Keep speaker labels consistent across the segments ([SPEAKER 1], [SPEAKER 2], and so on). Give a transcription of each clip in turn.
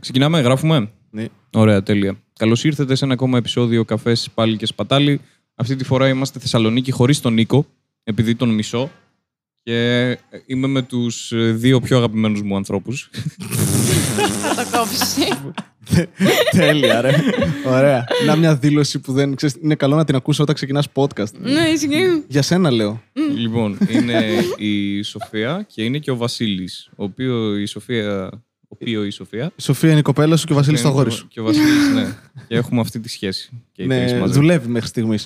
[SPEAKER 1] Ξεκινάμε, γράφουμε.
[SPEAKER 2] Ναι.
[SPEAKER 1] Ωραία, τέλεια. Καλώς ήρθατε σε ένα ακόμα επεισόδιο Καφές Πάλι και Σπατάλι. Αυτή τη φορά είμαστε Θεσσαλονίκη χωρίς τον Νίκο, επειδή τον μισώ. Και ε, είμαι με τους δύο πιο αγαπημένους μου ανθρώπους.
[SPEAKER 3] Θα το κόψει.
[SPEAKER 2] Τέλεια, ρε. Ωραία. Να μια δήλωση που δεν ξέρεις, είναι καλό να την ακούσω όταν ξεκινάς podcast.
[SPEAKER 3] Ναι, ισχύει.
[SPEAKER 2] Για σένα λέω.
[SPEAKER 1] λοιπόν, είναι η Σοφία και είναι και ο Βασίλης. Ο οποίο η Σοφία. Ο οποίος η Σοφία.
[SPEAKER 2] Η Σοφία είναι η κοπέλα σου και ο Βασίλης το αγόρι σου.
[SPEAKER 1] Και ο Βασίλης, ναι. και έχουμε αυτή τη σχέση. Και οι τρεις
[SPEAKER 2] Ναι,
[SPEAKER 1] μαζί.
[SPEAKER 2] δουλεύει μέχρι στιγμής.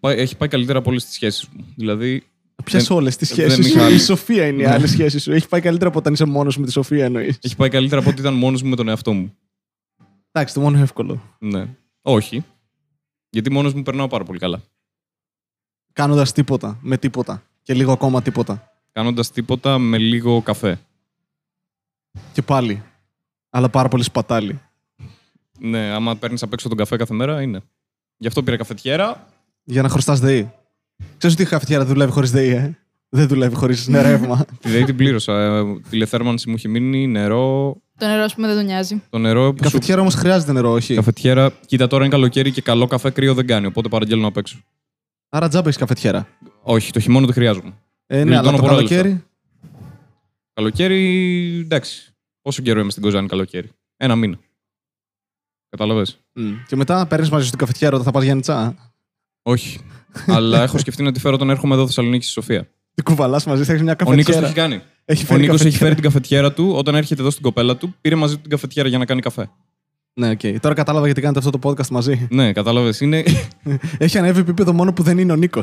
[SPEAKER 1] Πάει- Έχει πάει καλύτερα από όλες τις σχέσεις μου. Δηλαδή,
[SPEAKER 2] Ποιε
[SPEAKER 1] Δεν-
[SPEAKER 2] όλες τις
[SPEAKER 1] δεν
[SPEAKER 2] σχέσεις
[SPEAKER 1] είχα
[SPEAKER 2] σου.
[SPEAKER 1] άλλη.
[SPEAKER 2] Η Σοφία είναι η
[SPEAKER 1] Ναι.
[SPEAKER 2] άλλη σχέση σου. Έχει πάει καλύτερα από όταν είσαι μόνος με τη Σοφία εννοείς.
[SPEAKER 1] έχει πάει καλύτερα από ότι ήταν μόνος μου με τον εαυτό μου.
[SPEAKER 2] Εντάξει, το μόνο εύκολο.
[SPEAKER 1] Ναι. Όχι. Γιατί μόνος μου περνάω πάρα πολύ καλά.
[SPEAKER 2] Κάνοντας τίποτα, με τίποτα. Και λίγο ακόμα τίποτα.
[SPEAKER 1] Κάνοντας τίποτα με λίγο καφέ.
[SPEAKER 2] Και πάλι. Αλλά πάρα πολύ σπατάλι.
[SPEAKER 1] Ναι, άμα παίρνεις απ' έξω τον καφέ κάθε μέρα, είναι. Γι' αυτό πήρα καφετιέρα.
[SPEAKER 2] Για να χρωστάς ΔΕΗ. Ξέρεις ότι η χαφτιάρα δουλεύει χωρίς ΔΕΗ, ε. Δεν δουλεύει χωρίς νερεύμα.
[SPEAKER 1] Τη ΔΕΗ την πλήρωσα. Ε, τηλεθέρμανση μου έχει μείνει, νερό.
[SPEAKER 3] Το νερό, ας πούμε, δεν τον νοιάζει.
[SPEAKER 1] Το νερό
[SPEAKER 2] Η
[SPEAKER 1] που σου.
[SPEAKER 2] καφετιέρα όμως χρειάζεται νερό, όχι.
[SPEAKER 1] Καφετιέρα. Κοίτα, τώρα είναι καλοκαίρι και καλό καφέ κρύο δεν κάνει. Οπότε παραγγέλνω απ' έξω.
[SPEAKER 2] Άρα τζάμπα έχεις καφετιέρα.
[SPEAKER 1] Όχι, το χειμώνα το χρειάζομαι.
[SPEAKER 2] Ε, ναι,
[SPEAKER 1] Γλιτώνω
[SPEAKER 2] αλλά το
[SPEAKER 1] πολλά
[SPEAKER 2] καλοκαίρι.
[SPEAKER 1] Καλοκαίρι, εντάξει. Πόσο καιρό είμαι στην Κοζάνη καλοκαίρι. Ένα μήνα. Κατάλαβε.
[SPEAKER 2] Μμ. Και μετά παίρνεις μαζί σου την καφετιέρα όταν θα πας Γιάννητσά.
[SPEAKER 1] Όχι. Αλλά έχω σκεφτεί να τη φέρω όταν έρχομαι εδώ Θεσσαλονίκη στη Σοφία.
[SPEAKER 2] Την κουβαλάς μαζί, θα έχεις μια
[SPEAKER 1] Ο Νίκο το
[SPEAKER 2] καφετιέρα.
[SPEAKER 1] έχει κάνει.
[SPEAKER 2] Έχει
[SPEAKER 1] Ο
[SPEAKER 2] φέρει
[SPEAKER 1] Νίκος έχει
[SPEAKER 2] καφετιέρα.
[SPEAKER 1] φέρει την καφετιέρα του όταν έρχεται εδώ στην κοπέλα του. Πήρε μαζί του την καφετιέρα για να κάνει καφέ.
[SPEAKER 2] Ναι, οκ. Τώρα κατάλαβα γιατί κάνετε αυτό το podcast μαζί.
[SPEAKER 1] Ναι, κατάλαβες. Είναι.
[SPEAKER 2] Έχει ανέβει επίπεδο μόνο που δεν είναι ο Νίκος.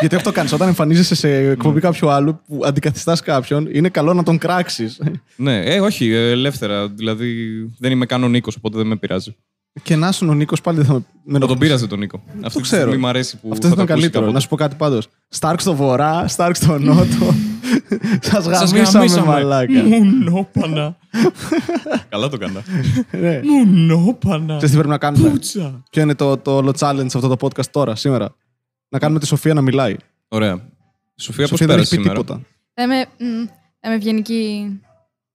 [SPEAKER 2] γιατί αυτό κάνεις. Όταν εμφανίζεσαι σε
[SPEAKER 1] Ναι.
[SPEAKER 2] εκπομπή κάποιου άλλου που αντικαθιστάς κάποιον, είναι καλό να τον κράξεις.
[SPEAKER 1] ναι, ε, όχι, ε, ελεύθερα. Δηλαδή δεν είμαι καν ο Νίκος, οπότε δεν με πειράζει.
[SPEAKER 2] Και να σου ο Νίκος πάλι δεν θα με- με
[SPEAKER 1] Θα τον
[SPEAKER 2] ενοχλήσει.
[SPEAKER 1] πήραζε τον Νίκο. Αυτή
[SPEAKER 2] Αυτό
[SPEAKER 1] τη
[SPEAKER 2] ξέρω.
[SPEAKER 1] στιγμή μ' αρέσει που.
[SPEAKER 2] Αυτό
[SPEAKER 1] θα
[SPEAKER 2] ήταν
[SPEAKER 1] το ακούσει
[SPEAKER 2] καλύτερο. Να
[SPEAKER 1] κάποτε.
[SPEAKER 2] σου πω κάτι πάντως. Στάρκ στο βορρά, Στάρκ στο νότο. Σας
[SPEAKER 1] Σας
[SPEAKER 2] γαμίσαμε,
[SPEAKER 1] γαμίσαμε.
[SPEAKER 2] μαλάκα.
[SPEAKER 1] Ναι. Μουνόπανα. Καλά το έκανα.
[SPEAKER 2] Ναι.
[SPEAKER 1] Μουνόπανα.
[SPEAKER 2] Ξέρεις τι πρέπει να κάνουμε.
[SPEAKER 1] Πούτσα.
[SPEAKER 2] Ποιο είναι το, το όλο challenge σε αυτό το podcast τώρα, σήμερα. Να κάνουμε τη Σοφία να μιλάει. Η
[SPEAKER 1] Ωραία. Σοφία, πώς
[SPEAKER 2] Σοφία δεν
[SPEAKER 1] Ε, πέρασε
[SPEAKER 2] έχει πει
[SPEAKER 1] σήμερα.
[SPEAKER 2] τίποτα.
[SPEAKER 3] Θα είμαι, μ, θα είμαι ευγενική.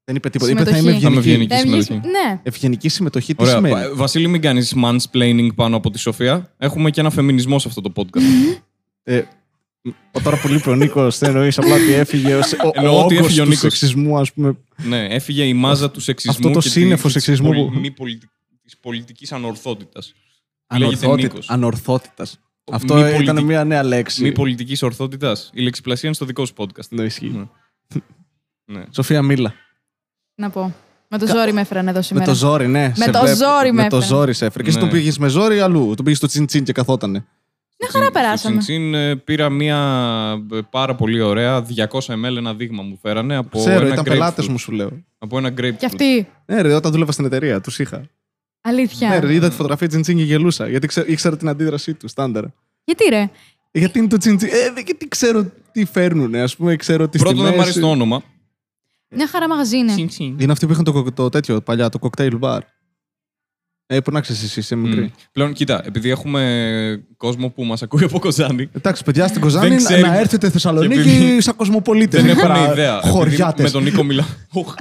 [SPEAKER 2] Δεν είπε τίποτα. Είπε θα
[SPEAKER 3] Συμμετοχή.
[SPEAKER 2] είμαι
[SPEAKER 1] Θα είμαι ευγενική
[SPEAKER 2] ευγενική.
[SPEAKER 3] Θα είμαι
[SPEAKER 1] συμμετοχή.
[SPEAKER 3] ευγενική. Ναι.
[SPEAKER 2] Ευγενική συμμετοχή, τι
[SPEAKER 1] Ωραία.
[SPEAKER 2] σημαίνει.
[SPEAKER 1] Πα- Βασίλη, μην κάνεις mansplaining πάνω από τη Σοφία. Έχουμε και ένα φεμινισμό σε αυτό το podcast.
[SPEAKER 2] Ε, ο τώρα πολύ προνίκο δεν εννοείς απλά ότι έφυγε. ως- Ο,
[SPEAKER 1] Εννοώ
[SPEAKER 2] ο
[SPEAKER 1] ότι
[SPEAKER 2] όγκος
[SPEAKER 1] έφυγε ο
[SPEAKER 2] του
[SPEAKER 1] Νίκος.
[SPEAKER 2] σεξισμού, ας πούμε.
[SPEAKER 1] ναι, έφυγε η μάζα του σεξισμού.
[SPEAKER 2] αυτό το
[SPEAKER 1] και
[SPEAKER 2] σύννεφο
[SPEAKER 1] της-
[SPEAKER 2] σεξισμού
[SPEAKER 1] της πολυ-
[SPEAKER 2] που-
[SPEAKER 1] μη πολιτι- της πολιτικής ανορθότητας. Λέγεται Νίκος.
[SPEAKER 2] Ανορθότητα. Αυτό
[SPEAKER 1] Μη
[SPEAKER 2] ήταν
[SPEAKER 1] πολιτική-
[SPEAKER 2] μια νέα λέξη.
[SPEAKER 1] Μη πολιτικής ορθότητας. Η λεξιπλασία είναι στο δικό σου podcast.
[SPEAKER 2] Ναι, ισχύει.
[SPEAKER 1] Ναι. ναι.
[SPEAKER 2] Σοφία, μίλα.
[SPEAKER 3] Να πω. Με το ζόρι με έφεραν εδώ
[SPEAKER 2] Με
[SPEAKER 3] σήμερα.
[SPEAKER 2] το ζόρι, ναι. Με
[SPEAKER 3] το ζόρι με
[SPEAKER 2] Με το
[SPEAKER 3] έφερε.
[SPEAKER 2] ζόρι σε έφερε. Και εσύ
[SPEAKER 1] Ναι.
[SPEAKER 2] τον πήγες με ζόρι ή αλλού. Τον πήγες στο τσιντσιν και καθότανε.
[SPEAKER 3] Μια χαρά
[SPEAKER 1] Στο
[SPEAKER 3] περάσαμε.
[SPEAKER 1] Τσιντσιν ε, πήρα μια ε, πάρα πολύ ωραία 200 ml ένα δείγμα μου φέρανε από
[SPEAKER 2] Ξέρω,
[SPEAKER 1] ένα
[SPEAKER 2] ήταν πελάτες
[SPEAKER 1] grapefruit.
[SPEAKER 2] μου, σου λέω.
[SPEAKER 1] Από ένα grapefruit.
[SPEAKER 3] Και αυτή.
[SPEAKER 2] Ναι, ρε, όταν δούλευα στην εταιρεία, τους είχα. Ναι, ρε,
[SPEAKER 3] Αλήθεια.
[SPEAKER 2] είδα τη φωτογραφία τσιντσιν και γελούσα. Γιατί ξέ- ήξερα την αντίδρασή του, στάνταρ.
[SPEAKER 3] Γιατί ρε.
[SPEAKER 2] Γιατί είναι το τσιντσιν. Ε, δε- γιατί ξέρω τι φέρνουν, ας πούμε, ξέρω τις
[SPEAKER 1] Πρώτον δεν μου
[SPEAKER 2] τιμές.
[SPEAKER 1] αρέσει το όνομα.
[SPEAKER 3] Μια χαρά Ε, μαγαζί είναι.
[SPEAKER 1] Τσιντσιν.
[SPEAKER 2] Είναι αυτοί που είχαν το, κοκ- το τέτοιο παλιά, το cocktail bar. Ε, που να ξέρεις εσύ, είσαι μικρή.
[SPEAKER 1] Μμ. Πλέον, κοίτα, επειδή έχουμε κόσμο που μας ακούει από Κοζάνη,
[SPEAKER 2] Εντάξει, παιδιά στην Κοζάνη
[SPEAKER 1] Δεν ξέρει-
[SPEAKER 2] να έρθετε
[SPEAKER 1] Και επειδή-
[SPEAKER 2] Θεσσαλονίκη σαν κοσμοπολίτες.
[SPEAKER 1] δεν έχουν ιδέα. Επειδή
[SPEAKER 2] Χωριάτε.
[SPEAKER 1] Με τον Νίκο μιλάω. Οχ,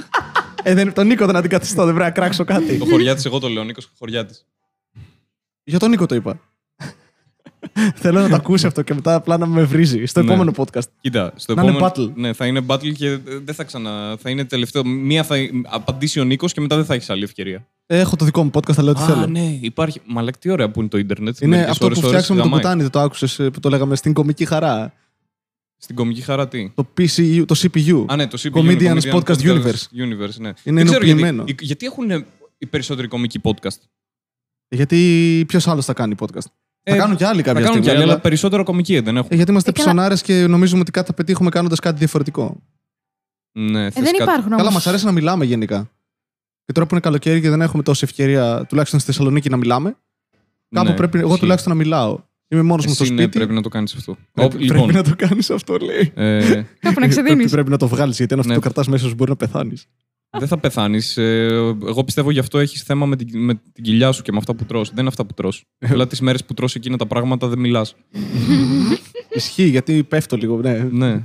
[SPEAKER 2] Ε, δεν, τον Νίκο δεν αντικαθιστώ, δεν πρέπει να κράξω κάτι.
[SPEAKER 1] Το χωριάτη, εγώ το λέω, Νίκο Χωριάτη.
[SPEAKER 2] Για τον Νίκο το είπα. Θέλω να το ακούσει αυτό και μετά απλά να με βρίζει στο
[SPEAKER 1] Ναι.
[SPEAKER 2] επόμενο podcast.
[SPEAKER 1] Κοίτα, στο
[SPEAKER 2] Να είναι
[SPEAKER 1] επόμενο.
[SPEAKER 2] battle.
[SPEAKER 1] Ναι, θα είναι battle και ε, δεν θα ξανα. Θα είναι τελευταίο. Μία θα απαντήσει ο Νίκος και μετά δεν θα έχεις άλλη ευκαιρία.
[SPEAKER 2] Έχω το δικό μου podcast, θα λέω τι θέλω.
[SPEAKER 1] ναι, υπάρχει. Μαλάκα, τι ωραία που είναι το Ιντερνετ.
[SPEAKER 2] Είναι
[SPEAKER 1] Μερικές
[SPEAKER 2] αυτό
[SPEAKER 1] ώρες,
[SPEAKER 2] που
[SPEAKER 1] ώρες,
[SPEAKER 2] φτιάξαμε με τον
[SPEAKER 1] γαμάει.
[SPEAKER 2] Κουτάνη, δεν το άκουσες που το λέγαμε στην κομική χαρά.
[SPEAKER 1] Στην κομική χαρά τι.
[SPEAKER 2] Το PCU, το CPU.
[SPEAKER 1] Α, ναι, το CPU.
[SPEAKER 2] Comedians
[SPEAKER 1] είναι
[SPEAKER 2] Podcast Universe.
[SPEAKER 1] Universe, ναι.
[SPEAKER 2] Είναι
[SPEAKER 1] Δεν ξέρω
[SPEAKER 2] ενοποιημένο.
[SPEAKER 1] γιατί, γιατί έχουν οι περισσότεροι κομικοί podcast.
[SPEAKER 2] Γιατί ποιος άλλος θα κάνει podcast.
[SPEAKER 1] Ε,
[SPEAKER 2] θα κάνουν και
[SPEAKER 1] Θα
[SPEAKER 2] άλλοι κάποια
[SPEAKER 1] κάνουν
[SPEAKER 2] στιγμή.
[SPEAKER 1] κι άλλοι,
[SPEAKER 2] αλλά-
[SPEAKER 1] αλλά περισσότερο κομικοί δεν
[SPEAKER 2] Ε,
[SPEAKER 1] έχουν.
[SPEAKER 2] Γιατί είμαστε
[SPEAKER 3] Ε, καλά.
[SPEAKER 2] ψωνάρες και νομίζουμε ότι κάτι θα πετύχουμε κάνοντας κάτι διαφορετικό.
[SPEAKER 1] Ναι,
[SPEAKER 3] Ε,
[SPEAKER 1] θες
[SPEAKER 3] δεν
[SPEAKER 1] κάτι-
[SPEAKER 3] υπάρχουν
[SPEAKER 2] Καλά,
[SPEAKER 3] όμως.
[SPEAKER 2] μας αρέσει να μιλάμε γενικά. Και τώρα που είναι καλοκαίρι και δεν έχουμε τόση ευκαιρία, τουλάχιστον στη Θεσσαλονίκη, να μιλάμε. Κάπου
[SPEAKER 1] Ναι,
[SPEAKER 2] πρέπει, εγώ
[SPEAKER 1] ισχύει.
[SPEAKER 2] τουλάχιστον να μιλάω. Είμαι μόνος μου
[SPEAKER 1] Εσύ,
[SPEAKER 2] στο
[SPEAKER 1] ναι,
[SPEAKER 2] σπίτι.
[SPEAKER 1] πρέπει να το κάνεις αυτό.
[SPEAKER 2] Πρέπει-
[SPEAKER 1] Ω,
[SPEAKER 2] πρέπει
[SPEAKER 1] Λοιπόν.
[SPEAKER 2] να το κάνεις αυτό, λέει.
[SPEAKER 1] ε,
[SPEAKER 3] Κάπου να
[SPEAKER 2] Πρέπει,
[SPEAKER 3] ξεδίνει.
[SPEAKER 2] πρέπει να το βγάλεις, γιατί αν αυτό
[SPEAKER 1] Ναι.
[SPEAKER 2] το κρατάς μέσα σου μπορεί να πεθάνεις.
[SPEAKER 1] Δεν θα πεθάνεις. εγώ πιστεύω γι' αυτό έχεις θέμα με την, με την κοιλιά σου και με αυτά που τρως. Δεν είναι αυτά που τρως.
[SPEAKER 2] Ε.
[SPEAKER 1] Απλά τις μέρες που τρως εκείνα τα πράγματα δεν μιλάς.
[SPEAKER 2] Ισχύει, γιατί πέφτω λίγο. Ναι.
[SPEAKER 1] ναι.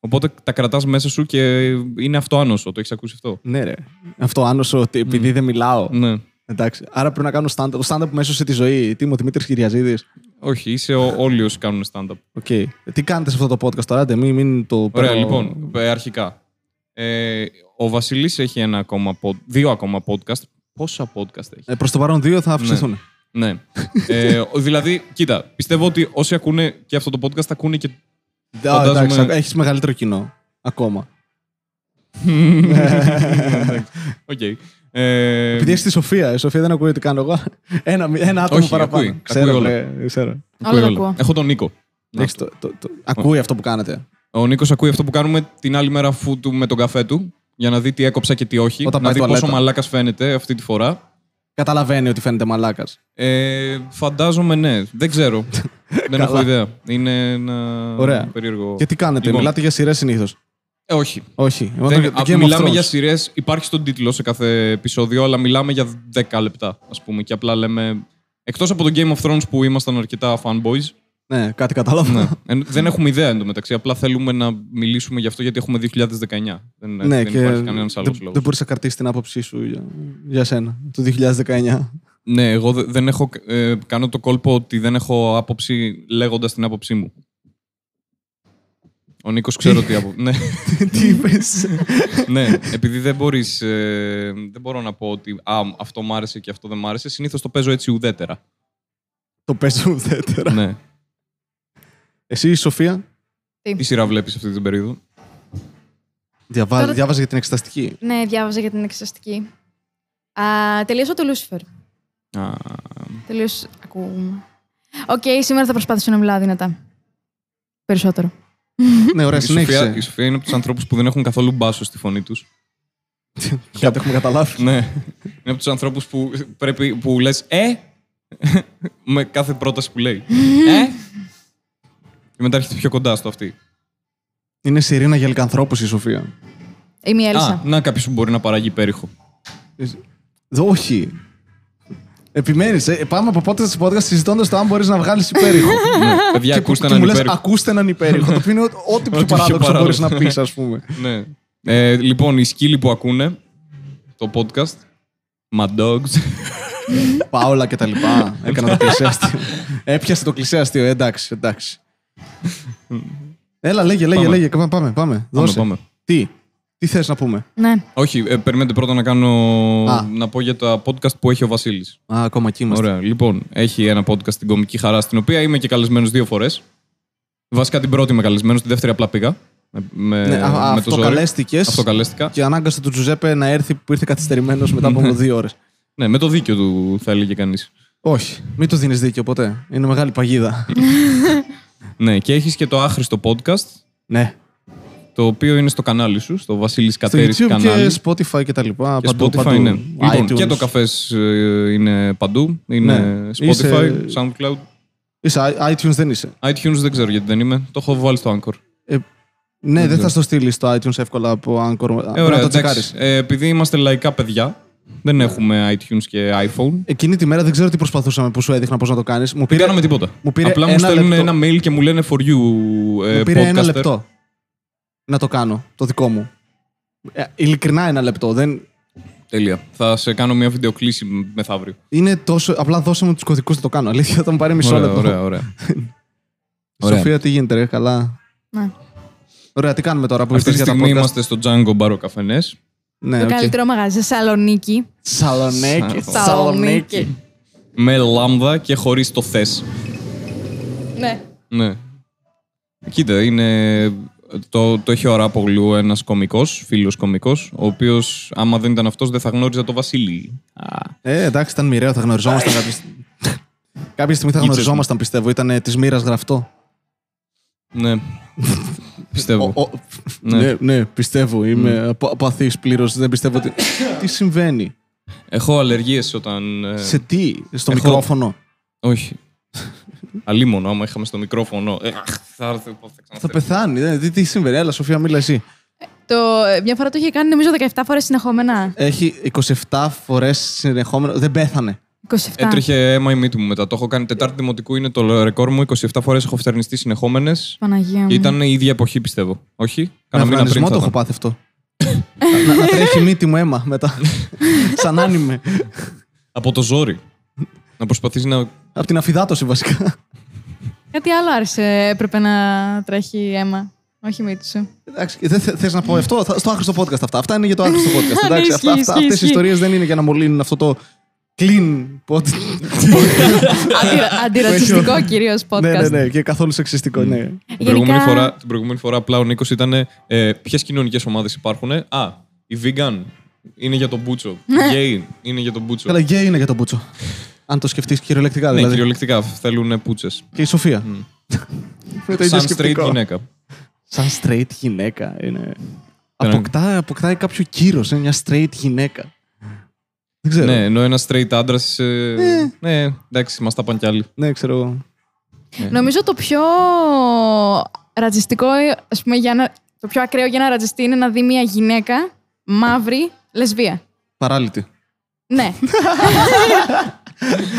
[SPEAKER 1] Οπότε τα κρατάς μέσα σου και είναι αυτό άνοσο. Το έχεις ακούσει αυτό.
[SPEAKER 2] Ναι, ρε. Αυτό άνοσο ότι επειδή δεν μιλάω.
[SPEAKER 1] Ναι.
[SPEAKER 2] Εντάξει. Άρα πρέπει να κάνω stand-up. Το stand-up μέσω σε τη ζωή. Τι είμαι, ο Δημήτρης Κυριαζίδης.
[SPEAKER 1] Όχι, είσαι ο, όλοι όσοι κάνουν stand-up.
[SPEAKER 2] Οκ. Τι κάνετε σε αυτό το podcast τώρα, ντε, μην, μην το
[SPEAKER 1] Ωραία,
[SPEAKER 2] παίρνω-
[SPEAKER 1] λοιπόν, ε, αρχικά. Ε, ο Βασιλής έχει ένα ακόμα, pod- δύο ακόμα podcast. Πόσα podcast έχει.
[SPEAKER 2] Ε, Προς το παρόν δύο θα αυξηθούν.
[SPEAKER 1] ναι. ε, ο- δηλαδή, κοίτα, πιστεύω ότι όσοι ακούνε και αυτό το podcast θα ακούνε και.
[SPEAKER 2] Α,
[SPEAKER 1] Φαντάζομαι-
[SPEAKER 2] Εντάξει, έχεις μεγαλύτερο κοινό. Ακόμα.
[SPEAKER 1] Οκ. Ε,
[SPEAKER 2] Επειδή είσαι στη Σοφία. Η Σοφία δεν ακούει ότι κάνω εγώ. Ένα, ένα άτομο
[SPEAKER 1] Όχι,
[SPEAKER 2] παραπάνω.
[SPEAKER 1] ακούει.
[SPEAKER 2] Ξέρω,
[SPEAKER 1] Ακούει όλα.
[SPEAKER 2] ρε, ξέρω.
[SPEAKER 1] ακούει
[SPEAKER 3] Όλα τα
[SPEAKER 1] όλα.
[SPEAKER 3] ακούω.
[SPEAKER 1] Έχω τον Νίκο.
[SPEAKER 2] Εντάξει, το- το- το- Ακούει αυτό που κάνετε.
[SPEAKER 1] Ο Νίκος ακούει αυτό που κάνουμε την άλλη μέρα αφού του με τον καφέ του για να δει τι έκοψα και τι όχι.
[SPEAKER 2] Όταν
[SPEAKER 1] να
[SPEAKER 2] πάει
[SPEAKER 1] δει πόσο
[SPEAKER 2] τουαλέτα.
[SPEAKER 1] μαλάκας φαίνεται αυτή τη φορά.
[SPEAKER 2] Καταλαβαίνει ότι φαίνεται μαλάκας.
[SPEAKER 1] Ε, φαντάζομαι ναι. Δεν ξέρω. Δεν έχω
[SPEAKER 2] Καλά.
[SPEAKER 1] ιδέα. Είναι ένα
[SPEAKER 2] Ωραία.
[SPEAKER 1] περίεργο.
[SPEAKER 2] Και τι κάνετε,
[SPEAKER 1] Λοιπόν,
[SPEAKER 2] μιλάτε για σειρές συνήθως.
[SPEAKER 1] ε, όχι.
[SPEAKER 2] Όχι. Εγώ
[SPEAKER 1] Δεν,
[SPEAKER 2] το- το
[SPEAKER 1] α,
[SPEAKER 2] Game of
[SPEAKER 1] μιλάμε
[SPEAKER 2] Thrones.
[SPEAKER 1] για σειρές. Υπάρχει στον τίτλο σε κάθε επεισόδιο, αλλά μιλάμε για 10 λεπτά, ας πούμε. Και απλά λέμε. Εκτός από το Game of Thrones που ήμασταν αρκετά fanboys.
[SPEAKER 2] Ναι, κάτι κατάλαβα.
[SPEAKER 1] εν- δεν έχουμε ιδέα εντωμεταξύ. Απλά θέλουμε να μιλήσουμε γι' αυτό γιατί έχουμε 2019. Δεν,
[SPEAKER 2] Ναι,
[SPEAKER 1] Ε, δεν
[SPEAKER 2] και
[SPEAKER 1] υπάρχει κανένας άλλος
[SPEAKER 2] δεν,
[SPEAKER 1] λόγος.
[SPEAKER 2] δεν μπορείς να κρατήσεις την άποψή σου για, για σένα το 2019.
[SPEAKER 1] Ναι, εγώ δε- δεν έχω, ε, κάνω το κόλπο ότι δεν έχω άποψη λέγοντας την άποψή μου. Ο Νίκος ξέρω τι άποψη. ναι,
[SPEAKER 2] Τι είπες.
[SPEAKER 1] ναι, επειδή δεν μπορείς. δεν μπορώ να πω ότι α, αυτό μ' άρεσε και αυτό δεν μ' άρεσε. Συνήθως το παίζω έτσι ουδέτερα.
[SPEAKER 2] το παίζω ουδέτερα.
[SPEAKER 1] ναι.
[SPEAKER 2] Εσύ, η Σοφία,
[SPEAKER 1] Τι σειρά βλέπεις αυτή την περίοδο.
[SPEAKER 2] διαβά...
[SPEAKER 3] Τώρα-
[SPEAKER 2] διάβαζες για την εξεταστική.
[SPEAKER 3] Ναι, διάβαζα για την εξεταστική. Α, τελείωσα το Λούσιφερ.
[SPEAKER 1] Α,
[SPEAKER 3] Τελείωσα. Ακούγουμε. Οκ, σήμερα θα προσπαθήσω να μιλάω δυνατά. Περισσότερο.
[SPEAKER 2] ναι, ωραία,
[SPEAKER 1] η, Σοφία,
[SPEAKER 2] συνέχισε.
[SPEAKER 1] η Σοφία είναι από τους ανθρώπους που δεν έχουν καθόλου μπάσο στη φωνή τους.
[SPEAKER 2] Κάτι έχουμε καταλάβει.
[SPEAKER 1] ναι. Είναι από τους ανθρώπους που, πρέπει- που λες Ε! με κάθε πρόταση που λέει. ε! Και μετά έρχεται πιο κοντά στο αυτή.
[SPEAKER 2] Είναι σιρήνα για λικανθρώπους η Σοφία.
[SPEAKER 3] Είμαι η
[SPEAKER 1] Α,
[SPEAKER 3] Έλισσα.
[SPEAKER 1] να κάποιος που μπορεί να παράγει υπέρηχο.
[SPEAKER 2] Δε, Όχι. Επιμένεις. πάμε από πότε σε podcast συζητώντας το αν μπορείς να βγάλεις υπέρηχο.
[SPEAKER 1] ναι, παιδιά,
[SPEAKER 2] και, που-
[SPEAKER 1] ακούστε
[SPEAKER 2] και
[SPEAKER 1] έναν
[SPEAKER 2] μου λες,
[SPEAKER 1] υπέρηχο.
[SPEAKER 2] ακούστε έναν υπέρηχο. το οποίο είναι ό- ό,τι πιο
[SPEAKER 1] πιο
[SPEAKER 2] παράδοξο μπορεί
[SPEAKER 1] παράδοξο.
[SPEAKER 2] να πεις, ας πούμε.
[SPEAKER 1] ναι. Ε, λοιπόν, οι σκύλοι που ακούνε το podcast. My dogs.
[SPEAKER 2] Πάολα και τα λοιπά. Έκανα το κλεισέ αστείο. Έπιασε το κλεισέ αστείο. Εντάξει, εντάξει. Έλα, λέγε, λέγε,
[SPEAKER 1] Πάμε.
[SPEAKER 2] λέγε. Πάμε, πάμε. πάμε. Δώσε.
[SPEAKER 1] πάμε.
[SPEAKER 2] Τι, τι θες να πούμε.
[SPEAKER 3] Ναι.
[SPEAKER 1] Όχι, ε, περιμένετε πρώτα να κάνω.
[SPEAKER 2] Α.
[SPEAKER 1] να πω για τα podcast που έχει ο Βασίλης.
[SPEAKER 2] Α, ακόμα εκεί είμαστε.
[SPEAKER 1] Ωραία. Λοιπόν, έχει ένα podcast στην κομική χαρά, στην οποία είμαι και καλεσμένος δύο φορές. Βασικά την πρώτη είμαι καλεσμένος, την δεύτερη απλά πήγα. Με, με,
[SPEAKER 2] Ναι, α-
[SPEAKER 1] με το ζόρι.
[SPEAKER 2] αυτοκαλέστηκες.
[SPEAKER 1] Αυτοκαλέστηκα.
[SPEAKER 2] Και ανάγκασε τον Τζουζέπε να έρθει που ήρθε καθυστερημένος μετά από δύο ώρες.
[SPEAKER 1] Ναι, με το δίκιο του θα έλεγε κανείς.
[SPEAKER 2] Όχι, μην του δίνεις δίκιο ποτέ. Είναι μεγάλη παγίδα.
[SPEAKER 1] Ναι, και έχεις και το άχρηστο podcast,
[SPEAKER 2] ναι.
[SPEAKER 1] το οποίο είναι στο κανάλι σου, στο Βασίλης
[SPEAKER 2] Στο
[SPEAKER 1] Κατέρης
[SPEAKER 2] YouTube
[SPEAKER 1] κανάλι.
[SPEAKER 2] και Spotify και τα λοιπά.
[SPEAKER 1] Και
[SPEAKER 2] παντού,
[SPEAKER 1] Spotify
[SPEAKER 2] παντού.
[SPEAKER 1] είναι. Λοιπόν,
[SPEAKER 2] iTunes.
[SPEAKER 1] και το καφές είναι παντού. Είναι
[SPEAKER 2] Ναι.
[SPEAKER 1] Spotify,
[SPEAKER 2] Είσαι-
[SPEAKER 1] SoundCloud.
[SPEAKER 2] Είσαι iTunes δεν είσαι.
[SPEAKER 1] iTunes δεν ξέρω γιατί δεν είμαι. Το έχω βάλει στο Anchor.
[SPEAKER 2] Ε, ναι, δεν θα στο στείλεις στο iTunes εύκολα από Anchor.
[SPEAKER 1] Ε,
[SPEAKER 2] Πρέπει
[SPEAKER 1] ωραία,
[SPEAKER 2] να το
[SPEAKER 1] εντάξει.
[SPEAKER 2] τσεκάρεις.
[SPEAKER 1] Ε, επειδή είμαστε λαϊκά παιδιά, δεν έχουμε iTunes και iPhone.
[SPEAKER 2] Εκείνη τη μέρα δεν ξέρω τι προσπαθούσαμε που σου έδειχνα πώς να το κάνεις. Μου
[SPEAKER 1] Δεν
[SPEAKER 2] πήρε,
[SPEAKER 1] κάναμε τίποτα.
[SPEAKER 2] μου πήρε
[SPEAKER 1] Απλά μου
[SPEAKER 2] ένα
[SPEAKER 1] στέλνουν
[SPEAKER 2] λεπτό.
[SPEAKER 1] ένα mail και μου λένε for you ε,
[SPEAKER 2] μου πήρε ένα
[SPEAKER 1] podcaster.
[SPEAKER 2] λεπτό να το κάνω, το δικό μου. Ε, ειλικρινά ένα λεπτό. Δεν...
[SPEAKER 1] Τέλεια. Θα σε κάνω μια βιντεοκλήση μεθαύριο.
[SPEAKER 2] Είναι τόσο. Απλά δώσε μου τους κωδικούς να το κάνω. Αλήθεια, θα μου πάρει μισό
[SPEAKER 1] Ωραία,
[SPEAKER 2] λεπτό.
[SPEAKER 1] ωραία, ωραία. ωραία.
[SPEAKER 2] Σοφία, τι γίνεται, ρε, καλά.
[SPEAKER 3] ναι.
[SPEAKER 2] Ωραία, τι κάνουμε τώρα που
[SPEAKER 1] Αυτή
[SPEAKER 2] ήρθε
[SPEAKER 1] τη
[SPEAKER 2] για τα
[SPEAKER 1] στιγμή
[SPEAKER 2] podcast.
[SPEAKER 1] είμαστε στο Django Baro Cafenés.
[SPEAKER 2] Ναι,
[SPEAKER 3] Το
[SPEAKER 2] οκ.
[SPEAKER 3] καλύτερο μαγαζί, Σαλονίκη.
[SPEAKER 1] Ναι,
[SPEAKER 2] Σαλονίκη.
[SPEAKER 3] Θεσσαλονίκη.
[SPEAKER 1] με λάμδα και χωρίς το θες.
[SPEAKER 3] Ναι.
[SPEAKER 1] Ναι. Κοίτα, είναι. Το, το έχει ο Ράπογλου ένα κωμικό, φίλο κωμικό, ο οποίος, άμα δεν ήταν αυτός, δεν θα γνώριζα το Βασίλη.
[SPEAKER 2] Ε, εντάξει, ήταν μοιραίο, θα γνωριζόμασταν κάποια σ- Κάποια στιγμή θα
[SPEAKER 1] Γίτσες μου.
[SPEAKER 2] γνωριζόμασταν, πιστεύω. Ήταν της μοίρας γραφτό.
[SPEAKER 1] Ναι. Πιστεύω.
[SPEAKER 2] Ο- ο- ναι, ναι, πιστεύω. Είμαι απα- απαθής πλήρως. Δεν πιστεύω ότι. τι συμβαίνει,
[SPEAKER 1] Έχω αλλεργίες όταν. ε,
[SPEAKER 2] σε τι, στο
[SPEAKER 1] έχω-
[SPEAKER 2] μικρόφωνο.
[SPEAKER 1] Όχι. Αλίμονο, άμα είχαμε στο μικρόφωνο. Ε, αχ, θα έρθει. πω, Θα
[SPEAKER 2] Θα
[SPEAKER 1] ξαναφέρω.
[SPEAKER 2] πεθάνει. δεν- Τι, τι συμβαίνει, έλα, Σοφία, μίλα εσύ.
[SPEAKER 3] Το, ε, μια φορά το είχε κάνει νομίζω 17 φορές συνεχόμενα.
[SPEAKER 2] Έχει 27 φορές συνεχόμενο. Δεν πέθανε.
[SPEAKER 3] 27.
[SPEAKER 1] Έτρεχε αίμα η μύτη μου μετά. Το έχω κάνει Τετάρτη Δημοτικού, είναι το ρεκόρ μου. 27 φορές έχω φτερνιστεί συνεχόμενες.
[SPEAKER 3] Παναγία μου.
[SPEAKER 1] Και ήταν η ίδια εποχή, πιστεύω. Όχι,
[SPEAKER 2] Με
[SPEAKER 1] κάνα μήνα πριν.
[SPEAKER 2] αυνανισμό
[SPEAKER 1] θα
[SPEAKER 2] το έχω
[SPEAKER 1] ήταν.
[SPEAKER 2] πάθει αυτό. να, να τρέχει η μύτη μου αίμα μετά. Σαν άνιμε.
[SPEAKER 1] Από το ζόρι. να προσπαθείς να.
[SPEAKER 2] Απ' την αφιδάτωση βασικά.
[SPEAKER 3] Κάτι άλλο άρεσε. Έπρεπε να τρέχει αίμα. Όχι η μύτη σου.
[SPEAKER 2] Εντάξει, δεν θε θες να πω αυτό. Θα- Στο άχρηστο podcast αυτά. Αυτά είναι για το άχρηστο podcast.
[SPEAKER 3] Ναι,
[SPEAKER 2] Εντάξει,
[SPEAKER 3] ισχύει,
[SPEAKER 2] αυτά, αυτά,
[SPEAKER 3] ισχύει,
[SPEAKER 2] αυτές οι
[SPEAKER 3] ισχύει.
[SPEAKER 2] ιστορίες δεν είναι για να μολύνουν αυτό το clean podcast.
[SPEAKER 3] Αντι- Αντιρατσιστικό κυρίως podcast.
[SPEAKER 2] ναι, ναι, ναι. Και καθόλου σεξιστικό, ναι.
[SPEAKER 1] Την προηγούμενη, φορά, την προηγούμενη φορά απλά ο Νίκος ήταν ε, ποιες κοινωνικές ομάδες υπάρχουν. Α, η vegan είναι για τον Μπούτσο. Η gay είναι για τον Μπούτσο.
[SPEAKER 2] Καλά, γκέι είναι για τον Μπούτσο. Αν το σκεφτείς κυριολεκτικά,
[SPEAKER 1] Ναι,
[SPEAKER 2] δηλαδή.
[SPEAKER 1] κυριολεκτικά θέλουν πούτσες.
[SPEAKER 2] Και η Σοφία. Με το ίδιο
[SPEAKER 1] Σαν straight
[SPEAKER 2] σκεπτικό.
[SPEAKER 1] γυναίκα.
[SPEAKER 2] Σαν straight γυναίκα. Είναι...
[SPEAKER 1] Ήταν-
[SPEAKER 2] Αποκτά, αποκτάει κάποιο κύρος. Είναι μια straight γυναίκα. Δεν ξέρω.
[SPEAKER 1] Ναι, ενώ ένας straight άντρας. ναι, εντάξει, μας τα πάνε κι άλλοι.
[SPEAKER 2] Ναι, ξέρω εγώ. ναι.
[SPEAKER 3] Νομίζω το πιο ρατσιστικό, ας πούμε, για να, το πιο ακραίο για να ρατσιστεί είναι να δει μια γυναίκα μαύρη λεσβία.
[SPEAKER 2] Παράλυτη.
[SPEAKER 3] Ναι.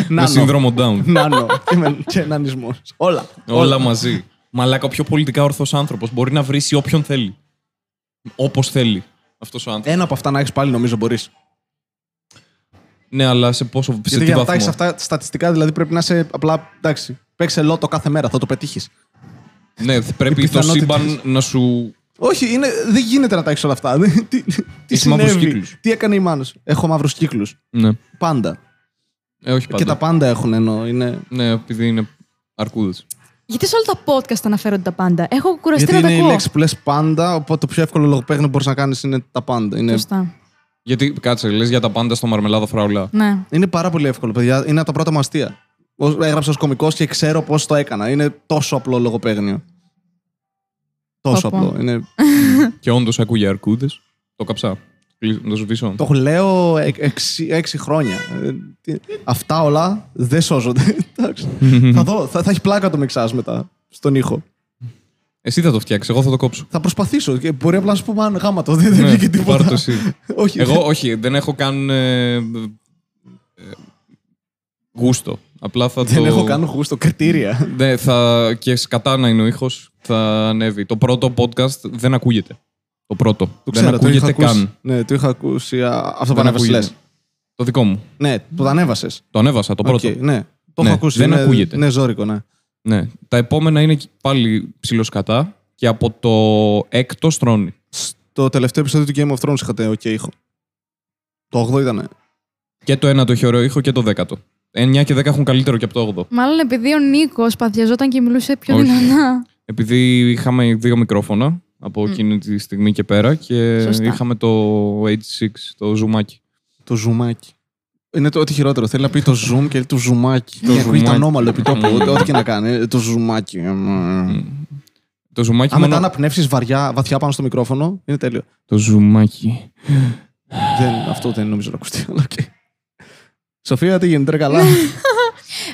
[SPEAKER 1] Με
[SPEAKER 2] Νάνο.
[SPEAKER 1] σύνδρομο down.
[SPEAKER 2] Νάνο. Είμαι και νανισμό. Όλα.
[SPEAKER 1] Όλα μαζί. Μαλάκα, ο πιο πολιτικά ορθό άνθρωπος μπορεί να βρει όποιον θέλει. Όπως θέλει αυτός ο άνθρωπος.
[SPEAKER 2] Ένα από αυτά να έχεις πάλι νομίζω μπορείς.
[SPEAKER 1] Ναι, αλλά σε πόσο. Σε
[SPEAKER 2] Ε. Γιατί
[SPEAKER 1] τι
[SPEAKER 2] για να τα έχει
[SPEAKER 1] βαθμό.
[SPEAKER 2] αυτά στατιστικά δηλαδή πρέπει να είσαι απλά. Εντάξει, παίξε λότο κάθε μέρα, θα το πετύχεις.
[SPEAKER 1] Ναι, θ- πρέπει το
[SPEAKER 2] πιθανότητες.
[SPEAKER 1] σύμπαν να σου.
[SPEAKER 2] Όχι, είναι, δεν γίνεται να τα έχεις όλα αυτά. Δεν- τι τι
[SPEAKER 1] Έχεις μαύρους
[SPEAKER 2] συνέβη,
[SPEAKER 1] κύκλους.
[SPEAKER 2] τι έκανε η μάνα σου. Έχω μαύρους κύκλους.
[SPEAKER 1] Ναι.
[SPEAKER 2] Πάντα.
[SPEAKER 1] Ε, όχι πάντα.
[SPEAKER 2] Και τα πάντα έχουν εννοώ. Είναι...
[SPEAKER 1] Ναι, επειδή είναι αρκούδες.
[SPEAKER 3] Γιατί σε όλα τα podcast αναφέρονται τα πάντα. Έχω κουραστεί
[SPEAKER 2] Γιατί
[SPEAKER 3] να τα
[SPEAKER 2] είναι η
[SPEAKER 3] ακούω.
[SPEAKER 2] λέξη που λες πάντα, οπότε το πιο εύκολο λογοπαίγνιο που μπορείς να κάνεις είναι τα πάντα. Είναι,
[SPEAKER 3] Σωστά.
[SPEAKER 1] Γιατί κάτσε, λες για τα πάντα στο μαρμελάδα φράουλα.
[SPEAKER 3] Ναι.
[SPEAKER 2] είναι πάρα πολύ εύκολο, παιδιά. Είναι από τα πρώτα μου αστεία. Ως- Έγραψα ως κωμικός και ξέρω πώς το έκανα. Είναι τόσο απλό λογοπαίγνιο. Τόσο
[SPEAKER 3] Πω, πω.
[SPEAKER 2] απλό. Είναι...
[SPEAKER 1] Και όντως ακούγε αρκούδες. Το καψά. Να το σβήσω.
[SPEAKER 2] το λέω εκ- εξι- έξι χρόνια. Ε, τι- Αυτά όλα δεν σώζονται. Εντάξει. θα δω. Θα, θα έχει πλάκα το μεξά μετά στον ήχο.
[SPEAKER 1] Εσύ θα το φτιάξεις, εγώ θα το κόψω.
[SPEAKER 2] Θα προσπαθήσω. Και μπορεί απλά να σου πούμε αν γάμα το. Δεν, δεν βγήκε τίποτα.
[SPEAKER 1] Ναι, πάρ' το εσύ.
[SPEAKER 2] Όχι.
[SPEAKER 1] Εγώ όχι, δεν έχω καν. ε, ε, γούστο. Απλά θα
[SPEAKER 2] Δεν
[SPEAKER 1] το.
[SPEAKER 2] έχω καν γούστο. Κριτήρια.
[SPEAKER 1] Ναι, θα, και σκατά να είναι ο ήχος, θα ανέβει. Το πρώτο podcast δεν ακούγεται. Το πρώτο. δεν
[SPEAKER 2] το είχα
[SPEAKER 1] ακούγεται
[SPEAKER 2] ακούσει.
[SPEAKER 1] καν.
[SPEAKER 2] Ναι, το είχα ακούσει. α, Αυτό που
[SPEAKER 1] Δεν
[SPEAKER 2] ανέβασε.
[SPEAKER 1] ακούγεται. Το δικό μου.
[SPEAKER 2] Ναι, το ανέβασες.
[SPEAKER 1] Το ανέβασα, το πρώτο.
[SPEAKER 2] ναι, το
[SPEAKER 1] Ναι,
[SPEAKER 2] έχω ακούσει.
[SPEAKER 1] δεν
[SPEAKER 2] είναι-
[SPEAKER 1] ακούγεται.
[SPEAKER 2] Ναι, ζώρικο, ναι.
[SPEAKER 1] Ναι. Τα επόμενα είναι πάλι ψηλοσκατά και από το έκτο στρώνει.
[SPEAKER 2] Το τελευταίο επεισόδιο του Game of Thrones είχατε οκ ήχο. Το 8 ήταν.
[SPEAKER 1] Και το ένα το έχει ωραίο ήχο και το δέκατο. 9 και 10 έχουν καλύτερο και από το 8ο.
[SPEAKER 3] Μάλλον επειδή ο Νίκος παθιαζόταν και μιλούσε πιο
[SPEAKER 1] Όχι.
[SPEAKER 3] δυνατά.
[SPEAKER 1] Επειδή είχαμε δύο μικρόφωνα από εκείνη τη στιγμή και πέρα και
[SPEAKER 3] Σωστά.
[SPEAKER 1] είχαμε το H6, το ζουμάκι.
[SPEAKER 2] Το ζουμάκι. Είναι το ό,τι χειρότερο. Θέλει να πει το zoom και λέει το ζουμάκι.
[SPEAKER 1] Το
[SPEAKER 2] Το ακούει
[SPEAKER 1] ζουμάκι. Ναι.
[SPEAKER 2] το ανώμαλο επί τόπου. Ό,τι ό,τι και να κάνει. ε, Το ζουμάκι. Αν
[SPEAKER 1] Το ζουμάκι μόνο...
[SPEAKER 2] μετά αναπνεύσεις βαριά, βαθιά πάνω στο μικρόφωνο, είναι τέλειο.
[SPEAKER 1] Το ζουμάκι.
[SPEAKER 2] δεν, αυτό δεν νομίζω να ακουστεί. αλλά οκ. Σοφία, τι γίνεται, ρε, καλά.
[SPEAKER 1] Ναι,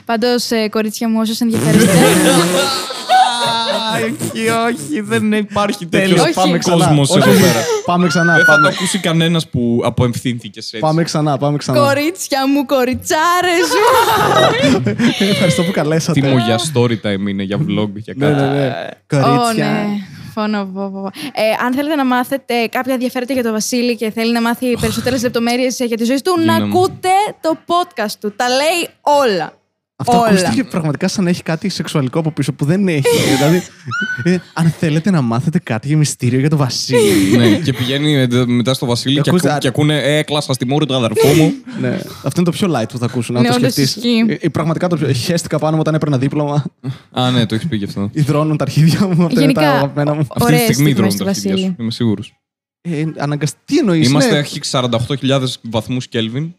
[SPEAKER 3] Πάντως, ε, κορίτσια μου, όσου ενδιαφέρεστε.
[SPEAKER 2] Ναι.
[SPEAKER 1] όχι, όχι, Ε, δεν υπάρχει
[SPEAKER 3] τέτοιος Όχι. πάμε ξανά.
[SPEAKER 1] κόσμος εδώ
[SPEAKER 2] Όχι.
[SPEAKER 1] πέρα.
[SPEAKER 2] Πάμε ξανά.
[SPEAKER 1] Δεν θα το
[SPEAKER 2] Πάμε,
[SPEAKER 1] ακούσει κανένας που αποεμφθύνθηκες έτσι.
[SPEAKER 2] πάμε ξανά, πάμε ξανά.
[SPEAKER 3] κορίτσια μου, κοριτσάρε μου.
[SPEAKER 2] Ευχαριστώ που
[SPEAKER 1] Τι μου
[SPEAKER 2] καλέσατε.
[SPEAKER 1] για story time είναι, για vlog, για
[SPEAKER 2] Ναι,
[SPEAKER 1] κάτι.
[SPEAKER 2] ναι, ναι.
[SPEAKER 3] Ω, ναι. Φόνο, βο, βο, βο. Ε, αν θέλετε να μάθετε κάποια ενδιαφέρεται για τον Βασίλη και θέλει να μάθει περισσότερες λεπτομέρειες ε, για τη ζωή του, να
[SPEAKER 1] Γίναμε.
[SPEAKER 3] ακούτε το podcast του. Τα λέει όλα.
[SPEAKER 2] Αυτό
[SPEAKER 3] όλα.
[SPEAKER 2] ακούστηκε πραγματικά σαν να έχει κάτι σεξουαλικό από πίσω που δεν έχει. δηλαδή, ε, αν θέλετε να μάθετε κάτι για μυστήριο για τον Βασίλη.
[SPEAKER 1] ναι, και πηγαίνει ε, μετά στο Βασίλη και,
[SPEAKER 2] Ακούστε,
[SPEAKER 1] ακού-
[SPEAKER 2] α-
[SPEAKER 1] και ακούνε Ε, κλάσα στη μόρη του αδερφού μου.
[SPEAKER 2] ναι. Αυτό είναι το πιο light που θα ακούσουν, αν
[SPEAKER 3] Ναι,
[SPEAKER 2] το
[SPEAKER 3] όντως
[SPEAKER 2] σκεφτείς.
[SPEAKER 3] ισχύει.
[SPEAKER 2] πραγματικά το πιο. Χαίστηκα πάνω μου όταν έπαιρνα δίπλωμα.
[SPEAKER 1] Α, ναι, το έχεις πει και αυτό.
[SPEAKER 2] Υδρώνουν τα αρχίδια μου. Αυτά είναι τα
[SPEAKER 3] Γενικά,
[SPEAKER 2] αγαπημένα μου.
[SPEAKER 1] Αυτή τη
[SPEAKER 3] Ωραίες
[SPEAKER 1] στιγμή
[SPEAKER 3] στιγμές
[SPEAKER 1] δρώνουν τα
[SPEAKER 3] του
[SPEAKER 1] αρχίδια σου.
[SPEAKER 3] Βασίλη.
[SPEAKER 1] Είμαι σίγουρος.
[SPEAKER 2] Ε, αναγκαστικά. Τι ναι. εννοείς.
[SPEAKER 1] Είμαστε, έχει 48.000 βαθμούς Κέλβιν.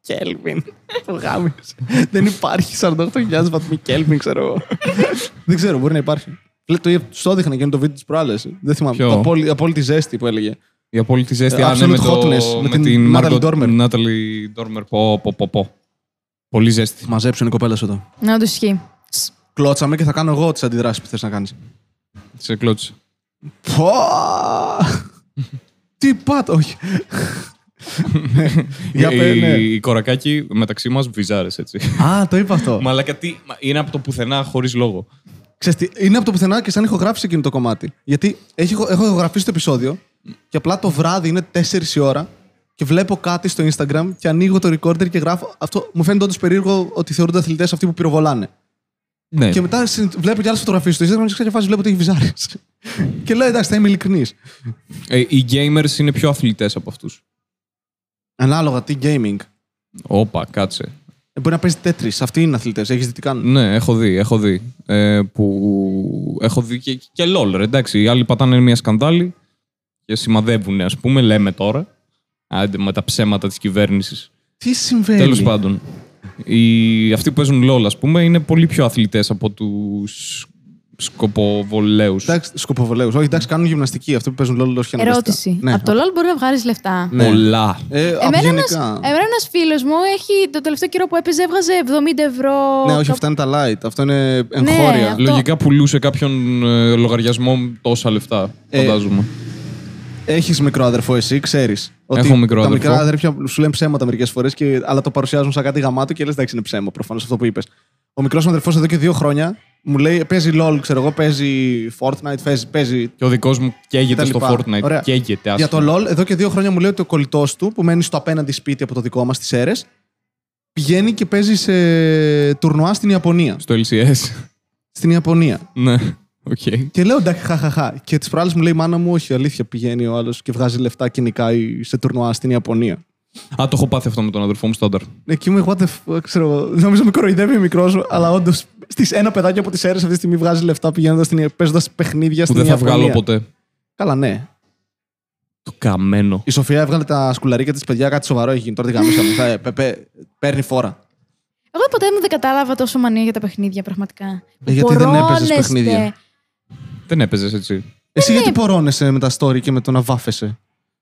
[SPEAKER 2] Κέλβιν. Το γάμισε. Δεν υπάρχει 48.000 βαθμοί Κέλβιν, ξέρω εγώ. Δεν ξέρω, μπορεί να υπάρχει. Λέει, το, του το έδειχνα και είναι το βίντεο της προάλλες. Δεν θυμάμαι.
[SPEAKER 1] Ποιο?
[SPEAKER 2] Το απόλυ- απόλυτη ζέστη που έλεγε.
[SPEAKER 1] Η απόλυτη ζέστη.
[SPEAKER 2] Ε,
[SPEAKER 1] Α, ναι, με,
[SPEAKER 2] Absolute
[SPEAKER 1] το,
[SPEAKER 2] Hotness,
[SPEAKER 1] με
[SPEAKER 2] με
[SPEAKER 1] την,
[SPEAKER 2] την
[SPEAKER 1] Margot-
[SPEAKER 2] Natalie Dormer.
[SPEAKER 1] Natalie Dormer. Πω, πω, πω, πω. Πολύ ζέστη.
[SPEAKER 2] Μαζέψουν οι κοπέλες εδώ.
[SPEAKER 3] Να το ισχύει.
[SPEAKER 2] Κλώτσαμε και θα κάνω εγώ τις αντιδράσεις που θες να κάνεις.
[SPEAKER 1] Σε κλώτσε.
[SPEAKER 2] Τι πάτε, όχι. Για
[SPEAKER 1] Η-
[SPEAKER 2] πέ, ναι.
[SPEAKER 1] Η κορακάκι μεταξύ μας βυζάρες έτσι.
[SPEAKER 2] Α, το είπα αυτό.
[SPEAKER 1] Μαλάκα, τι. μα- Είναι από το πουθενά χωρίς λόγο.
[SPEAKER 2] Ξέρεις τι, είναι από το πουθενά και σαν ηχογράφηση εκείνο το κομμάτι. Γιατί έχει, έχω ηχογραφήσει το επεισόδιο και απλά το βράδυ είναι 4 η ώρα και βλέπω κάτι στο Instagram και ανοίγω το recorder και γράφω. Αυτό μου φαίνεται όντως περίεργο ότι θεωρούνται αθλητές αυτοί που πυροβολάνε.
[SPEAKER 1] Ναι.
[SPEAKER 2] Και μετά συν- βλέπω και άλλες φωτογραφίες στο Instagram και σε κάποια φάση βλέπω ότι έχει βυζάρες. και λέω εντάξει, θα είμαι ειλικρινής.
[SPEAKER 1] Ε, οι gamers είναι πιο αθλητές από αυτούς.
[SPEAKER 2] Ανάλογα, τι gaming.
[SPEAKER 1] Όπα, κάτσε.
[SPEAKER 2] Ε, Μπορεί να παίζει τέτρι. Αυτοί είναι αθλητές. Έχεις δει τι κάνουν.
[SPEAKER 1] Ναι, έχω δει, έχω δει. Ε, που έχω δει και, και LOL, ρε, εντάξει. Οι άλλοι πατάνε μια σκανδάλη και σημαδεύουν, ας πούμε, λέμε τώρα. Άντε με τα ψέματα της κυβέρνησης.
[SPEAKER 2] Τι συμβαίνει.
[SPEAKER 1] Τέλος πάντων. Οι, αυτοί που παίζουν LOL, ας πούμε, είναι πολύ πιο αθλητές από τους σκοποβολέους.
[SPEAKER 2] Εντάξει, σκοποβολέους. Όχι, εντάξει, κάνουν γυμναστική. Αυτοί που παίζουν LOL όχι αναγκαστικά.
[SPEAKER 3] Ερώτηση.
[SPEAKER 2] Ναι.
[SPEAKER 3] Από το LOL μπορεί να βγάλεις λεφτά.
[SPEAKER 2] ναι.
[SPEAKER 1] Πολλά.
[SPEAKER 2] Ε, από
[SPEAKER 3] Εμένα ένας,
[SPEAKER 2] γενικά.
[SPEAKER 3] εμένα ένας φίλος μου έχει το τελευταίο καιρό που έπαιζε έβγαζε 70 ευρώ.
[SPEAKER 2] Ναι, όχι, αυτά είναι τα light. Αυτό είναι εγχώρια.
[SPEAKER 3] αυτό.
[SPEAKER 1] Λογικά πουλούσε κάποιον ε, λογαριασμό τόσα λεφτά,
[SPEAKER 2] Ε,
[SPEAKER 1] φαντάζομαι.
[SPEAKER 2] Έχεις μικρό αδερφό, εσύ ξέρεις.
[SPEAKER 1] Έχω μικρό
[SPEAKER 2] Τα
[SPEAKER 1] αδερφό.
[SPEAKER 2] μικρά αδέρφια σου λένε ψέματα μερικές φορές, αλλά το παρουσιάζουν σαν κάτι γαμάτο και λες εντάξει είναι ψέμα προφανώς αυτό που είπες. Ο μικρός μου αδερφός εδώ και δύο χρόνια μου λέει παίζει LOL, ξέρω εγώ, παίζει Fortnite, παίζει. παίζει
[SPEAKER 1] Και ο δικός μου καίγεται
[SPEAKER 2] τα
[SPEAKER 1] στο
[SPEAKER 2] λοιπά.
[SPEAKER 1] Fortnite.
[SPEAKER 2] Ωραία.
[SPEAKER 1] Καίγεται,
[SPEAKER 2] Για
[SPEAKER 1] άσχημα.
[SPEAKER 2] το LOL, εδώ και δύο χρόνια μου λέει ότι ο κολλητός του που μένει στο απέναντι σπίτι από το δικό μας τις αίρες, πηγαίνει και παίζει σε τουρνουά στην Ιαπωνία.
[SPEAKER 1] Στο LCS.
[SPEAKER 2] Στην Ιαπωνία.
[SPEAKER 1] Ναι, οκ.
[SPEAKER 2] Και λέω εντάξει, χαχαχά. Και τι προάλλε μου λέει η μάνα μου, όχι, αλήθεια πηγαίνει ο άλλος και βγάζει λεφτά και νικάει σε τουρνουά στην Ιαπωνία.
[SPEAKER 1] Α, το έχω πάθει αυτό με τον αδερφό μου στάνταρ.
[SPEAKER 2] Εκεί μου, what the fuck, ξέρω εγώ. Νομίζω με κοροϊδεύει μικρός, αλλά όντως στις ένα παιδάκι από τις αίρες αυτή τη στιγμή βγάζει λεφτά πηγαίνοντας στην παίζοντας παιχνίδια
[SPEAKER 1] Που
[SPEAKER 2] στην
[SPEAKER 1] δεν θα
[SPEAKER 2] Ιαπωνία.
[SPEAKER 1] βγάλω ποτέ.
[SPEAKER 2] Καλά, ναι.
[SPEAKER 1] Το καμένο.
[SPEAKER 2] Η Σοφία έβγαλε τα σκουλαρίκια της παιδιά, κάτι σοβαρό έχει γίνει. Τώρα την γαμίσαμε. θα, ε, πε- πε- παίρνει φόρα.
[SPEAKER 3] Εγώ ποτέ μου δεν κατάλαβα τόσο μανία για τα παιχνίδια, πραγματικά.
[SPEAKER 2] Ε, γιατί δεν έπαιζες
[SPEAKER 3] Πορώνεστε.
[SPEAKER 2] παιχνίδια.
[SPEAKER 1] Δεν έπαιζες έτσι.
[SPEAKER 2] Εσύ
[SPEAKER 3] Ναι,
[SPEAKER 2] γιατί
[SPEAKER 3] ναι.
[SPEAKER 2] πορώνεσαι με τα story και με το να βάφεσαι.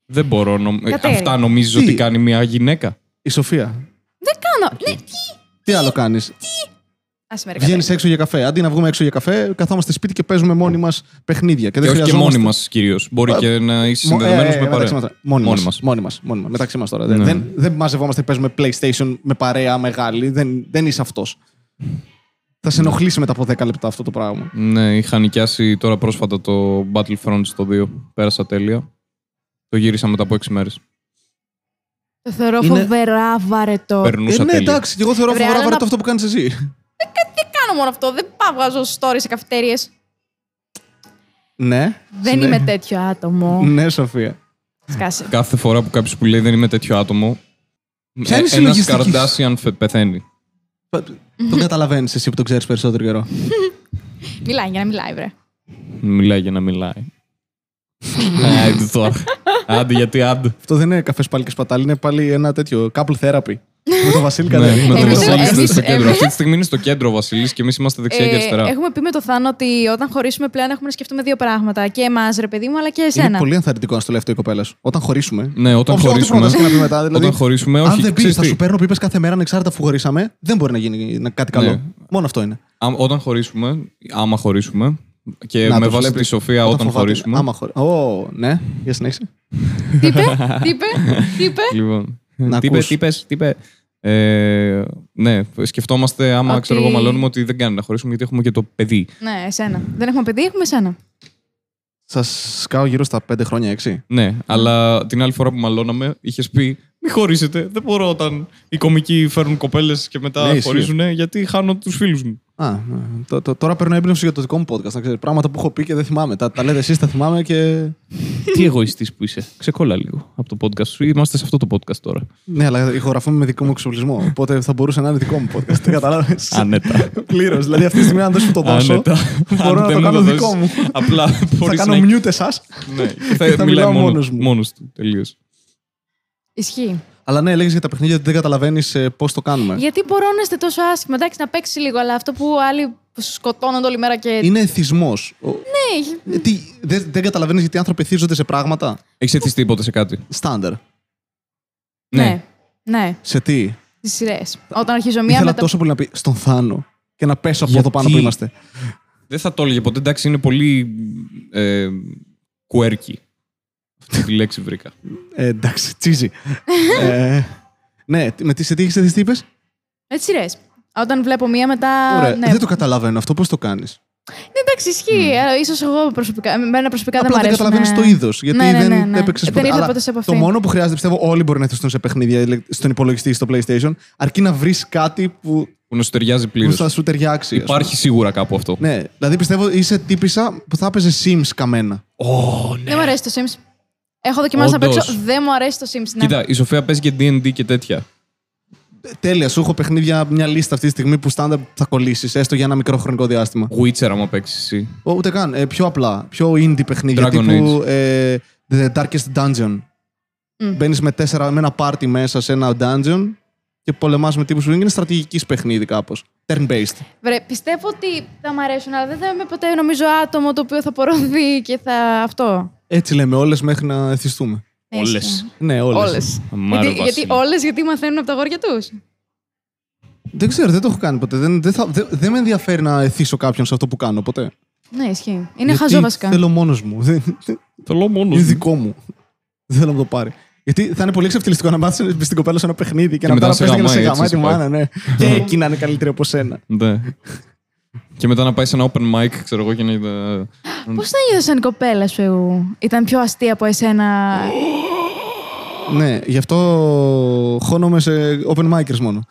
[SPEAKER 1] Δεν μπορώ. νομ- ε,
[SPEAKER 3] Κατέ.
[SPEAKER 1] Αυτά νομίζω
[SPEAKER 2] Τι?
[SPEAKER 1] ότι κάνει μια γυναίκα.
[SPEAKER 2] Η Σοφία.
[SPEAKER 3] Δεν κάνω. Ναι, τι.
[SPEAKER 2] Τι άλλο κάνει.
[SPEAKER 3] Άσε με ρε,
[SPEAKER 2] Βγαίνει έξω για καφέ. Αντί να βγούμε έξω για καφέ, καθόμαστε σπίτι και παίζουμε μόνοι μας παιχνίδια.
[SPEAKER 1] Και
[SPEAKER 2] Και δεν
[SPEAKER 1] όχι και
[SPEAKER 2] χρειαζόμαστε.
[SPEAKER 1] μόνοι μας κυρίως. Μπορεί
[SPEAKER 2] Ε,
[SPEAKER 1] και να είσαι
[SPEAKER 2] Μο-
[SPEAKER 1] συνδεδεμένο
[SPEAKER 2] ε,
[SPEAKER 1] με
[SPEAKER 2] μεταξύ μας
[SPEAKER 1] παρέα.
[SPEAKER 2] τώρα. Μόνοι,
[SPEAKER 1] Μόνοι
[SPEAKER 2] μας.
[SPEAKER 1] μας.
[SPEAKER 2] Μόνοι μας, μόνοι μας. Μεταξύ μας τώρα. δεν-
[SPEAKER 1] Ναι.
[SPEAKER 2] Δεν, δεν μαζευόμαστε, παίζουμε PlayStation με παρέα μεγάλη. Δεν, δεν είσαι αυτός. Θα σε ενοχλήσει μετά από 10 λεπτά αυτό το πράγμα.
[SPEAKER 1] Ναι, είχα νοικιάσει τώρα πρόσφατα το Battlefront στο 2. Πέρασα τέλεια. Το γύρισα μετά από 6 μέρες.
[SPEAKER 3] Το θεωρώ
[SPEAKER 2] Είναι-
[SPEAKER 3] φοβερά βαρετό.
[SPEAKER 1] Περνούσα
[SPEAKER 2] Ε, ναι,
[SPEAKER 1] τέλεια.
[SPEAKER 2] εντάξει, και εγώ θεωρώ
[SPEAKER 3] Βρε,
[SPEAKER 2] φοβερά
[SPEAKER 3] άλλο
[SPEAKER 2] βαρετό
[SPEAKER 3] να-
[SPEAKER 2] αυτό που κάνεις εσύ.
[SPEAKER 3] Δεν κάνω μόνο αυτό. Δεν πάω βγάζω stories σε καφετέρειε.
[SPEAKER 2] ναι.
[SPEAKER 3] Δεν
[SPEAKER 2] ναι.
[SPEAKER 3] είμαι τέτοιο άτομο.
[SPEAKER 2] Ναι, Σοφία.
[SPEAKER 3] Σκάσε.
[SPEAKER 1] Κάθε φορά που κάποιος που λέει δεν είμαι τέτοιο άτομο.
[SPEAKER 2] Ποια είναι
[SPEAKER 1] Ένα
[SPEAKER 2] η συλλογιστική σου?
[SPEAKER 1] Καρντάσιαν φε- πεθαίνει.
[SPEAKER 2] τον καταλαβαίνεις εσύ που τον ξέρεις περισσότερο καιρό.
[SPEAKER 3] Μιλάει για να μιλάει, βρε.
[SPEAKER 1] Μιλάει για να μιλάει. Άντε τώρα. Άντε γιατί άντε.
[SPEAKER 2] αυτό δεν είναι καφές πάλι και σπατάλη, είναι πάλι ένα τέτοιο couple therapy. με τον Βασίλη Καδέλη.
[SPEAKER 1] Ναι, με
[SPEAKER 3] το
[SPEAKER 1] τον
[SPEAKER 3] Εμείς-
[SPEAKER 1] Βασίλη
[SPEAKER 3] εμείς-
[SPEAKER 1] είναι στο κέντρο.
[SPEAKER 3] εμείς-
[SPEAKER 1] Αυτή τη στιγμή είναι στο κέντρο ο Βασίλης και εμείς είμαστε δεξιά και
[SPEAKER 3] Ε,
[SPEAKER 1] αριστερά.
[SPEAKER 3] έχουμε πει με το Θάνο ότι όταν χωρίσουμε πλέον έχουμε να σκεφτούμε δύο πράγματα. Και εμάς, ρε παιδί μου, αλλά και
[SPEAKER 2] Είναι
[SPEAKER 3] εσένα.
[SPEAKER 2] πολύ ενθαρρυντικό να στο λέει αυτό η κοπέλα σου. Όταν χωρίσουμε.
[SPEAKER 1] Ναι, όταν
[SPEAKER 2] Όποιο- ό,τι
[SPEAKER 1] χωρίσουμε.
[SPEAKER 2] φανταστεί να πει μετά, δηλαδή,
[SPEAKER 1] Όταν χωρίσουμε,
[SPEAKER 2] αν
[SPEAKER 1] όχι.
[SPEAKER 2] δεν πει,
[SPEAKER 1] ξέρεις
[SPEAKER 2] θα
[SPEAKER 1] τι.
[SPEAKER 2] σου παίρνω που είπες κάθε μέρα ανεξάρτητα αφού χωρίσαμε, δεν μπορεί να γίνει να- κάτι καλό.
[SPEAKER 1] Ναι.
[SPEAKER 2] Μόνο αυτό είναι.
[SPEAKER 1] Α- Όταν χωρίσουμε, άμα χωρίσουμε, και
[SPEAKER 2] Να,
[SPEAKER 1] Ε, με
[SPEAKER 2] το
[SPEAKER 1] βάση
[SPEAKER 2] βλέπεις.
[SPEAKER 1] τη Σοφία όταν,
[SPEAKER 2] φοβάται.
[SPEAKER 1] χωρίσουμε.
[SPEAKER 2] Άμα χωρί... Ω, ναι, για συνέχισε.
[SPEAKER 3] Τι είπε, τι είπε, τι είπε.
[SPEAKER 1] Λοιπόν.
[SPEAKER 2] Να
[SPEAKER 1] Τι είπε,
[SPEAKER 2] ακούς.
[SPEAKER 1] τι είπες, τι είπε. Ε, ναι, σκεφτόμαστε άμα
[SPEAKER 3] Ότι-
[SPEAKER 1] ξέρω εγώ μαλώνουμε ότι δεν κάνει να χωρίσουμε γιατί έχουμε και το παιδί.
[SPEAKER 3] Ναι, εσένα. Δεν έχουμε παιδί, έχουμε εσένα.
[SPEAKER 2] Σας σκάω γύρω στα 5 χρόνια, 6.
[SPEAKER 1] Ναι, αλλά την άλλη φορά που μαλώναμε είχες πει Μη χωρίσετε. Δεν μπορώ όταν οι κομικοί φέρνουν κοπέλες και
[SPEAKER 2] Ναι,
[SPEAKER 1] μετά
[SPEAKER 2] ισχύει.
[SPEAKER 1] χωρίζουν γιατί χάνω τους φίλους μου.
[SPEAKER 2] Α, ναι. το, το, τώρα παίρνω έμπνευση για το δικό μου podcast. Να ξέρεις, πράγματα που έχω πει και δεν θυμάμαι. Τα, τα λέτε εσείς, τα θυμάμαι και.
[SPEAKER 1] Τι εγωιστής που είσαι. Ξεκόλα λίγο από το podcast σου. Είμαστε σε αυτό το podcast τώρα.
[SPEAKER 2] Ναι, αλλά ηχογραφούμε με δικό μου εξοπλισμό. Οπότε θα μπορούσε να είναι δικό μου podcast. Το κατάλαβες.
[SPEAKER 1] Άνετα.
[SPEAKER 2] Πλήρως. Δηλαδή αυτή τη στιγμή, αν δεν σου το δώσω,
[SPEAKER 1] Άνετα.
[SPEAKER 2] μπορώ
[SPEAKER 1] Αν
[SPEAKER 2] να το
[SPEAKER 1] δεν
[SPEAKER 2] κάνω
[SPEAKER 1] δώσεις,
[SPEAKER 2] δικό μου.
[SPEAKER 1] Απλά
[SPEAKER 2] Θα
[SPEAKER 1] μπορείς
[SPEAKER 2] κάνω
[SPEAKER 1] να...
[SPEAKER 2] mute εσά.
[SPEAKER 1] Ναι,
[SPEAKER 2] θα
[SPEAKER 1] θα μιλάει
[SPEAKER 2] μιλάω
[SPEAKER 1] μόνος
[SPEAKER 2] μόνος
[SPEAKER 1] μου.
[SPEAKER 2] μου.
[SPEAKER 1] Μόνος του, τελείως.
[SPEAKER 3] Ισχύει.
[SPEAKER 2] Αλλά ναι, λέγει για τα παιχνίδια ότι δεν καταλαβαίνεις πώς το κάνουμε.
[SPEAKER 3] Γιατί μπορώνεστε τόσο άσχημα. Εντάξει, να παίξει λίγο, αλλά αυτό που άλλοι που σου σκοτώνονται όλη μέρα και.
[SPEAKER 2] Είναι εθισμός.
[SPEAKER 3] Ναι,
[SPEAKER 2] Τι, δεν, δεν καταλαβαίνεις γιατί οι άνθρωποι θίζονται σε πράγματα.
[SPEAKER 1] Έχεις εθιστεί τίποτα σε κάτι.
[SPEAKER 2] Στάνταρ.
[SPEAKER 3] ναι. Ναι,
[SPEAKER 2] Σε τι.
[SPEAKER 3] τις σειρές. Όταν αρχίζω μία
[SPEAKER 2] Ήθελα
[SPEAKER 3] μετά.
[SPEAKER 2] τόσο πολύ να πει στον Θάνο και να πέσω από
[SPEAKER 1] Γιατί?
[SPEAKER 2] εδώ πάνω που είμαστε.
[SPEAKER 1] Δεν θα το έλεγε ποτέ. Εντάξει, είναι πολύ ε, quirky Αυτή τη λέξη βρήκα.
[SPEAKER 2] Ε, εντάξει, τσίζι. ε, ναι, τι- με τι σε τι έχεις τις είπες?
[SPEAKER 3] Έτσι ρε. Όταν βλέπω μία μετά.
[SPEAKER 2] Ωραία.
[SPEAKER 3] Ναι.
[SPEAKER 2] Δεν το καταλαβαίνω αυτό, πώς το κάνεις.
[SPEAKER 3] Ναι, εντάξει, ισχύει. Ε, ίσως εγώ προσωπικά. Εμένα προσωπικά
[SPEAKER 2] Απλά δεν
[SPEAKER 3] δεν μου αρέσουν.
[SPEAKER 2] καταλαβαίνεις το είδος. Γιατί
[SPEAKER 3] Ναι, ναι,
[SPEAKER 2] δεν
[SPEAKER 3] ναι, ναι.
[SPEAKER 2] έπαιξες
[SPEAKER 3] Δεν
[SPEAKER 2] ποτέ.
[SPEAKER 3] ήρθα
[SPEAKER 2] Αλλά
[SPEAKER 3] ποτέ σε επαφή.
[SPEAKER 2] Το μόνο που χρειάζεται, πιστεύω, όλοι μπορεί να έρθουν σε παιχνίδια, δηλαδή στον υπολογιστή ή στο PlayStation, αρκεί να βρεις κάτι που,
[SPEAKER 1] Που να σου ταιριάζει
[SPEAKER 2] που
[SPEAKER 1] πλήρως.
[SPEAKER 2] θα σου ταιριάξει. ας πούμε.
[SPEAKER 1] Υπάρχει σίγουρα κάπου αυτό.
[SPEAKER 2] Ναι, δηλαδή πιστεύω είσαι τύπησα που θα έπαιζε Sims καμένα.
[SPEAKER 1] ναι.
[SPEAKER 3] Δεν μου αρέσει το Sims. Έχω δοκιμάσει να
[SPEAKER 1] Όντως.
[SPEAKER 3] παίξω. Δεν μου αρέσει το Sims. Ναι.
[SPEAKER 1] Κοίτα, η Σοφία παίζει και DND και τέτοια.
[SPEAKER 2] Ε, Τέλεια, σου έχω παιχνίδια, μια λίστα αυτή τη στιγμή που στάνταρ θα κολλήσεις, έστω για ένα μικρό χρονικό διάστημα.
[SPEAKER 1] Witcher, άμα παίξεις εσύ.
[SPEAKER 2] Ο, ούτε καν. Ε, πιο απλά. Πιο indie παιχνίδια.
[SPEAKER 1] Dragon
[SPEAKER 2] τύπου ε, The Darkest Dungeon.
[SPEAKER 3] Μμ.
[SPEAKER 2] Μπαίνεις με, τέσσερα- με ένα πάρτι μέσα σε ένα dungeon και πολεμάς με τύπους που είναι στρατηγικής παιχνίδι κάπως. Turn-based.
[SPEAKER 3] Βρε, πιστεύω ότι θα μου αρέσουν, αλλά δεν θα είμαι ποτέ νομίζω άτομο το οποίο θα πορωθεί και θα. αυτό.
[SPEAKER 2] Έτσι λέμε όλες μέχρι να εθιστούμε.
[SPEAKER 3] Ναι,
[SPEAKER 1] Όλες.
[SPEAKER 3] ισχύει.
[SPEAKER 2] Ναι, όλες.
[SPEAKER 3] Όλες.
[SPEAKER 1] Μάρο
[SPEAKER 3] Γιατί,
[SPEAKER 1] Βασίλη.
[SPEAKER 3] γιατί όλες γιατί μαθαίνουν από τα γόρια τους.
[SPEAKER 2] Δεν ξέρω, δεν το έχω κάνει ποτέ. Δεν, δεν, θα, δεν, δεν με ενδιαφέρει να εθίσω κάποιον σε αυτό που κάνω ποτέ. Είναι
[SPEAKER 3] Ναι, ισχύει. Είναι χαζό βασικά.
[SPEAKER 2] Θέλω μόνος μου. Δεν-
[SPEAKER 1] Θέλω μόνος.
[SPEAKER 2] Είναι δικό μου. Δεν θέλω να το πάρει. Γιατί θα είναι πολύ εξευτελιστικό να μάθεις στην κοπέλα σε ένα παιχνίδι και, να
[SPEAKER 1] μετά
[SPEAKER 2] μετά να
[SPEAKER 1] σε
[SPEAKER 2] παίζει και να σε
[SPEAKER 1] γαμάει,
[SPEAKER 2] γαμάει τη
[SPEAKER 1] έτσι, σε
[SPEAKER 2] μάνα, ναι. και εκεί να είναι καλύτερη από σένα.
[SPEAKER 1] Ναι. και μετά να πάει σε ένα open mic, ξέρω εγώ, και να. είδα-
[SPEAKER 3] Πώ θα νιώθει σαν η κοπέλα σου ήταν πιο αστεία από εσένα.
[SPEAKER 2] Ναι, γι' αυτό χώνομαι σε open micers μόνο.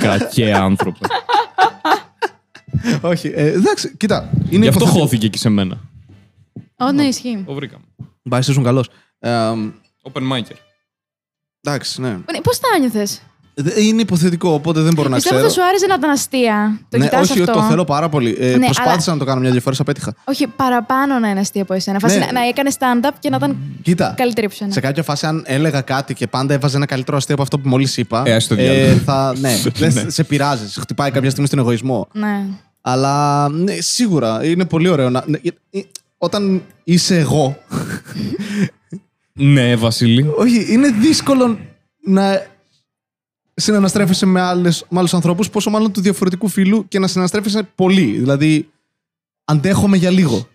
[SPEAKER 1] Κακέ άνθρωπε.
[SPEAKER 2] Όχι. Ε, εντάξει, κοίτα. Είναι
[SPEAKER 1] Γι' αυτό
[SPEAKER 2] υποθετικό.
[SPEAKER 1] χώθηκε και σε μένα.
[SPEAKER 3] Ω, ναι, ισχύει.
[SPEAKER 1] Το βρήκαμε.
[SPEAKER 2] Μπα, ήσουν καλός. Ε,
[SPEAKER 1] Open micer.
[SPEAKER 2] εντάξει, ναι.
[SPEAKER 3] Πώς θα νιώθες.
[SPEAKER 2] Δε- Είναι υποθετικό, οπότε δεν μπορώ να
[SPEAKER 3] Ε, Πιστεύω
[SPEAKER 2] ξέρω.
[SPEAKER 3] θα σου άρεσε να ήταν αστεία. Το
[SPEAKER 2] ναι,
[SPEAKER 3] κοιτάς
[SPEAKER 2] όχι,
[SPEAKER 3] αυτό.
[SPEAKER 2] το θέλω πάρα πολύ. Ε,
[SPEAKER 3] Ναι,
[SPEAKER 2] προσπάθησα να το κάνω μια δυο φορές, απέτυχα.
[SPEAKER 3] Όχι, παραπάνω να είναι αστεία από εσένα. Φάση
[SPEAKER 2] Ναι.
[SPEAKER 3] να, να έκανε stand-up και να ήταν
[SPEAKER 2] Κοίτα,
[SPEAKER 3] καλύτερη από εσένα.
[SPEAKER 2] σε κάποια φάση, αν έλεγα κάτι και πάντα έβαζε ένα καλύτερο αστείο από αυτό που μόλις είπα.
[SPEAKER 1] Ε, ας το διάλογο.
[SPEAKER 2] θα, ναι, λες, σε πειράζει. σε Χτυπάει κάποια στιγμή στον εγωισμό.
[SPEAKER 3] Ναι.
[SPEAKER 2] Αλλά ναι, σίγουρα είναι πολύ ωραίο να. ναι, ε, ε, Όταν είσαι εγώ
[SPEAKER 1] Ναι, Βασίλη.
[SPEAKER 2] Όχι, είναι δύσκολο να συναναστρέφεσαι με, άλλες, με άλλους ανθρώπους, πόσο μάλλον του διαφορετικού φύλου και να συναναστρέφεσαι πολύ. Δηλαδή, αντέχομαι για λίγο.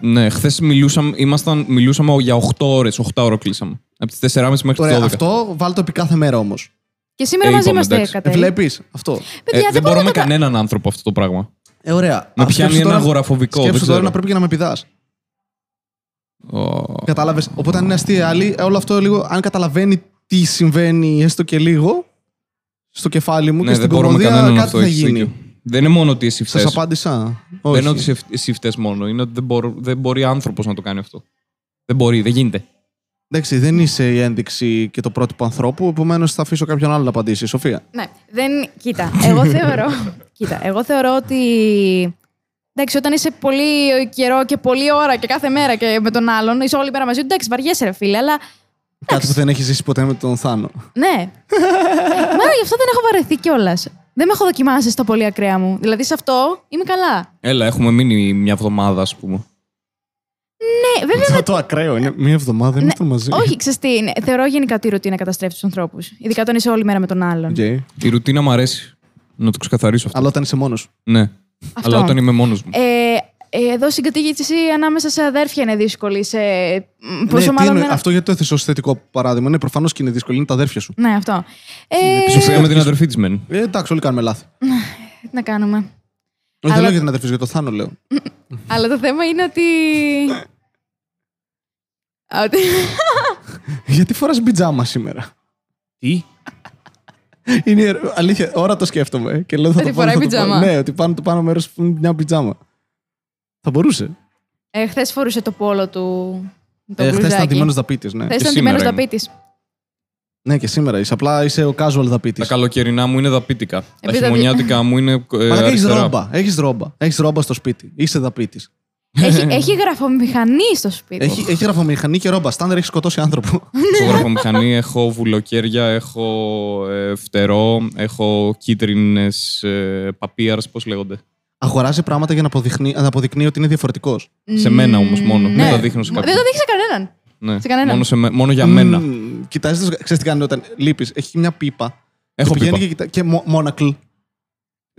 [SPEAKER 1] Ναι, χθες μιλούσαμε, ήμασταν- μιλούσαμε για 8 ώρε, 8 ώρα κλείσαμε. Από τις 4.30 μέχρι τις
[SPEAKER 2] Ωραία,
[SPEAKER 1] 12.
[SPEAKER 2] αυτό βάλ το επί κάθε μέρα όμως.
[SPEAKER 3] Και σήμερα
[SPEAKER 1] Ε,
[SPEAKER 3] μαζί
[SPEAKER 1] είπαμε,
[SPEAKER 3] είμαστε,
[SPEAKER 1] εντάξει.
[SPEAKER 2] Ε,
[SPEAKER 3] Κατέλη.
[SPEAKER 2] βλέπεις αυτό.
[SPEAKER 1] Ε,
[SPEAKER 3] Παιδιά,
[SPEAKER 1] δεν
[SPEAKER 3] μπορώ
[SPEAKER 1] μπορώ
[SPEAKER 3] να
[SPEAKER 1] με
[SPEAKER 3] κατα-
[SPEAKER 1] κανέναν άνθρωπο αυτό το πράγμα.
[SPEAKER 2] Ε, ωραία.
[SPEAKER 1] Με
[SPEAKER 2] Α,
[SPEAKER 1] πιάνει
[SPEAKER 2] σκέψου
[SPEAKER 1] ένα
[SPEAKER 2] τώρα-
[SPEAKER 1] αγοραφοβικό,
[SPEAKER 2] Σκέψου
[SPEAKER 1] δεν
[SPEAKER 2] τώρα
[SPEAKER 1] ξέρω.
[SPEAKER 2] να πρέπει και να με πηδάς.
[SPEAKER 1] Ω,
[SPEAKER 2] Κατάλαβες. Οπότε αν είναι αστεία η άλλη, ε, όλο αυτό λίγο, αν καταλαβαίνει τι συμβαίνει έστω και λίγο, στο κεφάλι μου
[SPEAKER 1] Ναι, δεν
[SPEAKER 2] και στην
[SPEAKER 1] μπορώ με
[SPEAKER 2] κομμωδία
[SPEAKER 1] κανέναν
[SPEAKER 2] κάτι
[SPEAKER 1] αυτό.
[SPEAKER 2] θα
[SPEAKER 1] έχεις
[SPEAKER 2] γίνει.
[SPEAKER 1] δίκιο. Δεν είναι μόνο ότι εσύ
[SPEAKER 2] Σας
[SPEAKER 1] φταίει.
[SPEAKER 2] απάντησα.
[SPEAKER 1] Δεν
[SPEAKER 2] Όχι.
[SPEAKER 1] είναι ότι εσύ φ- εσύ φταίς μόνο. Είναι ότι δεν, μπορώ- δεν μπορεί άνθρωπος να το κάνει αυτό. Δεν μπορεί, δεν γίνεται.
[SPEAKER 2] Εντάξει, δεν είσαι η ένδειξη και το πρότυπο ανθρώπου, επομένως θα αφήσω κάποιον άλλο να απαντήσει. Σοφία.
[SPEAKER 3] Ναι, δεν. Κοίτα, εγώ θεωρώ. κοίτα, εγώ θεωρώ ότι. Εντάξει, όταν είσαι πολύ καιρό και πολλή ώρα και κάθε μέρα και με τον άλλον, είσαι όλη μέρα μαζί του. Εντάξει, βαριέσαι, ρε φίλε, αλλά.
[SPEAKER 2] Κάτι που δεν έχεις ζήσει ποτέ με τον Θάνο.
[SPEAKER 3] Ναι. Μάλλον γι' αυτό δεν έχω βαρεθεί κιόλας. Δεν με έχω δοκιμάσει στα πολύ ακραία μου. Δηλαδή σε αυτό είμαι καλά.
[SPEAKER 1] Έλα, έχουμε μείνει μια εβδομάδα, ας πούμε.
[SPEAKER 3] Ναι, βέβαια.
[SPEAKER 2] Αυτό το ακραίο είναι. Μία εβδομάδα
[SPEAKER 3] Ναι,
[SPEAKER 2] είμαστε μαζί.
[SPEAKER 3] όχι, ξέρεις τι είναι. Θεωρώ γενικά ότι η ρουτίνα καταστρέφει τους ανθρώπους. Ειδικά όταν είσαι όλη μέρα με τον άλλον.
[SPEAKER 2] Οκ.
[SPEAKER 1] Η ρουτίνα μου αρέσει. Να το ξεκαθαρίσω αυτό.
[SPEAKER 2] Αλλά όταν είσαι μόνος.
[SPEAKER 1] Ναι.
[SPEAKER 3] Αυτό.
[SPEAKER 1] Αλλά όταν είμαι μόνος μου.
[SPEAKER 3] Ε, ε, εδώ η συγκατήγηση ανάμεσα σε αδέρφια είναι δύσκολη. Σε... μ, Πόσο
[SPEAKER 2] ναι, τι
[SPEAKER 3] μάλλον.
[SPEAKER 2] είναι-
[SPEAKER 3] ένα-
[SPEAKER 2] Αυτό γιατί το έθεσες ως θετικό παράδειγμα. Ναι, προφανώς και είναι δύσκολο. Είναι τα αδέρφια σου.
[SPEAKER 3] Ναι, αυτό. Ε,
[SPEAKER 1] Η Σοφία με την αδερφή της μένει.
[SPEAKER 2] Ε, εντάξει, όλοι κάνουμε λάθη.
[SPEAKER 3] τι να κάνουμε.
[SPEAKER 2] Όχι,
[SPEAKER 3] Αλλά-
[SPEAKER 2] δεν λέω για την αδερφή σου, για τον Θάνο λέω.
[SPEAKER 3] Αλλά το θέμα είναι ότι. Α, ότι-
[SPEAKER 2] Γιατί φοράς μπιτζάμα σήμερα.
[SPEAKER 1] Τι?
[SPEAKER 2] Είναι η- αλήθεια. Ώρα το σκέφτομαι. Και λέω, θα
[SPEAKER 3] Ότι
[SPEAKER 2] το πω,
[SPEAKER 3] φοράει
[SPEAKER 2] θα το πω.
[SPEAKER 3] πιτζάμα.
[SPEAKER 2] Ναι, ότι πάνω, το πάνω μέρος είναι μια μπιτζάμα. Θα μπορούσε.
[SPEAKER 3] ε, Χθες φορούσε το πόλο του. Το
[SPEAKER 2] Ε, Χθες ήταν
[SPEAKER 3] μπλουζάκι.
[SPEAKER 2] ντυμένος δαπίτης, ναι.
[SPEAKER 3] Χθες
[SPEAKER 1] και
[SPEAKER 3] ήταν
[SPEAKER 1] σήμερα
[SPEAKER 3] ντυμένος
[SPEAKER 1] είμαι.
[SPEAKER 3] δαπίτης.
[SPEAKER 2] Ναι, και σήμερα είσαι. Απλά είσαι ο casual δαπίτης.
[SPEAKER 1] Τα καλοκαιρινά μου είναι δαπίτικα. Τα
[SPEAKER 3] Ε, Επειδή τα
[SPEAKER 1] χειμωνιάτικα μου είναι. ε,
[SPEAKER 2] Μαλάκα έχεις
[SPEAKER 1] αριστερά.
[SPEAKER 2] ρόμπα. Έχεις ρόμπα. Έχεις ρόμπα στο σπίτι. Είσαι δαπίτης.
[SPEAKER 3] έχει, έχει γραφομηχανή στο σπίτι.
[SPEAKER 2] Έχει, έχει γραφομηχανή και ρόμπα. Στάνταρ έχεις σκοτώσει άνθρωπο.
[SPEAKER 1] Έχω γραφομηχανή, έχω βουλοκαίρια, έχω ε, φτερό, έχω κίτρινες ε, παπίαρε, πώς λέγονται.
[SPEAKER 2] Αγοράζει πράγματα για να, αποδειχνεί- να αποδεικνύει ότι είναι διαφορετικός.
[SPEAKER 1] Σε μένα όμως μόνο.
[SPEAKER 3] Ναι.
[SPEAKER 1] Δεν τα δείχνω σε
[SPEAKER 3] Μ,
[SPEAKER 1] κάποιον.
[SPEAKER 3] Δεν το δείχνει σε κανέναν.
[SPEAKER 1] Ναι.
[SPEAKER 3] σε κανέναν.
[SPEAKER 1] Μόνο, σε, με- μόνο για μένα.
[SPEAKER 2] Κοιτάζει, ξέρεις τι κάνει όταν λείπεις. Έχει μια πίπα.
[SPEAKER 1] Έχω
[SPEAKER 2] και πηγαίνει
[SPEAKER 1] πίπα.
[SPEAKER 2] και κοιτά. Και μόνακλ.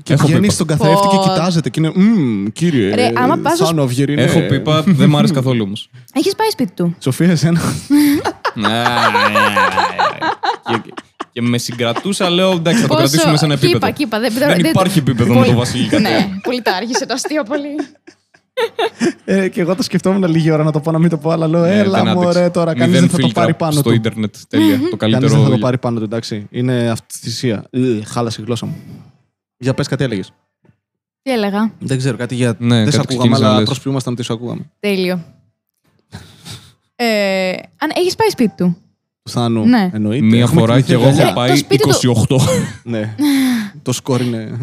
[SPEAKER 2] Και
[SPEAKER 1] Έχω
[SPEAKER 2] βγαίνει
[SPEAKER 1] πίπα.
[SPEAKER 2] στον καθρέφτη και
[SPEAKER 3] Πω.
[SPEAKER 2] κοιτάζεται και είναι. Μμ, κύριε.
[SPEAKER 3] Ρε, άμα πας στο
[SPEAKER 2] Σαν
[SPEAKER 3] σπ-
[SPEAKER 2] αυγερινέ».
[SPEAKER 1] Έχω πίπα, δεν μ' άρεσε καθόλου όμως.
[SPEAKER 3] Έχεις πάει σπίτι του.
[SPEAKER 2] Σοφία, εσένα. Ναι,
[SPEAKER 1] και, και με συγκρατούσα, λέω εντάξει, θα το
[SPEAKER 3] Πόσο-
[SPEAKER 1] κρατήσουμε σε ένα
[SPEAKER 3] κύπα,
[SPEAKER 1] επίπεδο.
[SPEAKER 3] κύπα, δεν,
[SPEAKER 1] Δεν υπάρχει επίπεδο με
[SPEAKER 3] Πολύ-
[SPEAKER 1] το Βασίλη Κατέ.
[SPEAKER 3] Ναι, πολύ τα άρχισε το αστείο πολύ.
[SPEAKER 2] Ε, και εγώ το σκεφτόμουν λίγη ώρα να το πω να μην το πω, αλλά λέω,
[SPEAKER 1] Ναι, δεν
[SPEAKER 2] έλα
[SPEAKER 1] άντεξα.
[SPEAKER 2] μωρέ τώρα, κανείς
[SPEAKER 1] Μηδέν
[SPEAKER 2] δεν θα το
[SPEAKER 1] φίλτρα
[SPEAKER 2] πάρει πάνω
[SPEAKER 1] Στο
[SPEAKER 2] του.
[SPEAKER 1] ίντερνετ, τέλεια. το
[SPEAKER 2] Κανείς
[SPEAKER 1] καλύτερο.
[SPEAKER 2] δεν θα το
[SPEAKER 1] όλο.
[SPEAKER 2] πάρει πάνω του, εντάξει. Είναι αυτή τη θυσία. Ε, Χάλασε η γλώσσα μου. Για πες κάτι έλεγες.
[SPEAKER 3] Τι έλεγα.
[SPEAKER 2] Δεν ξέρω κάτι για.
[SPEAKER 1] Ναι,
[SPEAKER 2] δεν
[SPEAKER 1] κάτι
[SPEAKER 2] σε ακούγαμε,
[SPEAKER 1] ξεκίνησε να
[SPEAKER 2] αλλά
[SPEAKER 1] λες.
[SPEAKER 2] προσποιούμασταν ότι σε ακούγαμε.
[SPEAKER 3] Τέλειο. Ε, αν έχεις πάει σπίτι του.
[SPEAKER 2] Τους Θάνου.
[SPEAKER 3] Ναι.
[SPEAKER 2] εννοείται.
[SPEAKER 1] Μία
[SPEAKER 2] Έχουμε
[SPEAKER 1] φορά και
[SPEAKER 2] κοιμηθεί
[SPEAKER 1] εγώ έχω
[SPEAKER 2] αγκαλιά.
[SPEAKER 1] πάει
[SPEAKER 3] σπίτι του-
[SPEAKER 1] 28.
[SPEAKER 2] Ναι. το σκόρ είναι.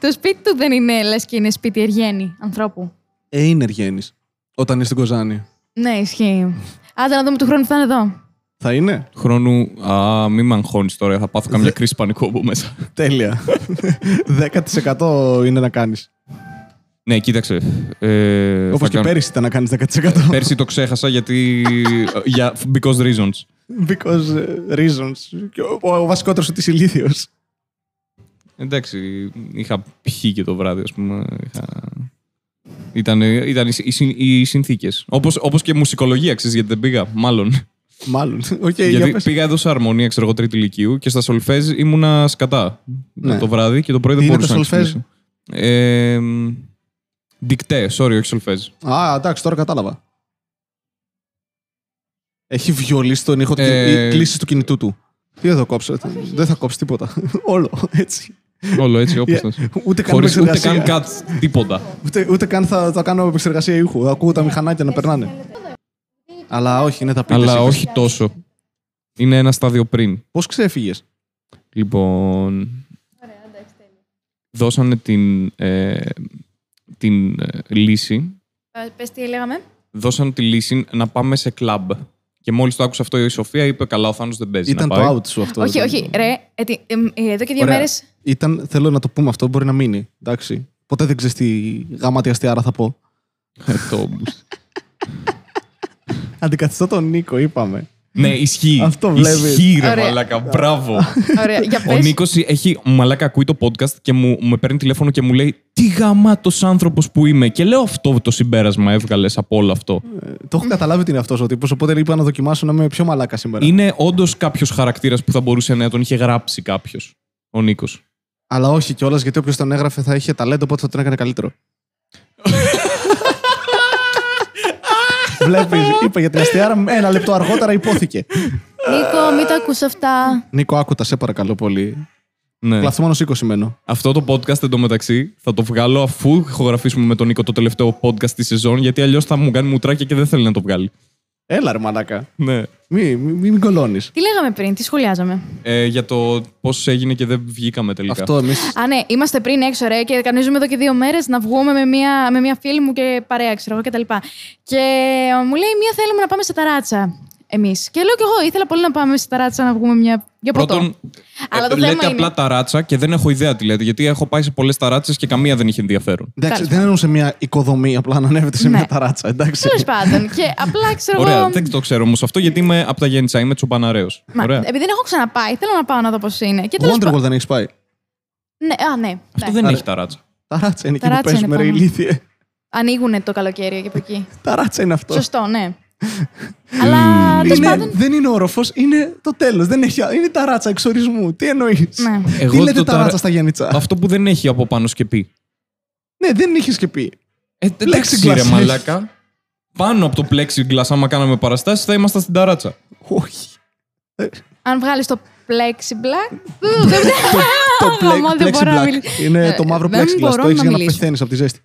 [SPEAKER 3] Το σπίτι του δεν είναι λες και είναι σπίτι εργένη ανθρώπου.
[SPEAKER 2] Ε, είναι εργένης. Όταν είναι στην Κοζάνη.
[SPEAKER 3] Ναι, ισχύει. Άντε να δούμε του χρόνου που θα είναι εδώ.
[SPEAKER 2] Θα είναι.
[SPEAKER 1] Χρόνου. Α, μη με αγχώνεις τώρα, θα πάθω καμιά κρίση πανικού από μέσα.
[SPEAKER 2] Τέλεια. 10% είναι να κάνεις.
[SPEAKER 1] Ναι, κοίταξε. Ε,
[SPEAKER 2] Όπως
[SPEAKER 1] θα
[SPEAKER 2] και
[SPEAKER 1] κάνω- Ε.
[SPEAKER 2] πέρυσι ήταν να κάνεις 10%.
[SPEAKER 1] Πέρσι το ξέχασα γιατί. για because reasons.
[SPEAKER 2] Because ε, reasons. Και Ο, ο βασικότερος ότι είσαι ηλίθιος.
[SPEAKER 1] Εντάξει, είχα πιει και το βράδυ, ας πούμε. Είχα... Ήταν, ήταν οι, συν- οι συνθήκες. Όπως όπως και μουσικολογία, ξέρεις γιατί δεν πήγα, μάλλον.
[SPEAKER 2] Μάλλον. Οκ, Ε, για
[SPEAKER 1] γιατί
[SPEAKER 2] πες.
[SPEAKER 1] πήγα εδώ σε αρμονία, ξέρω εγώ, τρίτη ηλικίου και στα σολφέζ ήμουνα σκατά
[SPEAKER 2] Ναι.
[SPEAKER 1] το βράδυ και το πρωί δεν
[SPEAKER 2] Τι είναι
[SPEAKER 1] μπορούσα
[SPEAKER 2] τα
[SPEAKER 1] να
[SPEAKER 2] σολφέζ?
[SPEAKER 1] ξυπνήσω. Ε, μ, δικτέ, sorry, όχι σολφέζ.
[SPEAKER 2] Α, εντάξει, τώρα κατάλαβα. Έχει βιολίσει τον ήχο του
[SPEAKER 1] Ε,
[SPEAKER 2] κιν- ή κλήσεις του κινητού του. Τι θα το κόψω. ε, Δεν θα κόψει τίποτα. Όλο έτσι. Ε,
[SPEAKER 1] Όλο έτσι, όπως.
[SPEAKER 2] Ούτε καν
[SPEAKER 1] Χωρίς ούτε
[SPEAKER 2] επεξεργασία.
[SPEAKER 1] καν κάτι, τίποτα.
[SPEAKER 2] Ούτε, ούτε καν θα, θα κάνω επεξεργασία ήχου. Ακούω
[SPEAKER 3] Ναι.
[SPEAKER 2] τα μηχανάκια να περνάνε. Αλλά όχι, είναι τα πίτες.
[SPEAKER 1] Αλλά όχι τόσο. Είναι ένα στάδιο πριν.
[SPEAKER 2] Πώς ξέφυγες.
[SPEAKER 1] Λοιπόν. Δώσανε την, ε, την ε, λύση.
[SPEAKER 3] Πε Ε, τι λέγαμε.
[SPEAKER 1] Δώσανε τη λύση να πάμε σε κλαμπ. Και μόλις το άκουσε αυτό η Σοφία, είπε: Καλά, ο Θάνος δεν παίζει.
[SPEAKER 2] Ήταν
[SPEAKER 1] να πάει.
[SPEAKER 2] το out σου αυτό.
[SPEAKER 3] Όχι,
[SPEAKER 2] Ήταν-
[SPEAKER 3] όχι, ρε. ε, τι- εμ, ε, Εδώ και δύο
[SPEAKER 2] Ωραία.
[SPEAKER 3] μέρες.
[SPEAKER 2] Ήταν, θέλω να το πούμε αυτό, μπορεί να μείνει. Εντάξει. Ποτέ δεν ξέρεις τι γαμάτι αστιάρα θα πω.
[SPEAKER 1] Ε, το boost.
[SPEAKER 2] Αντικαθιστώ τον Νίκο, είπαμε.
[SPEAKER 1] ναι, ισχύει.
[SPEAKER 2] Αυτό βλέπεις.
[SPEAKER 1] Ισχύει, ρε
[SPEAKER 3] Ωραία.
[SPEAKER 1] μαλάκα. Μπράβο.
[SPEAKER 3] Ωραία, για
[SPEAKER 1] ο
[SPEAKER 3] πες.
[SPEAKER 1] Νίκο έχει μαλάκα ακούει το podcast και μου με παίρνει τηλέφωνο και μου λέει: Τι γαμάτος άνθρωπος που είμαι. Και λέω αυτό το συμπέρασμα έβγαλες από όλο αυτό.
[SPEAKER 2] Ε, Το έχω καταλάβει ότι είναι αυτός ο τύπος, οπότε είπα να δοκιμάσω να είμαι πιο μαλάκα σήμερα.
[SPEAKER 1] Είναι όντως κάποιος χαρακτήρας που θα μπορούσε να τον είχε γράψει κάποιος. Ο Νίκος.
[SPEAKER 2] Αλλά όχι κιόλας, γιατί όποιος τον έγραφε θα είχε ταλέντο, οπότε θα τον έκανε καλύτερο. Βλέπεις, είπα για την αστιάρα, ένα λεπτό αργότερα υπόθηκε.
[SPEAKER 3] Νίκο, μην τα ακούς αυτά.
[SPEAKER 2] Νίκο, άκουτα, σε παρακαλώ πολύ.
[SPEAKER 1] Ναι.
[SPEAKER 2] Κλαθωμένο 20 μένω.
[SPEAKER 1] Αυτό το podcast εντωμεταξύ θα το βγάλω αφού ηχογραφήσουμε με τον Νίκο το τελευταίο podcast της σεζόν, γιατί αλλιώς θα μου κάνει μουτράκια και δεν θέλει να το βγάλει.
[SPEAKER 2] Έλα, ρε μαλάκα.
[SPEAKER 1] Ναι.
[SPEAKER 2] Μην μη, μη, μην κολώνεις.
[SPEAKER 3] Τι λέγαμε πριν, τι σχολιάζαμε.
[SPEAKER 1] Ε, για το πώς έγινε και δεν βγήκαμε τελικά.
[SPEAKER 2] Αυτό εμείς.
[SPEAKER 3] Α, ναι, είμαστε πριν έξω, ρε, και κανονίζουμε εδώ και δύο μέρες να βγούμε με μια, με μια φίλη μου και παρέα, ξέρω εγώ κτλ. Και ε, μου λέει: Μία θέλουμε να πάμε σε ταράτσα εμείς. Και λέω κι εγώ: Ήθελα πολύ να πάμε σε ταράτσα να βγούμε μια, για ποτό.
[SPEAKER 1] Πρώτον,
[SPEAKER 3] Αλλά
[SPEAKER 1] ε,
[SPEAKER 3] το θέμα
[SPEAKER 1] λέτε
[SPEAKER 3] είναι-
[SPEAKER 1] απλά ταράτσα και δεν έχω ιδέα τι λέτε, γιατί έχω πάει σε πολλές ταράτσες και καμία δεν είχε ενδιαφέρον.
[SPEAKER 2] Εντάξει,
[SPEAKER 3] Τέλος
[SPEAKER 2] δεν εννοούσε μια οικοδομή, απλά να ανέβεται σε μια
[SPEAKER 3] Ναι.
[SPEAKER 2] ταράτσα. Εντάξει.
[SPEAKER 3] Τέλος πάντων. Και απλά ξέρω
[SPEAKER 1] Ωραία,
[SPEAKER 3] εγώ.
[SPEAKER 1] δεν το ξέρω όμως αυτό, γιατί είμαι από τα Γέννητσα, είμαι τσομπαναρέος.
[SPEAKER 3] Μα, ε,
[SPEAKER 1] Ωραία.
[SPEAKER 3] επειδή δεν έχω ξαναπάει, θέλω να πάω να δω πώς είναι. Και τέλος
[SPEAKER 2] Wonderworld δεν έχεις πάει.
[SPEAKER 3] Ναι, α, ναι.
[SPEAKER 1] Αυτό
[SPEAKER 3] ναι.
[SPEAKER 1] δεν
[SPEAKER 2] Άρα-
[SPEAKER 1] έχει ταράτσα.
[SPEAKER 2] Ταράτσα είναι εκεί που
[SPEAKER 3] Ταράτσα είναι
[SPEAKER 2] παίζουμε, ρε
[SPEAKER 3] πάνω.
[SPEAKER 2] ηλίθιε.
[SPEAKER 3] Ανοίγουν το καλοκαίρι και από εκεί.
[SPEAKER 2] Ταράτσα είναι αυτό.
[SPEAKER 3] Σωστό, ναι. Αλλά τέλο
[SPEAKER 2] Είναι-
[SPEAKER 3] πάντων.
[SPEAKER 2] δεν είναι όροφος, είναι το τέλος. Δεν έχει, είναι τα ράτσα εξορισμού. Τι εννοείς.
[SPEAKER 3] Ναι.
[SPEAKER 1] Εγώ
[SPEAKER 2] Τι λέτε
[SPEAKER 1] το
[SPEAKER 2] τα
[SPEAKER 1] ταρα-
[SPEAKER 2] ράτσα στα γεννητσα.
[SPEAKER 1] Αυτό που δεν έχει από πάνω σκεπή.
[SPEAKER 2] Ναι, δεν είχε και πει.
[SPEAKER 1] Ε, εντάξει,
[SPEAKER 2] Plexiglass
[SPEAKER 1] ρε
[SPEAKER 2] έχει.
[SPEAKER 1] μαλάκα. Πάνω από το plexiglass, άμα κάναμε παραστάσεις, θα ήμασταν στην ταράτσα.
[SPEAKER 2] Όχι.
[SPEAKER 3] Αν βγάλεις το πλέξι μπλακ. Το
[SPEAKER 2] Black- Plexi Black. Είναι
[SPEAKER 3] Ε,
[SPEAKER 2] το μαύρο πλέξι Το έχει για να πεθαίνεις από τη ζέστη.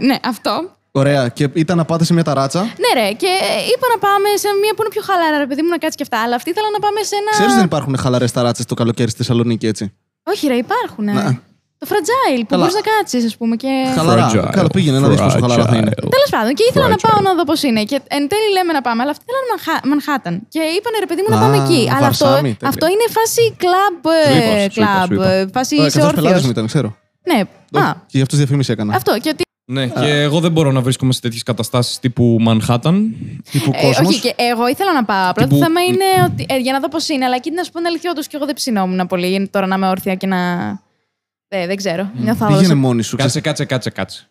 [SPEAKER 3] Ναι, αυτό.
[SPEAKER 2] Ωραία. Και ήταν να πάτε σε μια ταράτσα.
[SPEAKER 3] Ναι, ρε, και είπα να πάμε σε μία που είναι πιο χαλάρα, ρε παιδί μου, να κάτσει και αυτά. Αλλά αυτή ήθελα να πάμε σε ένα.
[SPEAKER 2] Ξέρεις ότι δεν υπάρχουν χαλαρές ταράτσες το καλοκαίρι στη Θεσσαλονίκη, έτσι.
[SPEAKER 3] Όχι, ρε, υπάρχουν.
[SPEAKER 2] Ναι.
[SPEAKER 3] Το fragile που
[SPEAKER 2] Καλά.
[SPEAKER 3] μπορείς να κάτσεις, ας πούμε. Και...
[SPEAKER 2] Χαλαρά.
[SPEAKER 1] Fragile.
[SPEAKER 2] Καλά, πήγαινε να δεις πόσο χαλαρά θα είναι.
[SPEAKER 1] Fragile.
[SPEAKER 3] Τέλος πάντων, και ήθελα να
[SPEAKER 1] Fragile.
[SPEAKER 3] πάω να δω πώς είναι. Και εν τέλει λέμε να πάμε, αλλά αυτοί θέλανε Μανχα- Μανχάτταν. Και είπανε ρε παιδί μου να
[SPEAKER 2] Α,
[SPEAKER 3] πάμε εκεί. Αλλά αυτό,
[SPEAKER 2] Βαρσάμι, τέλεια.
[SPEAKER 3] αυτό είναι φάση κλαμπ. ε,
[SPEAKER 1] Σου είπα, σου είπα,
[SPEAKER 3] κλαμπ,
[SPEAKER 1] σου είπα.
[SPEAKER 3] ε, Φάση
[SPEAKER 2] Ωραία,
[SPEAKER 3] είσαι
[SPEAKER 2] καθώ πελάτη μου
[SPEAKER 3] όρθιο.
[SPEAKER 2] ήταν, ξέρω.
[SPEAKER 3] Ναι, α,
[SPEAKER 2] Και γι' αυτό διαφήμιση έκανα.
[SPEAKER 3] αυτό. Και ότι.
[SPEAKER 1] Ναι, και
[SPEAKER 2] Ε.
[SPEAKER 1] εγώ δεν μπορώ να βρίσκομαι σε τέτοιες καταστάσεις τύπου Manhattan.
[SPEAKER 2] Τύπου
[SPEAKER 3] ε,
[SPEAKER 2] κόσμος.
[SPEAKER 3] όχι, και εγώ ήθελα να πάω. Πρώτο
[SPEAKER 1] Τύπου-
[SPEAKER 3] θέμα είναι ότι. ε, για να δω πώς είναι, αλλά εκεί να σου πω την αλήθεια, όντως και εγώ δεν ψινόμουν πολύ. Τώρα να είμαι όρθια και να. Ε, δεν ξέρω. Νιώθω
[SPEAKER 2] Πήγαινε
[SPEAKER 3] άβολα.
[SPEAKER 2] μόνη σου.
[SPEAKER 1] Κάτσε, κάτσε, κάτσε, κάτσε.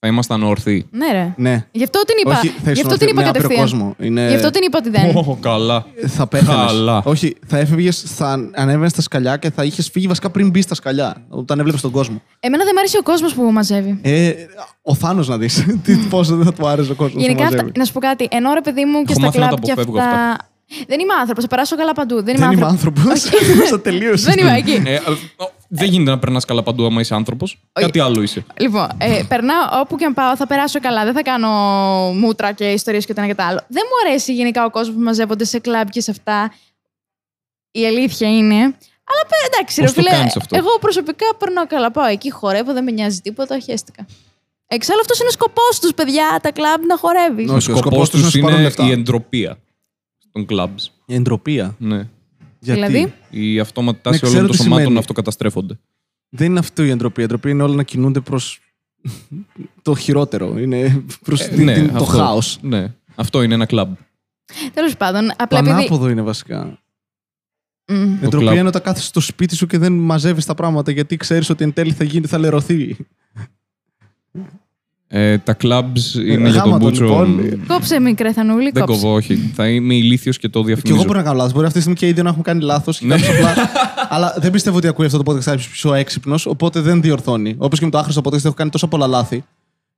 [SPEAKER 1] Θα ήμασταν όρθιοι.
[SPEAKER 3] Ναι, ρε.
[SPEAKER 2] Ναι.
[SPEAKER 3] Γι' αυτό την είπα.
[SPEAKER 2] Όχι, θα
[SPEAKER 3] Γι'
[SPEAKER 2] ήσουν
[SPEAKER 3] αυτό
[SPEAKER 2] όρθιο
[SPEAKER 3] την είπα
[SPEAKER 2] με άπειρο
[SPEAKER 3] κατευθείαν.
[SPEAKER 2] κόσμο. Ε. Είναι...
[SPEAKER 3] Γι' αυτό την είπα ότι δεν.
[SPEAKER 1] Ω, καλά.
[SPEAKER 2] Θα πέθανε.
[SPEAKER 1] Καλά.
[SPEAKER 2] Όχι, θα έφευγες, θα ανέβαινες στα σκαλιά και θα είχες φύγει βασικά πριν μπει στα σκαλιά. Όταν έβλεπες τον κόσμο.
[SPEAKER 3] Εμένα δεν μ' άρεσε ο κόσμος που μαζεύει.
[SPEAKER 2] Ε, ο Θάνος να δεις. Πώς δεν θα του άρεσε ο κόσμος.
[SPEAKER 3] Γενικά, αυτά, να σου πω κάτι. Ενώ ρε παιδί μου και
[SPEAKER 1] Έχω
[SPEAKER 3] στα
[SPEAKER 1] μάθει να τα
[SPEAKER 3] κλαμπ και
[SPEAKER 1] αποφεύγω
[SPEAKER 3] αυτά. Δεν είμαι άνθρωπος, θα περάσω καλά παντού. Δεν είμαι
[SPEAKER 2] Δεν είμαι
[SPEAKER 3] άνθρωπο.
[SPEAKER 2] άνθρωπος. Θα Ναι. τελείωσε.
[SPEAKER 3] Δεν είμαι εκεί.
[SPEAKER 1] Ε, ε, δεν γίνεται να περνάς καλά παντού άμα είσαι άνθρωπος. Κάτι άλλο είσαι.
[SPEAKER 3] Λοιπόν, ε, περνάω όπου και αν πάω, θα περάσω καλά. Δεν θα κάνω μούτρα και ιστορίες και το ένα και το άλλο. Δεν μου αρέσει γενικά ο κόσμος που μαζεύονται σε κλαμπ και σε αυτά. Η αλήθεια είναι. Αλλά παι, εντάξει,
[SPEAKER 1] Πώς
[SPEAKER 3] ρε
[SPEAKER 1] το
[SPEAKER 3] φίλε.
[SPEAKER 1] κάνεις αυτό?
[SPEAKER 3] Εγώ προσωπικά περνάω καλά. Πάω εκεί, χορεύω, δεν με νοιάζει τίποτα, χαίστηκα. Εξάλλου αυτός είναι σκοπός τους, παιδιά, τα κλαμπ να χορεύεις.
[SPEAKER 2] Ναι,
[SPEAKER 1] Ο
[SPEAKER 2] ο σκοπός
[SPEAKER 1] σκοπός
[SPEAKER 2] τους είναι να
[SPEAKER 1] του
[SPEAKER 2] σου πάρουν
[SPEAKER 1] είναι
[SPEAKER 2] λεφτά.
[SPEAKER 1] η εντροπία των κλαμπ.
[SPEAKER 2] Η εντροπία.
[SPEAKER 1] Ναι.
[SPEAKER 2] Γιατί
[SPEAKER 3] Δηλαδή?
[SPEAKER 1] Η αυτόματη
[SPEAKER 2] Ναι,
[SPEAKER 1] τάση
[SPEAKER 2] ξέρω
[SPEAKER 1] όλων των
[SPEAKER 2] τι
[SPEAKER 1] σωμάτων
[SPEAKER 2] σημαίνει.
[SPEAKER 1] να αυτοκαταστρέφονται.
[SPEAKER 2] δεν είναι αυτό η εντροπία. Η εντροπία είναι όλα να κινούνται προς το χειρότερο. Είναι προς
[SPEAKER 1] Ε, ναι,
[SPEAKER 2] το
[SPEAKER 1] αυτό.
[SPEAKER 2] χάος.
[SPEAKER 1] Ναι. Αυτό είναι ένα κλαμπ.
[SPEAKER 3] Τέλος πάντων, απλά επειδή.
[SPEAKER 2] Πανάποδο είναι βασικά.
[SPEAKER 3] Μμ.
[SPEAKER 2] Η εντροπία
[SPEAKER 1] κλαμπ.
[SPEAKER 2] είναι όταν κάθεσαι στο σπίτι σου και δεν μαζεύεις τα πράγματα γιατί ξέρεις ότι εν τέλει θα, γίνει, θα λερωθεί.
[SPEAKER 1] Ε, τα clubs είναι για τον
[SPEAKER 2] Γάμα τον,
[SPEAKER 1] Μπούτσο.
[SPEAKER 2] λοιπόν.
[SPEAKER 3] Κόψε με, Κρεθανούλη,
[SPEAKER 1] Δεν
[SPEAKER 3] κόψε.
[SPEAKER 1] κοβώ, όχι. Θα είμαι ηλίθιος και το
[SPEAKER 2] Και εγώ
[SPEAKER 1] διαφημίζω.
[SPEAKER 2] μπορεί να κάνω λάθος. Μπορεί αυτή τη στιγμή και οι δύο να έχουν κάνει λάθος.
[SPEAKER 1] Ναι.
[SPEAKER 2] αλλά δεν πιστεύω ότι ακούει αυτό το podcast κάποιο πιο έξυπνος, οπότε δεν διορθώνει. Όπως και με το άχρηστο podcast έχω κάνει τόσα πολλά λάθη.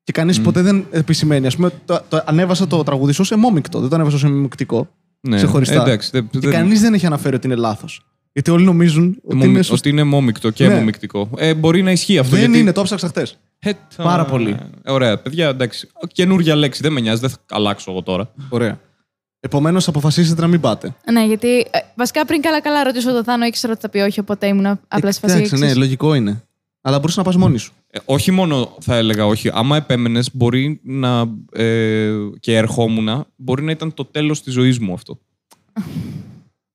[SPEAKER 2] Και κανεί ποτέ δεν επισημαίνει. Ας πούμε, το, το, ανέβασα το τραγούδι σου σε μόμικτο. Δεν το ανέβασα σε μιμικτικό.
[SPEAKER 1] Ναι,
[SPEAKER 2] ξεχωριστά.
[SPEAKER 1] εντάξει, δεν-
[SPEAKER 2] και
[SPEAKER 1] δεν-
[SPEAKER 2] κανείς δεν έχει αναφέρει ότι είναι λάθος. Γιατί όλοι νομίζουν ότι
[SPEAKER 1] Μομι-
[SPEAKER 2] είναι σωστό.
[SPEAKER 1] Ότι είναι μόμικτο και
[SPEAKER 2] Ναι.
[SPEAKER 1] μομικτικό. Ε, μπορεί να ισχύει αυτό.
[SPEAKER 2] Δεν
[SPEAKER 1] γιατί...
[SPEAKER 2] είναι, το έψαξα χθες.
[SPEAKER 1] Ε, τα-
[SPEAKER 2] Πάρα πολύ.
[SPEAKER 1] Ε, Ωραία, παιδιά, εντάξει. Καινούργια λέξη, δεν με νοιάζει, δεν θα αλλάξω εγώ τώρα.
[SPEAKER 2] Ωραία. Επομένως, αποφασίσετε να μην πάτε.
[SPEAKER 3] Ναι, γιατί ε, βασικά πριν καλά-καλά ρωτήσω το Θάνο, ήξερα ότι θα πει όχι, οπότε ήμουν απλά σε φάση.
[SPEAKER 2] Εντάξει, ναι,
[SPEAKER 3] εξής.
[SPEAKER 2] λογικό είναι. Αλλά μπορούσε να πας μόνη σου.
[SPEAKER 1] Ε, όχι μόνο θα έλεγα όχι. Άμα επέμενες, μπορεί να. Ε, και ερχόμουν, μπορεί να ήταν το τέλος της ζωής μου αυτό.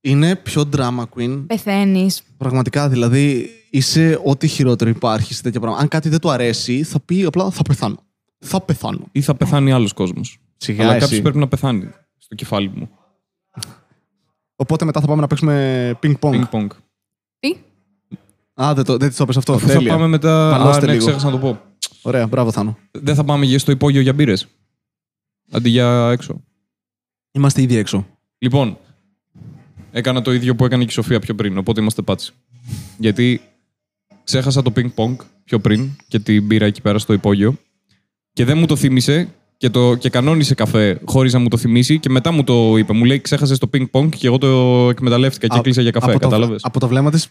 [SPEAKER 2] Είναι πιο drama queen
[SPEAKER 3] Πεθαίνεις.
[SPEAKER 2] Πραγματικά, δηλαδή, είσαι ό,τι χειρότερο υπάρχει σε τέτοια πράγματα. Αν κάτι δεν του αρέσει, θα πει απλά θα πεθάνω. Θα πεθάνω.
[SPEAKER 1] Ή θα πεθάνει άλλος κόσμος.
[SPEAKER 2] Σιγά
[SPEAKER 1] Αλλά
[SPEAKER 2] εσύ.
[SPEAKER 1] κάποιος πρέπει να πεθάνει στο κεφάλι μου.
[SPEAKER 2] Οπότε μετά θα πάμε να παίξουμε ping-pong.
[SPEAKER 1] Ping pong.
[SPEAKER 3] Τι.
[SPEAKER 2] Α, δεν, το, δεν της το πες αυτό.
[SPEAKER 1] Αφού θα
[SPEAKER 2] Τέλεια.
[SPEAKER 1] πάμε μετά.
[SPEAKER 2] Παλώστε
[SPEAKER 1] Α, ναι,
[SPEAKER 2] λίγο.
[SPEAKER 1] ξέχασα να το πω.
[SPEAKER 2] Ωραία, μπράβο, Θάνο.
[SPEAKER 1] Δεν θα πάμε για- στο υπόγειο για μπύρες. Αντί για έξω.
[SPEAKER 2] Είμαστε ήδη έξω.
[SPEAKER 1] Λοιπόν, έκανα το ίδιο που έκανε και η Σοφία πιο πριν, οπότε είμαστε πάτσι. Γιατί ξέχασα το ping-pong πιο πριν και την μπύρα εκεί πέρα στο υπόγειο και δεν μου το θύμισε και, το, και κανόνισε καφέ χωρίς να μου το θυμίσει και μετά μου το είπε. Μου λέει ξέχασες το ping-pong και εγώ το εκμεταλλεύτηκα και
[SPEAKER 2] Α-
[SPEAKER 1] κλείσα για καφέ,
[SPEAKER 2] από το-
[SPEAKER 1] κατάλαβες.
[SPEAKER 2] από το βλέμμα της,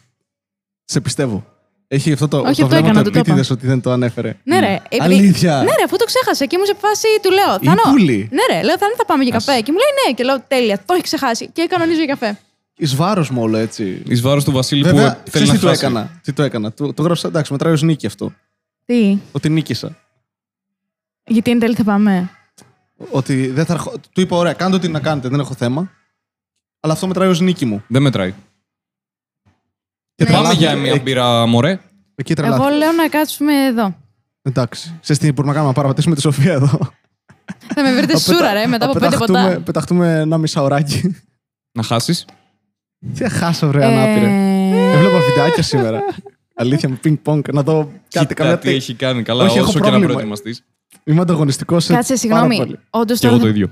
[SPEAKER 2] σε πιστεύω. Έχει αυτό το,
[SPEAKER 3] Όχι,
[SPEAKER 2] το
[SPEAKER 3] αυτό
[SPEAKER 2] βλέμμα
[SPEAKER 3] έκανα,
[SPEAKER 2] του
[SPEAKER 3] το το
[SPEAKER 2] επίτηδες ότι δεν το ανέφερε.
[SPEAKER 3] Ναι, ρε. επειδή-
[SPEAKER 2] Αλήθεια.
[SPEAKER 3] Ναι, ρε, αφού το ξέχασα και ήμουν σε φάση του λέω.
[SPEAKER 2] Η
[SPEAKER 3] Θάνο.
[SPEAKER 2] πουλή.
[SPEAKER 3] Ναι, ρε, λέω Θάνο θα πάμε για
[SPEAKER 1] Ας.
[SPEAKER 3] καφέ. Και μου λέει ναι, και λέω τέλεια, το έχει ξεχάσει. Και κανονίζω για καφέ.
[SPEAKER 2] Εις βάρος μου όλο έτσι.
[SPEAKER 1] Εις βάρος του Βασίλη
[SPEAKER 2] Βέβαια,
[SPEAKER 1] που ε, θέλει
[SPEAKER 2] ξέρεις
[SPEAKER 1] να
[SPEAKER 2] τι του
[SPEAKER 1] χάσει.
[SPEAKER 2] έκανα. Τι του έκανα. Του, του γράψα, εντάξει, μετράει ως νίκη αυτό.
[SPEAKER 3] Τι.
[SPEAKER 2] Ότι νίκησα.
[SPEAKER 3] Γιατί εν τέλει θα πάμε.
[SPEAKER 2] Ότι δεν θα ερχο... Του είπα, ωραία, κάντε ό,τι να κάνετε, δεν έχω θέμα. Αλλά αυτό μετράει ως νίκη μου.
[SPEAKER 1] Δεν μετράει.
[SPEAKER 2] Και
[SPEAKER 1] Πάμε
[SPEAKER 2] τρελάθηκα.
[SPEAKER 1] για μια
[SPEAKER 2] Ε,
[SPEAKER 1] μπύρα, μωρέ.
[SPEAKER 2] Εκεί τρελάθηκα.
[SPEAKER 3] Εγώ λέω να κάτσουμε εδώ.
[SPEAKER 2] Εντάξει. Σε τι μπορούμε να κάνουμε, να παραπατήσουμε τη Σοφία εδώ.
[SPEAKER 3] Θα με βρείτε
[SPEAKER 2] Θα
[SPEAKER 3] σούρα,
[SPEAKER 2] πετα-
[SPEAKER 3] ρε, μετά
[SPEAKER 2] θα
[SPEAKER 3] από πέντε
[SPEAKER 2] πεταχτούμε-
[SPEAKER 3] ποτά.
[SPEAKER 2] Πεταχτούμε ένα μισάωράκι.
[SPEAKER 1] Να χάσεις.
[SPEAKER 2] Τι θα χάσω, βρε,
[SPEAKER 3] Ε,
[SPEAKER 2] ανάπηρε. Έβλεπα βιντεάκια σήμερα. Αλήθεια, με πινκ πονκ να δω κάτι.
[SPEAKER 1] Κοίτα
[SPEAKER 2] Καμιά...
[SPEAKER 1] τι έχει κάνει καλά,
[SPEAKER 2] Όχι, έχω
[SPEAKER 1] όσο και να
[SPEAKER 2] πρόβλημα.
[SPEAKER 1] προετοιμαστείς.
[SPEAKER 2] Είμαι ανταγωνιστικός.
[SPEAKER 3] Κάτσε, συγγνώμη. Όντως
[SPEAKER 1] Και εγώ
[SPEAKER 3] τώρα.
[SPEAKER 1] το
[SPEAKER 3] θα-
[SPEAKER 1] ίδιο.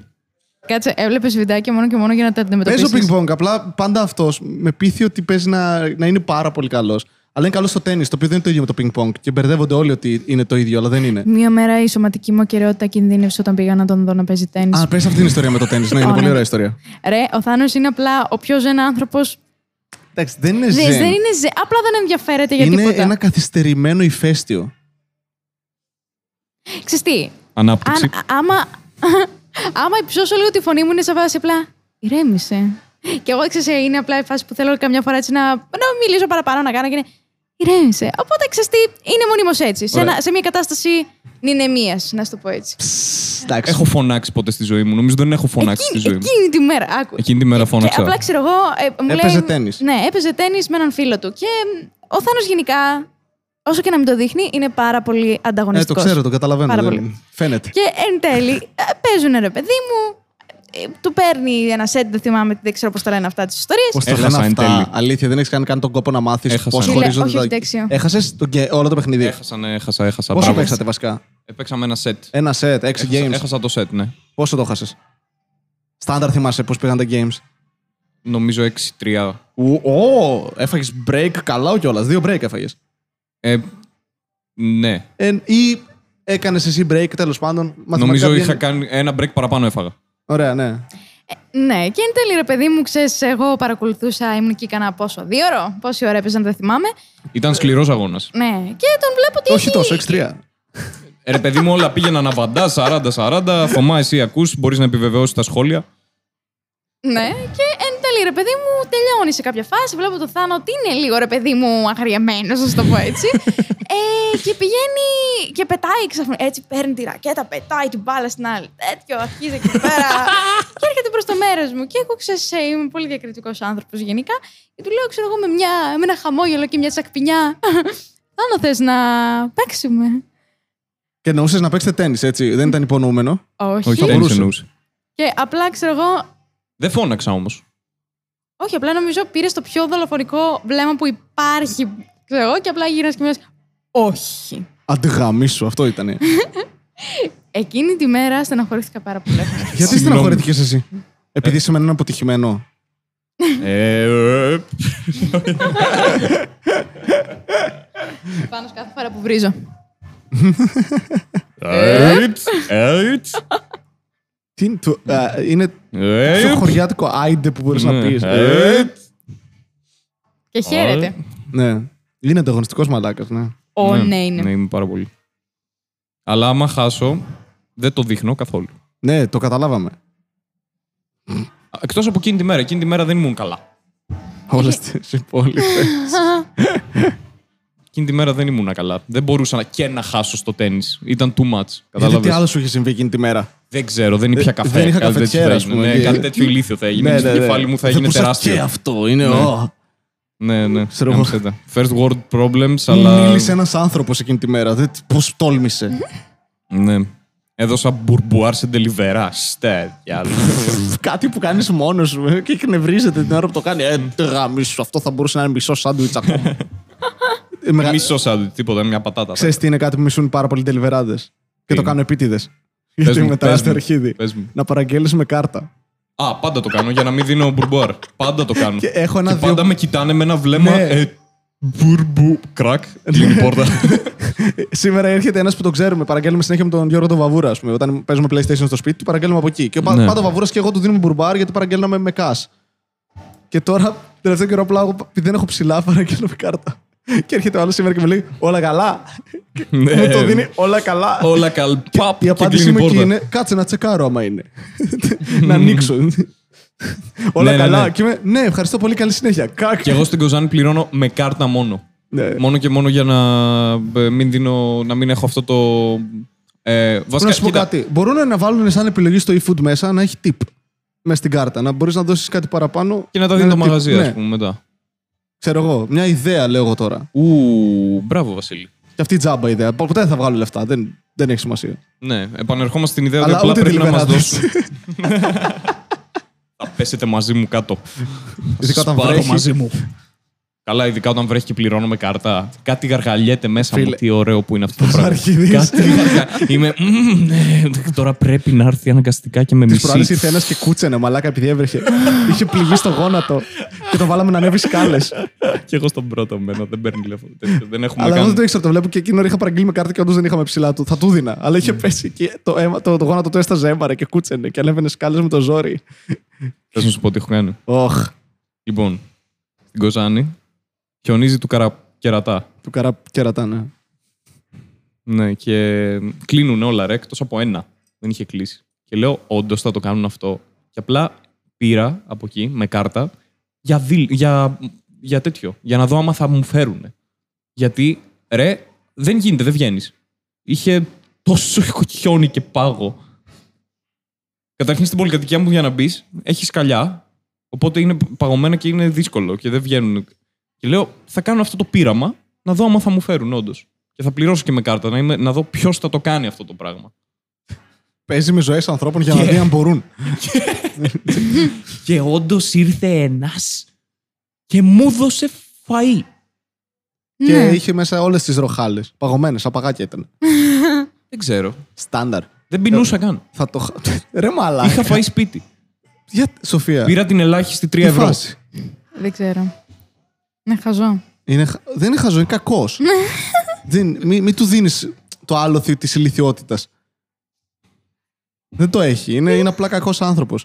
[SPEAKER 3] Κάτσε, έβλεπε βιντεάκια μόνο και μόνο για να τα
[SPEAKER 2] Παίζω
[SPEAKER 3] αντιμετωπίσεις.
[SPEAKER 2] πινκ πονκ. Απλά πάντα αυτός με πείθει ότι παίζει να, να είναι πάρα πολύ καλός. Αλλά είναι καλό στο τέννη, το οποίο δεν είναι το ίδιο με το πινκ πονκ. Και μπερδεύονται όλοι ότι είναι το ίδιο, αλλά δεν είναι.
[SPEAKER 3] Μία μέρα η σωματική μου ακαιρεότητα κινδύνευσε όταν πήγα να τον δω να παίζει τέννη.
[SPEAKER 2] Α, πες αυτή την ιστορία με το τέννη. Ναι, είναι
[SPEAKER 3] Ωραία.
[SPEAKER 2] πολύ ωραία ιστορία.
[SPEAKER 3] Ρε, ο Θάνος είναι απλά ο πιο ζεν άνθρωπος.
[SPEAKER 2] Εντάξει, δεν είναι ζεν.
[SPEAKER 3] Δεν είναι ζεν. Απλά δεν ενδιαφέρεται για
[SPEAKER 2] Είναι
[SPEAKER 3] τίποτα.
[SPEAKER 2] ένα καθυστερημένο ηφαίστειο.
[SPEAKER 3] Ξέρεις τι, αν,
[SPEAKER 1] Ανάπτυξη.
[SPEAKER 3] α- άμα, άμα υψώσω λίγο τη φωνή μου, είναι σε φάση απλά ηρέμησε. Και εγώ ξέρεις, είναι απλά η φάση που θέλω καμιά φορά έτσι να, να μιλήσω παραπάνω, να κάνω και είναι ηρέμησε. Οπότε ξέρεις τι, είναι μονίμως έτσι. Σε,
[SPEAKER 1] Ωραία.
[SPEAKER 3] ένα- σε μια κατάσταση νηνεμίας, να σου το πω έτσι.
[SPEAKER 2] Εντάξει.
[SPEAKER 1] Έχω φωνάξει ποτέ στη ζωή μου. Νομίζω δεν έχω φωνάξει
[SPEAKER 3] Εκείνη,
[SPEAKER 1] στη ζωή μου.
[SPEAKER 3] εκείνη τη μέρα, άκου.
[SPEAKER 1] Εκείνη τη μέρα
[SPEAKER 3] Και-
[SPEAKER 1] φώναξα.
[SPEAKER 3] Και απλά ξέρω εγώ. ε, μου
[SPEAKER 2] Έπαιζε
[SPEAKER 3] λέει-
[SPEAKER 2] τέννις.
[SPEAKER 3] Ναι, έπαιζε τέννη με έναν φίλο του. Και μ, ο Θάνο γενικά, όσο και να μην το δείχνει, είναι πάρα πολύ
[SPEAKER 2] Ε, το
[SPEAKER 3] ανταγωνιστικό.
[SPEAKER 2] ξέρω, το καταλαβαίνω.
[SPEAKER 3] Πάρα
[SPEAKER 2] δεν-
[SPEAKER 3] πολύ.
[SPEAKER 2] Φαίνεται.
[SPEAKER 3] Και εν τέλει, ε, παίζουν ρε παιδί μου. ε, του παίρνει ένα σετ, δεν θυμάμαι, δεν ξέρω πώς τα λένε αυτά τις ιστορίες.
[SPEAKER 2] Πώς το
[SPEAKER 1] Έχασα
[SPEAKER 2] λένε
[SPEAKER 1] εν τέλει.
[SPEAKER 2] αυτά. Αλήθεια, δεν έχεις καν, καν τον κόπο να μάθεις
[SPEAKER 1] Έχασα.
[SPEAKER 2] πώς
[SPEAKER 1] Φίλε,
[SPEAKER 2] χωρίζονται
[SPEAKER 3] όχι,
[SPEAKER 2] τα.
[SPEAKER 3] όχι, εντάξει.
[SPEAKER 2] Έχασε όλο το παιχνίδι.
[SPEAKER 1] Έχασα, ναι, έχασα, έχασα.
[SPEAKER 2] Πόσο
[SPEAKER 1] Μπράβο.
[SPEAKER 2] παίξατε βασικά.
[SPEAKER 1] Ε, Παίξαμε ένα σετ.
[SPEAKER 2] Ένα σετ, έξι
[SPEAKER 1] Έχασα,
[SPEAKER 2] games.
[SPEAKER 1] έχασα το σετ, ναι.
[SPEAKER 2] Πόσο το χάσε. Στάνταρ θυμάσαι πώς πήγαν τα games.
[SPEAKER 1] Νομίζω 6-3.
[SPEAKER 2] Ου, Ω, έφαγες break καλά κιόλας. Δύο break έφαγες.
[SPEAKER 1] Ε, ναι.
[SPEAKER 2] Ή έκανες εσύ break τέλος πάντων. μαθηματικά
[SPEAKER 1] Νομίζω είχα
[SPEAKER 2] βγαίνει.
[SPEAKER 1] κάνει ένα break παραπάνω έφαγα.
[SPEAKER 2] Ωραία, ναι.
[SPEAKER 3] Ναι, και εν τέλει, ρε παιδί μου, ξέρεις, εγώ παρακολουθούσα, ήμουν εκεί κανένα πόσο, δύο ώρο, πόση ώρα έπαιζαν, δεν θυμάμαι.
[SPEAKER 1] Ήταν σκληρός αγώνας.
[SPEAKER 3] Ναι, και τον βλέπω ότι.
[SPEAKER 2] Όχι
[SPEAKER 3] έχει-
[SPEAKER 2] τόσο, 6-3.
[SPEAKER 1] Ε, ρε παιδί μου, όλα πήγαιναν να βαντά 40-40. Θωμά, εσύ ακούς, μπορείς να επιβεβαιώσεις τα σχόλια.
[SPEAKER 3] Ναι, και εν τέλει, ρε παιδί μου, τελειώνει σε κάποια φάση. Βλέπω το Θάνο ότι είναι λίγο ρε παιδί μου αγριεμένος, να το πω έτσι. ε, και πηγαίνει και πετάει ξαφνικά. Έτσι παίρνει τη ρακέτα, πετάει την μπάλα στην άλλη. Τέτοιο, αρχίζει εκεί πέρα. και έρχεται προς το μέρος μου. Και εγώ ξέρω, ε, είμαι πολύ διακριτικός άνθρωπος γενικά. Και του λέω, ξέρω εγώ, με, μια, με ένα χαμόγελο και μια τσακπινιά. Θάνο, θες να παίξουμε.
[SPEAKER 2] Και εννοούσες να παίξετε τέννη, έτσι. Δεν ήταν υπονοούμενο.
[SPEAKER 3] Όχι.
[SPEAKER 1] Όχι,
[SPEAKER 2] θα
[SPEAKER 1] δεν
[SPEAKER 2] μπορούσε.
[SPEAKER 1] εννοούσε.
[SPEAKER 3] Και απλά ξέρω εγώ,
[SPEAKER 1] Δεν φώναξα όμως.
[SPEAKER 3] Όχι, απλά νομίζω πήρες το πιο δολοφονικό βλέμμα που υπάρχει. Ξέρω εγώ, και απλά γύρω και μου λες, Όχι.
[SPEAKER 2] Αντιγαμίσου, αυτό ήταν.
[SPEAKER 3] Εκείνη τη μέρα στεναχωρήθηκα πάρα πολύ.
[SPEAKER 2] Γιατί
[SPEAKER 1] Συγγνώμη.
[SPEAKER 2] στεναχωρήθηκες εσύ. Επειδή είσαι με έναν αποτυχημένο.
[SPEAKER 1] Ε, ε,
[SPEAKER 3] Πάνω κάθε φορά που βρίζω.
[SPEAKER 1] Αιτ, αιτ,
[SPEAKER 2] Τι είναι, το, α, είναι το
[SPEAKER 1] αιτ.
[SPEAKER 2] πιο χωριάτικο άιντε που μπορείς να
[SPEAKER 1] Ε, Ναι.
[SPEAKER 2] πεις.
[SPEAKER 1] Αιτ.
[SPEAKER 3] Και χαίρεται.
[SPEAKER 2] Ναι. Είναι ανταγωνιστικός μαλάκας, ναι.
[SPEAKER 3] Ω, ναι, είναι.
[SPEAKER 1] Ναι, είμαι πάρα πολύ. Αλλά άμα χάσω, δεν το δείχνω καθόλου.
[SPEAKER 2] Ναι, το καταλάβαμε.
[SPEAKER 1] Εκτός από εκείνη τη μέρα. Εκείνη τη μέρα δεν ήμουν καλά. Ε,
[SPEAKER 2] Όλες τις υπόλοιπες.
[SPEAKER 1] Εκείνη τη μέρα δεν ήμουν καλά. Δεν μπορούσα να- και να χάσω στο τέννη. Ήταν too much.
[SPEAKER 2] Γιατί τι
[SPEAKER 1] Κατάλαβε.
[SPEAKER 2] άλλο σου είχε συμβεί εκείνη τη μέρα.
[SPEAKER 1] Δεν ξέρω, δεν ήπια
[SPEAKER 2] Ε,
[SPEAKER 1] καφέ.
[SPEAKER 2] δεν είχα
[SPEAKER 1] κάτι τέτοιο
[SPEAKER 2] καφετιέρα,
[SPEAKER 1] θα
[SPEAKER 2] ας
[SPEAKER 1] έγινε.
[SPEAKER 2] πούμε,
[SPEAKER 1] Ναι,
[SPEAKER 2] και- Ναι,
[SPEAKER 1] κάτι τέτοιο ηλίθιο θα έγινε. Στο κεφάλι μου θα έγινε
[SPEAKER 2] μπορούσα Και
[SPEAKER 1] τεράστιο.
[SPEAKER 2] αυτό είναι.
[SPEAKER 1] Ναι.
[SPEAKER 2] ω.
[SPEAKER 1] Ναι, ναι.
[SPEAKER 2] Ξέρω εγώ.
[SPEAKER 1] Κάμψε τα. First world problems,
[SPEAKER 2] Αλλά...
[SPEAKER 1] αλλά.
[SPEAKER 2] Μίλησε ένας άνθρωπος εκείνη τη μέρα. Πώς τόλμησε.
[SPEAKER 1] Ναι. Έδωσα μπουρμπουάρ σε ντελιβερά. Στε, διάλογο.
[SPEAKER 2] Κάτι που κάνεις μόνος σου ε, και εκνευρίζεται την ώρα που το κάνει. Ε, τι γαμίσου, αυτό θα μπορούσε να είναι μισό σάντουιτ ακόμα. Ε, μεγα-
[SPEAKER 1] Μισό σάντουιτ, τίποτα, μια πατάτα.
[SPEAKER 2] Ξέρεις τι είναι κάτι που μισούν πάρα πολλοί τελιβεράδε. Και το
[SPEAKER 1] είναι?
[SPEAKER 2] κάνουν επίτηδες. Γιατί
[SPEAKER 1] μου,
[SPEAKER 2] είμαι
[SPEAKER 1] πες
[SPEAKER 2] τεράστιο
[SPEAKER 1] μου,
[SPEAKER 2] αρχίδι.
[SPEAKER 1] πες μου.
[SPEAKER 2] Να παραγγέλνεις με κάρτα.
[SPEAKER 1] Α, πάντα το κάνω για να μην δίνω μπουρμπουάρ. Πάντα το κάνω.
[SPEAKER 2] Και έχω ένα
[SPEAKER 1] και
[SPEAKER 2] δύο-
[SPEAKER 1] πάντα με κοιτάνε με ένα βλέμμα.
[SPEAKER 2] Ναι.
[SPEAKER 1] Ε, μπουρμπου. Κρακ. Κλείνει η πόρτα.
[SPEAKER 2] Ε, Σήμερα έρχεται ένας που τον ξέρουμε. Παραγγέλνουμε συνέχεια με τον Γιώργο τον Βαβούρα. Ας πούμε. Όταν παίζουμε PlayStation στο σπίτι του, παραγγέλνουμε από εκεί. Και πα-
[SPEAKER 1] Ναι.
[SPEAKER 2] πάντα ο Βαβούρας και εγώ του δίνουμε μπουρμπάρ γιατί παραγγέλναμε με cash. Και τώρα, τελευταίο καιρό απλά, εγώ, επειδή δεν έχω ψηλά, παραγγέλνω με κάρτα. Και έρχεται ο άλλος σήμερα και μου λέει Όλα καλά. Και Ναι. Μου το δίνει όλα καλά.
[SPEAKER 1] Ναι. Όλα καλ. Παπ.
[SPEAKER 2] Η
[SPEAKER 1] και
[SPEAKER 2] απάντησή
[SPEAKER 1] κλείνει η
[SPEAKER 2] μου εκεί
[SPEAKER 1] πόρτα.
[SPEAKER 2] είναι κάτσε να τσεκάρω άμα είναι. να ανοίξω. Όλα
[SPEAKER 1] Ναι, ναι,
[SPEAKER 2] καλά.
[SPEAKER 1] ναι.
[SPEAKER 2] Και είμαι, ναι, ευχαριστώ πολύ. Καλή συνέχεια. Κάκ.
[SPEAKER 1] Και εγώ στην Κοζάνη πληρώνω με κάρτα μόνο.
[SPEAKER 2] Ναι.
[SPEAKER 1] Μόνο και μόνο για να ε, μην, δίνω, να μην έχω αυτό το. Ε, βασικά,
[SPEAKER 2] να σου πω
[SPEAKER 1] κοίτα,
[SPEAKER 2] κάτι. Μπορούν να βάλουν σαν επιλογή στο e-food μέσα να έχει tip μέσα στην κάρτα. Να μπορείς να δώσεις κάτι παραπάνω.
[SPEAKER 1] Και να τα
[SPEAKER 2] να
[SPEAKER 1] δίνει το
[SPEAKER 2] είναι tip.
[SPEAKER 1] μαγαζί,
[SPEAKER 2] Ναι.
[SPEAKER 1] α πούμε μετά.
[SPEAKER 2] Ξέρω εγώ. Μια ιδέα λέω εγώ τώρα.
[SPEAKER 1] Ου, μπράβο, Βασίλη.
[SPEAKER 2] Και αυτή η τζάμπα ιδέα. Πο- Ποτέ δεν θα βγάλω λεφτά. Δεν, δεν έχει σημασία.
[SPEAKER 1] Ναι, επανερχόμαστε στην ιδέα ότι
[SPEAKER 2] Αλλά
[SPEAKER 1] απλά
[SPEAKER 2] ούτε
[SPEAKER 1] πρέπει να μα
[SPEAKER 2] τηλεβεράδες.
[SPEAKER 1] δώσουν. Θα πέσετε μαζί μου κάτω.
[SPEAKER 2] Ειδικά όταν
[SPEAKER 1] Σας πάρω
[SPEAKER 2] βρέχει.
[SPEAKER 1] μαζί μου. Καλά, ειδικά όταν βρέχει και πληρώνω με κάρτα. Κάτι γαργαλιέται μέσα μου.
[SPEAKER 2] Φίλε.
[SPEAKER 1] Τι ωραίο που είναι αυτό το πράγμα.
[SPEAKER 2] αρχίδεις.
[SPEAKER 1] Κάτι γαργα- Είμαι. «Μμμ, ναι, τώρα πρέπει να έρθει αναγκαστικά και με
[SPEAKER 2] Της προάλλη
[SPEAKER 1] μισή.
[SPEAKER 2] ήρθε ένας και κούτσενε μαλάκα επειδή έβρεχε. Είχε πληγεί στο γόνατο και τον βάλαμε να ανέβει σκάλες.
[SPEAKER 1] Και εγώ στον πρώτο μένα δεν παίρνει τηλέφωνο. τέτοιο, Δεν έχουμε
[SPEAKER 2] Αλλά εγώ δεν το
[SPEAKER 1] κάνει.
[SPEAKER 2] ήξερα. Το βλέπω και εκείνο είχα παραγγείλει με κάρτα και όντως δεν είχαμε ψηλά του. Θα του δίνα. Αλλά είχε πέσει και το, αίμα, το, το γόνατο του έσταζε αίμπαρα και κούτσενε και ανέβαινε σκάλες με το ζόρι.
[SPEAKER 1] Θα σου πω τι έχω κάνει.
[SPEAKER 2] Οχ,
[SPEAKER 1] Λοιπόν, στην Κοζάνη χιονίζει του καρα... κερατά.
[SPEAKER 2] του καρά κερατά, ναι.
[SPEAKER 1] Ναι, και κλείνουν όλα ρε, εκτός από ένα. Δεν είχε κλείσει. Και λέω, όντως θα το κάνουν αυτό. Και απλά πήρα από εκεί με κάρτα για, διλ- για, για τέτοιο. Για να δω άμα θα μου φέρουν. Γιατί, ρε, δεν γίνεται, δεν βγαίνεις. Είχε τόσο χιόνι και πάγο. Καταρχήν στην πολυκατοικία μου για να μπεις, έχεις σκαλιά. Οπότε είναι παγωμένα και είναι δύσκολο και δεν βγαίνουν. Και λέω, θα κάνω αυτό το πείραμα να δω άμα θα μου φέρουν όντως. Και θα πληρώσω και με κάρτα να, είμαι, να δω ποιος θα το κάνει αυτό το πράγμα.
[SPEAKER 2] Παίζει με ζωές ανθρώπων για να δει αν μπορούν.
[SPEAKER 4] Και όντως ήρθε ένας και μου δώσε φαΐ.
[SPEAKER 2] και
[SPEAKER 3] Ναι.
[SPEAKER 2] είχε μέσα όλες τις ροχάλες. Παγωμένες, απαγάκια ήταν.
[SPEAKER 1] Δεν ξέρω.
[SPEAKER 2] Στάνταρ.
[SPEAKER 1] Δεν πεινούσα καν.
[SPEAKER 2] Θα το. χα- Ρε μαλάκα.
[SPEAKER 1] Είχα φάει σπίτι.
[SPEAKER 2] Για... Σοφία.
[SPEAKER 1] Πήρα την ελάχιστη 3
[SPEAKER 2] ε, τι
[SPEAKER 1] ευρώ.
[SPEAKER 2] φάση.
[SPEAKER 3] Δεν ξέρω. Ναι, χαζό.
[SPEAKER 2] Είναι... χα- Δεν είναι χαζό, είναι κακός. μην, του δίνεις το άλοθη της ηλικιότητας. Δεν το έχει. Είναι, είναι απλά κακός άνθρωπος.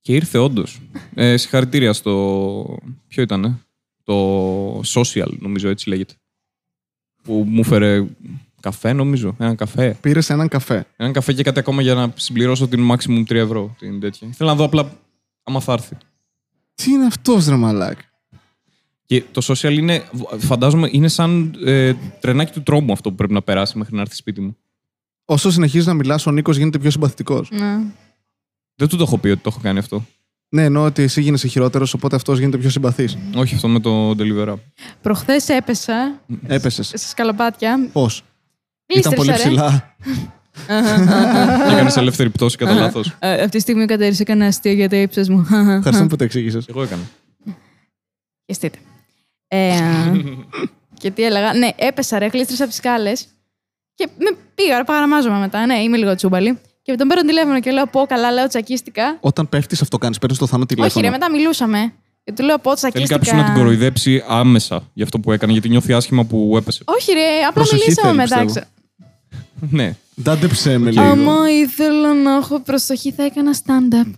[SPEAKER 1] Και ήρθε όντως. Ε, συγχαρητήρια στο. Ποιο ήταν, ε? Το social, νομίζω έτσι λέγεται. Που μου έφερε καφέ, νομίζω. Ένα καφέ.
[SPEAKER 2] Πήρες έναν καφέ.
[SPEAKER 1] Έναν καφέ και κάτι ακόμα για να συμπληρώσω την maximum 3 ευρώ. Την τέτοια. Θέλω να δω απλά άμα θα έρθει.
[SPEAKER 2] Τι είναι αυτός, ρε μαλάκα.
[SPEAKER 1] Και το social είναι, φαντάζομαι, είναι σαν ε, τρενάκι του τρόμου αυτό που πρέπει να περάσει μέχρι να έρθει σπίτι μου.
[SPEAKER 2] Όσο συνεχίζεις να μιλάς, ο Νίκος γίνεται πιο συμπαθητικός.
[SPEAKER 3] Ναι.
[SPEAKER 1] Δεν του το έχω πει ότι το έχω κάνει αυτό.
[SPEAKER 2] Ναι, εννοώ ότι εσύ γίνεσαι χειρότερος, οπότε αυτός γίνεται πιο συμπαθής.
[SPEAKER 1] Όχι αυτό με το delivery.
[SPEAKER 3] Προχθές έπεσα
[SPEAKER 2] Έπεσες.
[SPEAKER 3] σε σκαλοπάτια.
[SPEAKER 2] Πώ. Ήταν πολύ
[SPEAKER 3] Γλίστρισα, ρε.
[SPEAKER 2] ψηλά.
[SPEAKER 1] Έκανες ελεύθερη πτώση κατά λάθος.
[SPEAKER 3] Ε, αυτή τη στιγμή ο Κατέρης έκανε αστείο για το ύψος μου.
[SPEAKER 2] Ευχαριστούμε που το εξήγησες.
[SPEAKER 1] Εγώ έκανα.
[SPEAKER 3] Χαιστείτε. Ε, και τι έλεγα. Ναι, έπεσα ρε, κλείστρισα τις σκάλες και με πήγα, ρε, παραμάζομαι μετά. Ναι, είμαι λίγο τσούμπαλη. Και τον παίρνω τηλέφωνο και λέω πω καλά, λέω τσακίστηκα.
[SPEAKER 2] Όταν πέφτεις, αυτό κάνεις. Παίρνεις το θάνατο
[SPEAKER 3] Όχι
[SPEAKER 2] τηλέφωνο.
[SPEAKER 3] ρε, μετά μιλούσαμε. Και του λέω πω
[SPEAKER 1] Θέλει
[SPEAKER 3] τσακίστηκα.
[SPEAKER 1] κάποιο να την κοροϊδέψει άμεσα για αυτό που έκανε, γιατί νιώθει άσχημα που έπεσε.
[SPEAKER 3] Όχι ρε, απλά
[SPEAKER 2] Προσοχή
[SPEAKER 3] μιλήσαμε
[SPEAKER 2] θέλει,
[SPEAKER 3] μετά.
[SPEAKER 2] πιστεύω.
[SPEAKER 3] ξε-
[SPEAKER 1] ναι.
[SPEAKER 2] Ντάντεψε με λίγο.
[SPEAKER 3] Άμα ήθελα να έχω προσοχή θα έκανα stand-up.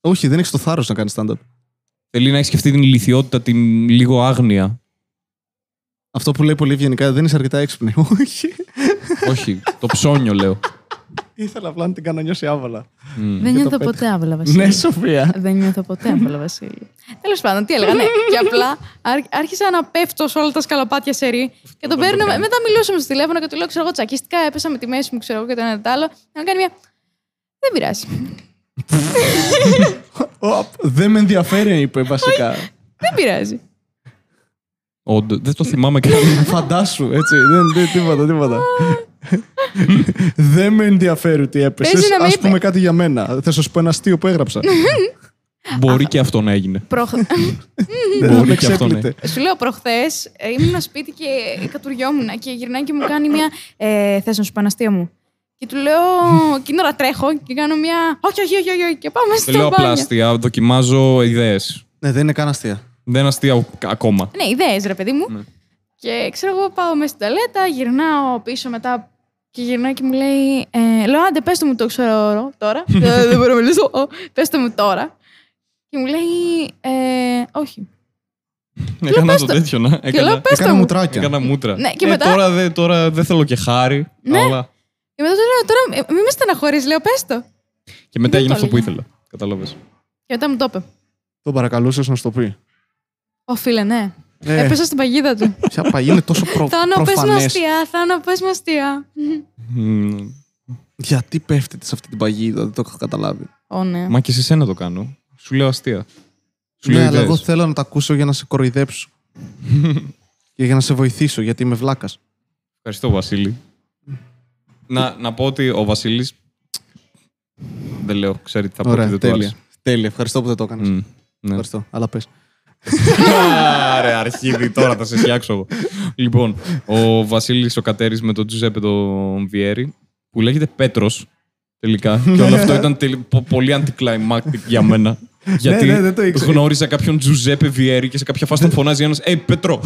[SPEAKER 2] Όχι, δεν έχεις το θάρρος να κάνεις stand-up.
[SPEAKER 1] Θέλει να έχεις σκεφτεί την ηλικιότητα, την λίγο άγνοια.
[SPEAKER 2] Αυτό που λέει πολύ ευγενικά δεν είσαι αρκετά έξυπνη. Όχι.
[SPEAKER 1] Όχι, το ψώνιο λέω.
[SPEAKER 2] Ήθελα απλά να την κάνω νιώσει άβολα.
[SPEAKER 3] Δεν νιώθω
[SPEAKER 2] πέτυχα.
[SPEAKER 3] ποτέ άβολα, Βασίλη.
[SPEAKER 2] Ναι, Σοφία.
[SPEAKER 3] Δεν νιώθω ποτέ άβολα, Βασίλη. Τέλος πάντων, τι έλεγα. Ναι, και απλά άρχ- άρχισα να πέφτω σε όλα τα σκαλοπάτια σε ρί. Και τον
[SPEAKER 1] δεν το
[SPEAKER 3] παίρνω.
[SPEAKER 1] κάνει.
[SPEAKER 3] Μετά μιλούσαμε στο τηλέφωνο και του λέω: Ξέρω εγώ, τσακίστηκα. Έπεσα με τη μέση μου, ξέρω εγώ και το ένα και το άλλο. Να κάνει μια. Δεν πειράζει.
[SPEAKER 2] Οπ, Δεν με ενδιαφέρει, είπε βασικά.
[SPEAKER 3] Δεν πειράζει.
[SPEAKER 1] Όντω, δεν το θυμάμαι καν.
[SPEAKER 2] Φαντάσου, έτσι. Δεν, δεν, τίποτα, τίποτα. δεν με ενδιαφέρει ότι έπεσες.
[SPEAKER 3] Παίζει να με
[SPEAKER 2] Ας
[SPEAKER 3] είπε. Ναι.
[SPEAKER 2] πούμε κάτι για μένα. Θα σου πω ένα αστείο που έγραψα.
[SPEAKER 1] Μπορεί και αυτό να έγινε.
[SPEAKER 3] Προχ-
[SPEAKER 2] δεν θα
[SPEAKER 1] Μπορεί
[SPEAKER 2] με
[SPEAKER 1] και αυτό, ναι.
[SPEAKER 2] ξέπλητε.
[SPEAKER 3] Σου λέω προχθές, ήμουν σπίτι και κατουριόμουν και γυρνάει και μου κάνει μια. Ε, Θες να σου πω ένα αστείο μου. Και του λέω, εκείνη ώρα τρέχω και κάνω μια. Όχι, όχι, όχι, όχι, όχι, και πάμε
[SPEAKER 1] Δεν λέω
[SPEAKER 3] στο
[SPEAKER 1] απλά
[SPEAKER 3] μπάνιο.
[SPEAKER 1] αστεία, δοκιμάζω ιδέες.
[SPEAKER 2] Ναι, δεν είναι καν αστεία.
[SPEAKER 1] Δεν αστεία ακόμα.
[SPEAKER 3] Ναι, ιδέες, ρε παιδί μου. Και ξέρω εγώ, πάω μέσα στην ταλέτα, γυρνάω πίσω μετά και γυρνάει και μου λέει. Ε, λέω, άντε, πες το μου το ξέρω τώρα. Ε, δεν μπορώ να μιλήσω. Πες το μου τώρα. Και μου λέει, ε, όχι.
[SPEAKER 1] Έκανα
[SPEAKER 3] πες
[SPEAKER 1] το
[SPEAKER 3] το.
[SPEAKER 1] τέτοιο, να.
[SPEAKER 3] Και
[SPEAKER 1] Έκανα,
[SPEAKER 3] λέω, πες το
[SPEAKER 2] Έκανα
[SPEAKER 3] μου.
[SPEAKER 2] μουτράκια.
[SPEAKER 1] έκανα μούτρα.
[SPEAKER 3] Ναι, και
[SPEAKER 1] Ε,
[SPEAKER 3] μετά-
[SPEAKER 1] τώρα, δεν, τώρα δεν θέλω και χάρη.
[SPEAKER 3] Ναι.
[SPEAKER 1] Αλλά...
[SPEAKER 3] Και μετά του λέω, τώρα ε, μη με στεναχωρείς, λέω, πες το.
[SPEAKER 1] Και μετά
[SPEAKER 3] Δεν
[SPEAKER 1] έγινε
[SPEAKER 3] το
[SPEAKER 1] αυτό που
[SPEAKER 3] έλεγα.
[SPEAKER 1] ήθελα. Κατάλαβες.
[SPEAKER 3] Και μετά μου το είπε.
[SPEAKER 2] Τον παρακαλούσες να σου το πει.
[SPEAKER 3] Ω φίλε, ναι.
[SPEAKER 2] Ε.
[SPEAKER 3] Έπεσα στην παγίδα του.
[SPEAKER 2] Ποια παγίδα είναι τόσο προ...
[SPEAKER 3] Θάνο, πες μου
[SPEAKER 2] προφανές.
[SPEAKER 3] αστεία, Θάνο, πες μου αστεία. Ναι.
[SPEAKER 1] Μμμ.
[SPEAKER 2] Γιατί πέφτεται σε αυτή την παγίδα, δεν το έχω καταλάβει.
[SPEAKER 3] Ω, ναι.
[SPEAKER 1] Μα και σε σένα το κάνω. Σου λέω αστεία. Σου λέω
[SPEAKER 2] Ναι, αλλά
[SPEAKER 1] ιδέες.
[SPEAKER 2] εγώ θέλω να τα ακούσω για να σε κοροϊδέψω. και για να σε βοηθήσω, γιατί είμαι βλάκας.
[SPEAKER 1] Ευχαριστώ, Βασίλη. να, να πω ότι ο Βασίλης... Δεν λέω, ξέρει τι θα πω. ότι
[SPEAKER 2] Ωραία,
[SPEAKER 1] δεν το
[SPEAKER 2] τέλεια.
[SPEAKER 1] άρεσε.
[SPEAKER 2] Τέλεια, ευχαριστώ που δεν το έκανες.
[SPEAKER 1] Μμ, ναι.
[SPEAKER 2] Ευχαριστώ, αλλά πες.
[SPEAKER 1] Άρε, αρχίδι, τώρα θα σε φτιάξω εγώ. λοιπόν, ο Βασίλης ο Κατέρης με τον Τζουζέπε τον Βιέρη, που λέγεται Πέτρος τελικά. και όλο αυτό ήταν τελ- πο- πολύ anticlimactic για μένα. Γιατί
[SPEAKER 2] ναι, δεν το ήξερα.
[SPEAKER 1] γνώρισα κάποιον Τζουζέπε Βιέρη και σε κάποια φάση τον φωνάζει ένας Ε, Πέτρο!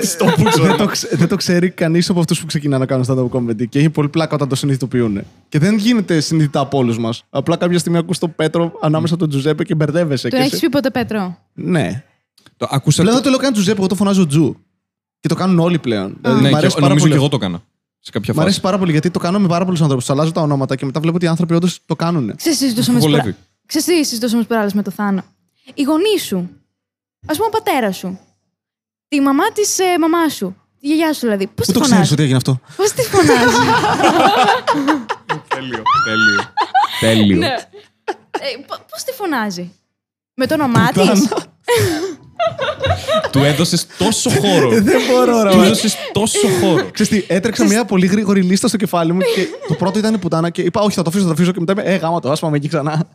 [SPEAKER 1] Τι στο που ξέρω.
[SPEAKER 2] Ναι. δεν, το, ξε- δεν το ξέρει κανείς από αυτούς που ξεκινάνε να κάνουν stand-up comedy και έχει πολύ πλάκα όταν το συνειδητοποιούν. Και δεν γίνεται συνειδητά από όλους μας. Απλά κάποια στιγμή ακούς τον Πέτρο ανάμεσα στον Τζουζέπε και μπερδεύεσαι.
[SPEAKER 3] Του
[SPEAKER 2] και
[SPEAKER 3] έχεις
[SPEAKER 2] σε-
[SPEAKER 3] πει ποτέ, Πέτρο.
[SPEAKER 2] Ναι.
[SPEAKER 1] Το Ακούσα.
[SPEAKER 2] Πλέον
[SPEAKER 1] το-
[SPEAKER 2] δεν το λέω καν Τζουζέπε, εγώ το φωνάζω Τζου. Και το κάνουν όλοι πλέον. Δηλαδή,
[SPEAKER 1] Ναι,
[SPEAKER 2] μ'
[SPEAKER 1] και,
[SPEAKER 2] αρέσει πάρα
[SPEAKER 1] νομίζω
[SPEAKER 2] πολύ
[SPEAKER 1] και εγώ το έκανα. Σε κάποια
[SPEAKER 2] Μ' αρέσει
[SPEAKER 1] φάση.
[SPEAKER 2] πάρα πολύ γιατί το κάνω με πάρα πολλούς ανθρώπους. Τους αλλάζω τα ονόματα και μετά βλέπω ότι οι άνθρωποι όντως το κάνουν.
[SPEAKER 3] Ξέρεις, τι συζητούσαμε
[SPEAKER 1] Βολεύει.
[SPEAKER 3] σπρα- Ξέρεις, τι συζητούσαμε σπράλες με το Θάνο. Οι γονείς σου. Ας πούμε, ο πατέρας σου. Τη μαμά της ε, μαμάς σου. Τη γιαγιά σου δηλαδή. Πώς
[SPEAKER 2] Πού
[SPEAKER 3] τη
[SPEAKER 2] το ξέρεις
[SPEAKER 3] φωνάζει.
[SPEAKER 2] ότι έγινε αυτό.
[SPEAKER 3] Πώς τη φωνάζει.
[SPEAKER 1] Τέλειο. Τέλειο. Ναι. Τέλειο.
[SPEAKER 3] Ε, Πώς τη φωνάζει. Με το όνομά τη.
[SPEAKER 1] του έδωσες τόσο χώρο.
[SPEAKER 2] Ε, Δεν μπορώ, ρε.
[SPEAKER 1] Του
[SPEAKER 2] μαλάκα.
[SPEAKER 1] έδωσες τόσο χώρο.
[SPEAKER 2] Ξέρεις τι, έτρεξα μια πολύ γρήγορη λίστα στο κεφάλι μου και το πρώτο ήταν η πουτάνα και είπα, Όχι, θα το αφήσω, θα το αφήσω. Και μετά είπα, Ε, γάμα το, ας πάμε εκεί ξανά.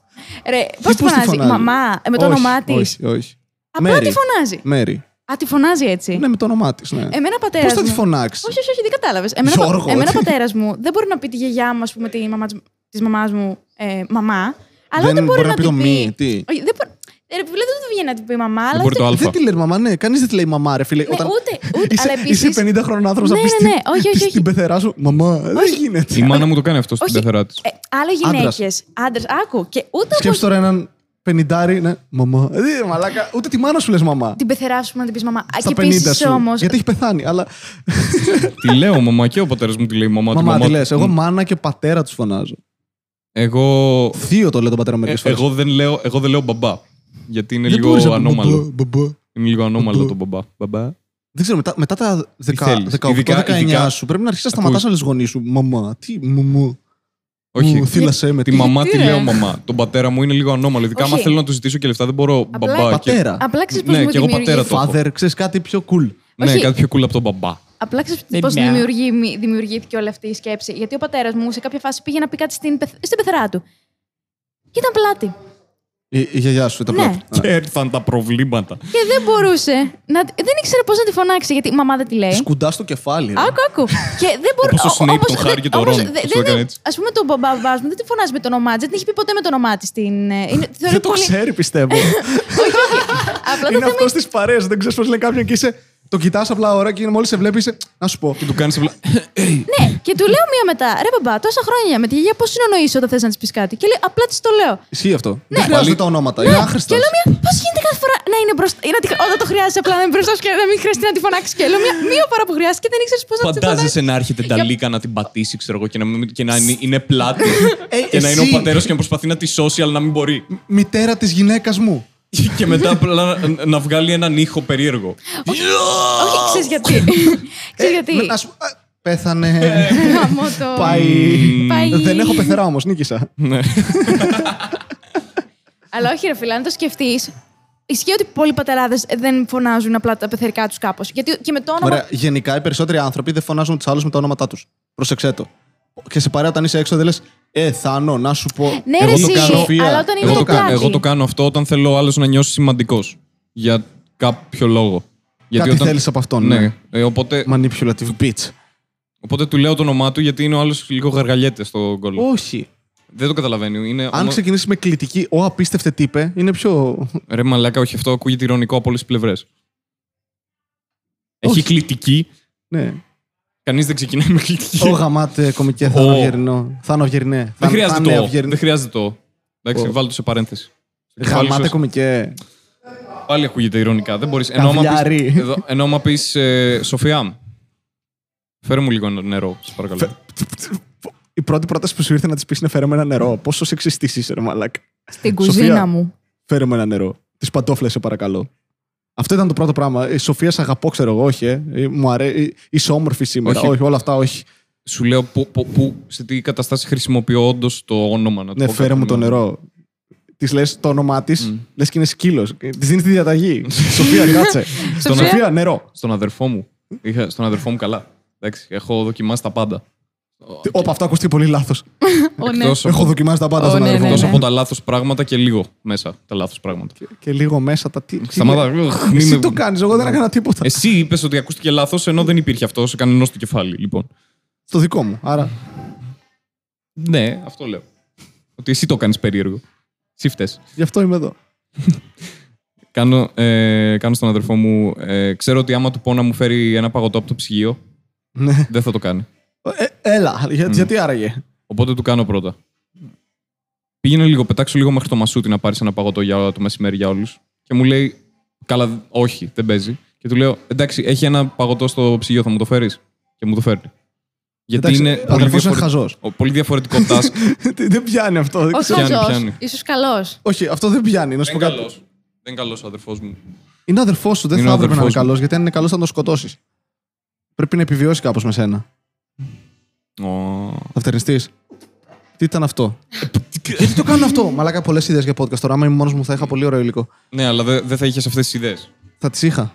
[SPEAKER 3] Ρε, πώ
[SPEAKER 2] Τι, πώς
[SPEAKER 3] τη
[SPEAKER 2] τη
[SPEAKER 3] φωνάζει,
[SPEAKER 2] φωνάζει?
[SPEAKER 3] Μαμά, ε, με το
[SPEAKER 2] Όχι,
[SPEAKER 3] όνομά της.
[SPEAKER 2] Όχι, όχι.
[SPEAKER 3] Απλά
[SPEAKER 2] Μέρι.
[SPEAKER 3] τη φωνάζει.
[SPEAKER 2] Μέρι.
[SPEAKER 3] Α, τη φωνάζει έτσι.
[SPEAKER 2] Ναι, με το όνομά της, ναι.
[SPEAKER 3] Εμένα πατέρας.
[SPEAKER 2] Πώς θα τη φωνάξεις.
[SPEAKER 3] Όχι, όχι, όχι, δεν κατάλαβες. Εμένα,
[SPEAKER 2] Γιώργο,
[SPEAKER 3] πα... εμένα
[SPEAKER 2] έτσι.
[SPEAKER 3] πατέρας μου δεν μπορεί να πει τη γιαγιά μου, ας πούμε, τη μαμά της μαμάς μου, ε, μαμά. Αλλά δεν, μπορεί, να,
[SPEAKER 2] πει
[SPEAKER 3] τη
[SPEAKER 2] το μη.
[SPEAKER 3] πει.
[SPEAKER 2] Τι.
[SPEAKER 3] Όχι, δεν μπορεί. Ε, ρε, δηλαδή, δεν του βγαίνει να την πει μαμά, αλλά.
[SPEAKER 1] μπορεί
[SPEAKER 3] αυτή-
[SPEAKER 1] το Α.
[SPEAKER 2] Δεν τη λέει μαμά, ναι. Κανείς δεν τη λέει μαμά, ρε φίλε.
[SPEAKER 3] Ναι,
[SPEAKER 2] Όταν
[SPEAKER 3] ούτε, ούτε.
[SPEAKER 2] Είσαι,
[SPEAKER 3] αλλά επίσης...
[SPEAKER 2] είσαι 50 χρόνων άνθρωπος
[SPEAKER 3] Ναι,
[SPEAKER 2] να πει
[SPEAKER 3] ναι, ναι, όχι, όχι, όχι.
[SPEAKER 2] την πεθερά σου. Μαμά, ε, δεν γίνεται.
[SPEAKER 1] Η μάνα μου το κάνει αυτό στην
[SPEAKER 3] Όχι.
[SPEAKER 1] πεθερά της.
[SPEAKER 3] Ε, άλλα
[SPEAKER 2] Άντρας.
[SPEAKER 3] γυναίκες. Άντρες, άκου. Και ούτε
[SPEAKER 2] Σκέψου
[SPEAKER 3] όπως
[SPEAKER 2] τώρα έναν πενιντάρι, ναι, μαμά. Ε, μαλάκα, ούτε τη μάνα σου λες μαμά.
[SPEAKER 3] την πεθερά σου να την πεις μαμά. Α,
[SPEAKER 2] Στα
[SPEAKER 3] Και
[SPEAKER 2] 50
[SPEAKER 3] επίσης
[SPEAKER 2] σου.
[SPEAKER 3] όμως.
[SPEAKER 2] Γιατί έχει πεθάνει, αλλά.
[SPEAKER 1] Τη λέω μαμά και ο πατέρας μου τη λέει μαμά. τη
[SPEAKER 2] Μαμά,
[SPEAKER 1] μαμά
[SPEAKER 2] τι
[SPEAKER 1] του.
[SPEAKER 2] λες. Εγώ μάνα και πατέρα τους φωνάζω.
[SPEAKER 1] Εγώ,
[SPEAKER 2] Θείο το λέω τον πατέρα
[SPEAKER 1] ε,
[SPEAKER 2] μερικέ φορέ.
[SPEAKER 1] εγώ, δεν λέω, εγώ δεν λέω μπαμπά. Γιατί είναι
[SPEAKER 2] Δεν μπορείς
[SPEAKER 1] λίγο
[SPEAKER 2] να-
[SPEAKER 1] ανώμαλο.
[SPEAKER 2] μπαμπά, μπαμπά.
[SPEAKER 1] Είναι λίγο ανώμαλο το
[SPEAKER 2] Μπαμπά.
[SPEAKER 1] μπαμπά. Μπαμπά.
[SPEAKER 2] Δεν ξέρω, μετά, μετά τα
[SPEAKER 1] θέλεις.
[SPEAKER 2] 18-19
[SPEAKER 1] Ειδικά- ειδικά-
[SPEAKER 2] σου πρέπει να αρχίσεις να σταματά
[SPEAKER 1] Ακούς.
[SPEAKER 2] όλε τι γονείς σου. Μαμά, τι μου μου.
[SPEAKER 1] Όχι.
[SPEAKER 2] μου, θύλασέ με.
[SPEAKER 1] Τη
[SPEAKER 2] τι-
[SPEAKER 1] μαμά τη
[SPEAKER 3] ρε?
[SPEAKER 1] λέω μαμά. Τον πατέρα μου είναι λίγο ανώμαλο. Ειδικά
[SPEAKER 3] Όχι.
[SPEAKER 1] άμα θέλω να του ζητήσω και λεφτά δεν μπορώ μπαμπά.
[SPEAKER 2] Πατέρα.
[SPEAKER 3] Απλά ξέρεις πώ
[SPEAKER 1] Ναι,
[SPEAKER 3] μου
[SPEAKER 1] και εγώ
[SPEAKER 3] δημιουργεί.
[SPEAKER 1] πατέρα το. έχω.
[SPEAKER 2] Father, ξέρεις κάτι πιο cool.
[SPEAKER 1] Και, ναι,
[SPEAKER 3] Όχι.
[SPEAKER 1] κάτι πιο cool από τον μπαμπά.
[SPEAKER 3] Απλά ξέρεις
[SPEAKER 4] Δεν
[SPEAKER 3] πώς
[SPEAKER 4] μια.
[SPEAKER 3] δημιουργήθηκε όλη αυτή η σκέψη. Γιατί ο πατέρας μου σε κάποια φάση πήγε να πει κάτι στην, πεθ- στην πεθερά του. Και ήταν πλάτη.
[SPEAKER 2] Η, η γιαγιά σου ήταν
[SPEAKER 3] Ναι.
[SPEAKER 2] πρώτη.
[SPEAKER 1] Και έρθαν τα προβλήματα.
[SPEAKER 3] Και δεν μπορούσε. Να... τη- Δεν ήξερε πώς να τη φωνάξει, γιατί η μαμά δεν τη λέει.
[SPEAKER 2] Ε, Σκουντά στο κεφάλι. ρε.
[SPEAKER 3] Άκου, άκου. και δεν μπορεί...
[SPEAKER 1] Όπως ο Snape τον Χάρη και τον Ρον, που σου έκανε έτσι.
[SPEAKER 3] Ας πούμε, τον μπαμπά μου δεν τη φωνάζει με το όνομά της, δεν την έχει πει ποτέ με το όνομά της. ε, Είναι... θεωρεί
[SPEAKER 2] Δεν το
[SPEAKER 3] πολύ-
[SPEAKER 2] ξέρει, πιστεύω.
[SPEAKER 3] Απλά το
[SPEAKER 2] είναι
[SPEAKER 3] θέμα
[SPEAKER 2] αυτός της παρέας. Δεν ξέρεις πώς λέει κάποιον και είσαι. Το κοιτάς απλά ώρα και μόλις σε βλέπεις. είσαι, Να σου πω.
[SPEAKER 1] Και του κάνεις απλά.
[SPEAKER 3] Ναι, και του λέω μία μετά. Ρε μπαμπά, τόσα χρόνια με τη γιαγιά πώς συνεννοεί όταν θες να της πεις κάτι. Και λέει, απλά της το λέω.
[SPEAKER 2] Ισχύει αυτό. Δεν χρειάζονται
[SPEAKER 1] Πάλι-
[SPEAKER 2] τα ονόματα. Είναι άχρηστα.
[SPEAKER 3] Ναι. Και λέω μία, πώς γίνεται κάθε φορά να είναι μπροστά. Ή να τη... Όταν το χρειάζεσαι απλά να είναι μπροστά σου και να μην χρειαστεί να τη φωνάξεις. Και λέω μία, μία φορά που χρειάζεται και δεν ήξερες πώς να της φωνάξει.
[SPEAKER 1] Φαντάζεσαι να έρχεται τα λίκα να την πατήσει, ξέρω εγώ, και να, μην- και να είναι, είναι πλάτη.
[SPEAKER 2] Ε,
[SPEAKER 1] και να είναι ο
[SPEAKER 2] εσύ.
[SPEAKER 1] πατέρας και να προσπαθεί να τη σώσει, αλλά να μην μπορεί.
[SPEAKER 2] Μητέρα της γυναίκας μου.
[SPEAKER 1] και μετά απλά να, να βγάλει έναν ήχο περίεργο.
[SPEAKER 3] Όχι, ξέρεις γιατί.
[SPEAKER 1] Ε,
[SPEAKER 3] Ξέρεις γιατί.
[SPEAKER 2] Να σου πω, α, Πέθανε.
[SPEAKER 3] Γαμώ το.
[SPEAKER 2] Πάει.
[SPEAKER 3] Πάει.
[SPEAKER 2] Δεν έχω πεθερά όμως, νίκησα.
[SPEAKER 3] Αλλά όχι, ρε φίλε, αν το σκεφτείς. Ισχύει ότι πολλοί πατεράδες δεν φωνάζουν απλά τα πεθερικά τους κάπως. Γιατί και με το όνομα.
[SPEAKER 2] Ωραία, γενικά οι περισσότεροι άνθρωποι δεν φωνάζουν τους άλλους με τα ονόματά τους. Προσεξέ το. Και σε παρέα όταν είσαι έξω δεν λες Ε, Θάνο, να σου πω.
[SPEAKER 3] Ναι, ρε,
[SPEAKER 2] εγώ το
[SPEAKER 3] εσύ,
[SPEAKER 2] κάνω. Φία.
[SPEAKER 3] αλλά όταν είναι
[SPEAKER 1] εγώ,
[SPEAKER 3] το
[SPEAKER 1] το κάνω,
[SPEAKER 3] πλάτη.
[SPEAKER 1] εγώ το κάνω αυτό όταν θέλω ο άλλος να νιώσει σημαντικός. Για κάποιο λόγο. Γιατί
[SPEAKER 2] Κάτι θέλεις από αυτόν,
[SPEAKER 1] Ναι.
[SPEAKER 2] ναι.
[SPEAKER 1] Ε, οπότε,
[SPEAKER 2] Manipulative bitch.
[SPEAKER 1] οπότε του λέω το όνομά του γιατί είναι ο άλλος λίγο γαργαλιέται στο γκολ.
[SPEAKER 2] Όχι.
[SPEAKER 1] Δεν το καταλαβαίνει. Είναι
[SPEAKER 2] Αν
[SPEAKER 1] ομα-
[SPEAKER 2] ξεκινήσεις με κλητική, ο απίστευτε τύπε, είναι πιο.
[SPEAKER 1] Ρε μαλάκα, όχι αυτό ακούγεται ηρωνικό από όλες τις πλευρές.
[SPEAKER 2] Όχι.
[SPEAKER 1] Έχει κλητική.
[SPEAKER 2] Ναι.
[SPEAKER 1] Κανείς δεν ξεκινάει με κλητική.
[SPEAKER 2] Ω γαμάτε κομικέ, θα
[SPEAKER 1] Ω.
[SPEAKER 2] είναι αυγερινό. Θα είναι αυγερινέ.
[SPEAKER 1] Δεν χρειάζεται το. «ο». Δεν
[SPEAKER 2] αυγερινέ.
[SPEAKER 1] χρειάζεται το. «ο». Εντάξει,
[SPEAKER 2] Ω.
[SPEAKER 1] βάλτε το σε παρένθεση. Στο κεφάλι
[SPEAKER 2] Γαμάτε
[SPEAKER 1] σας
[SPEAKER 2] κομικέ.
[SPEAKER 1] Πάλι ακούγεται ηρωνικά. Δεν μπορείς. Ενώ άμα
[SPEAKER 2] Καβλιάρι.
[SPEAKER 1] πεις- εδώ- Ενώ άμα πεις Σοφιά, φέρε μου λίγο νερό, σε παρακαλώ.
[SPEAKER 2] Η πρώτη πρόταση που σου ήρθε να της πεις είναι φέρε με ένα νερό. Πόσο σεξιστή είσαι, ρε μαλάκα.
[SPEAKER 3] Στην
[SPEAKER 2] Σοφία.
[SPEAKER 3] κουζίνα μου.
[SPEAKER 2] Φέρε με ένα νερό. Τις παντόφλες, σε παρακαλώ. Αυτό ήταν το πρώτο πράγμα. Η Σοφία, σε αγαπώ, ξέρω εγώ, όχι. Ε. Ε, Μου αρέσει. Ε, Είσαι όμορφη σήμερα.
[SPEAKER 1] Όχι.
[SPEAKER 2] Όχι, όλα αυτά, όχι.
[SPEAKER 1] Σου λέω πού, πού- πού- σε τι καταστάση χρησιμοποιώ όντως το όνομα. Να του
[SPEAKER 2] Ναι,
[SPEAKER 1] πω
[SPEAKER 2] φέρε
[SPEAKER 1] κάτι
[SPEAKER 2] μου το
[SPEAKER 1] να-
[SPEAKER 2] νερό. Της λες το όνομά της, λες και είναι σκύλος. Της δίνεις τη διαταγή. Σοφία, κάτσε.
[SPEAKER 3] Στον
[SPEAKER 2] Σοφία, νερό.
[SPEAKER 1] Στον αδερφό μου. Είχα, στον αδερφό μου καλά. Εντάξει, έχω δοκιμάσει τα πάντα.
[SPEAKER 2] Όπα, αυτό ακούστηκε πολύ λάθος.
[SPEAKER 3] Ω, ναι.
[SPEAKER 1] Εκτός
[SPEAKER 2] Έχω
[SPEAKER 1] από-
[SPEAKER 2] δοκιμάσει τα πάντα
[SPEAKER 3] Ω,
[SPEAKER 2] στον
[SPEAKER 3] ναι,
[SPEAKER 2] αδερφό
[SPEAKER 3] ναι,
[SPEAKER 1] Εκτός
[SPEAKER 2] μου.
[SPEAKER 1] από τα λάθος πράγματα και λίγο μέσα τα λάθος πράγματα.
[SPEAKER 2] Και λίγο μέσα τα τι.
[SPEAKER 1] Σταμάτα.
[SPEAKER 2] τι-
[SPEAKER 1] Οχ, μη
[SPEAKER 2] Εσύ
[SPEAKER 1] με-
[SPEAKER 2] το κάνεις, εγώ δεν έκανα τίποτα.
[SPEAKER 1] Εσύ είπες ότι ακούστηκε λάθος ενώ δεν υπήρχε αυτό σε κανενό του κεφάλι, λοιπόν.
[SPEAKER 2] Στο δικό μου. Άρα.
[SPEAKER 1] Ναι, αυτό λέω. Ότι εσύ το κάνεις περίεργο. Εσύ φταίς.
[SPEAKER 2] Γι' αυτό είμαι εδώ.
[SPEAKER 1] Κάνω, ε, κάνω στον αδερφό μου. ε, ξέρω ότι άμα του πω να μου φέρει ένα παγωτό από το ψυγείο,
[SPEAKER 2] Ναι.
[SPEAKER 1] δεν θα το κάνει.
[SPEAKER 2] Ε, έλα, για- γιατί άραγε.
[SPEAKER 1] Οπότε του κάνω πρώτα. Πήγαινε λίγο, πετάξω λίγο μέχρι το μασούτι να πάρει ένα παγωτό για το μεσημέρι για όλους. Και μου λέει, Καλά, όχι, δεν παίζει. Και του λέω, Εντάξει, έχει ένα παγωτό στο ψυγείο, θα μου το φέρεις. Και μου το φέρνει. Γιατί
[SPEAKER 2] Εντάξει,
[SPEAKER 1] είναι.
[SPEAKER 2] ο αδερφός είναι χαζός.
[SPEAKER 1] ο- πολύ διαφορετικό task.
[SPEAKER 2] Τι- δεν πιάνει αυτό. δεν
[SPEAKER 3] Όχι,
[SPEAKER 2] ξέρω.
[SPEAKER 1] πιάνει,
[SPEAKER 3] όχι.
[SPEAKER 1] πιάνει.
[SPEAKER 3] Ίσως καλός.
[SPEAKER 2] Όχι, αυτό δεν πιάνει. Να σου
[SPEAKER 1] δεν
[SPEAKER 2] πω κάτι.
[SPEAKER 1] καλός. Δεν καλός ο αδερφός μου.
[SPEAKER 2] Είναι αδερφός σου, δεν
[SPEAKER 1] Είναι
[SPEAKER 2] θα
[SPEAKER 1] ο
[SPEAKER 2] έπρεπε να είναι
[SPEAKER 1] αδερφός μου.
[SPEAKER 2] καλός, γιατί αν είναι καλός θα τον σκοτώσεις. Πρέπει να επιβιώσει κάπως με σένα.
[SPEAKER 1] Ω.
[SPEAKER 2] Θα φτερνιστεί. Τι ήταν αυτό. γιατί το κάνω αυτό. Μαλάκα πολλές ιδέες για podcast τώρα. Άμα ήμουν μόνος μου θα είχα πολύ ωραίο υλικό.
[SPEAKER 1] Ναι, αλλά δεν δεν θα είχες αυτές τις ιδέες.
[SPEAKER 2] Θα τις είχα.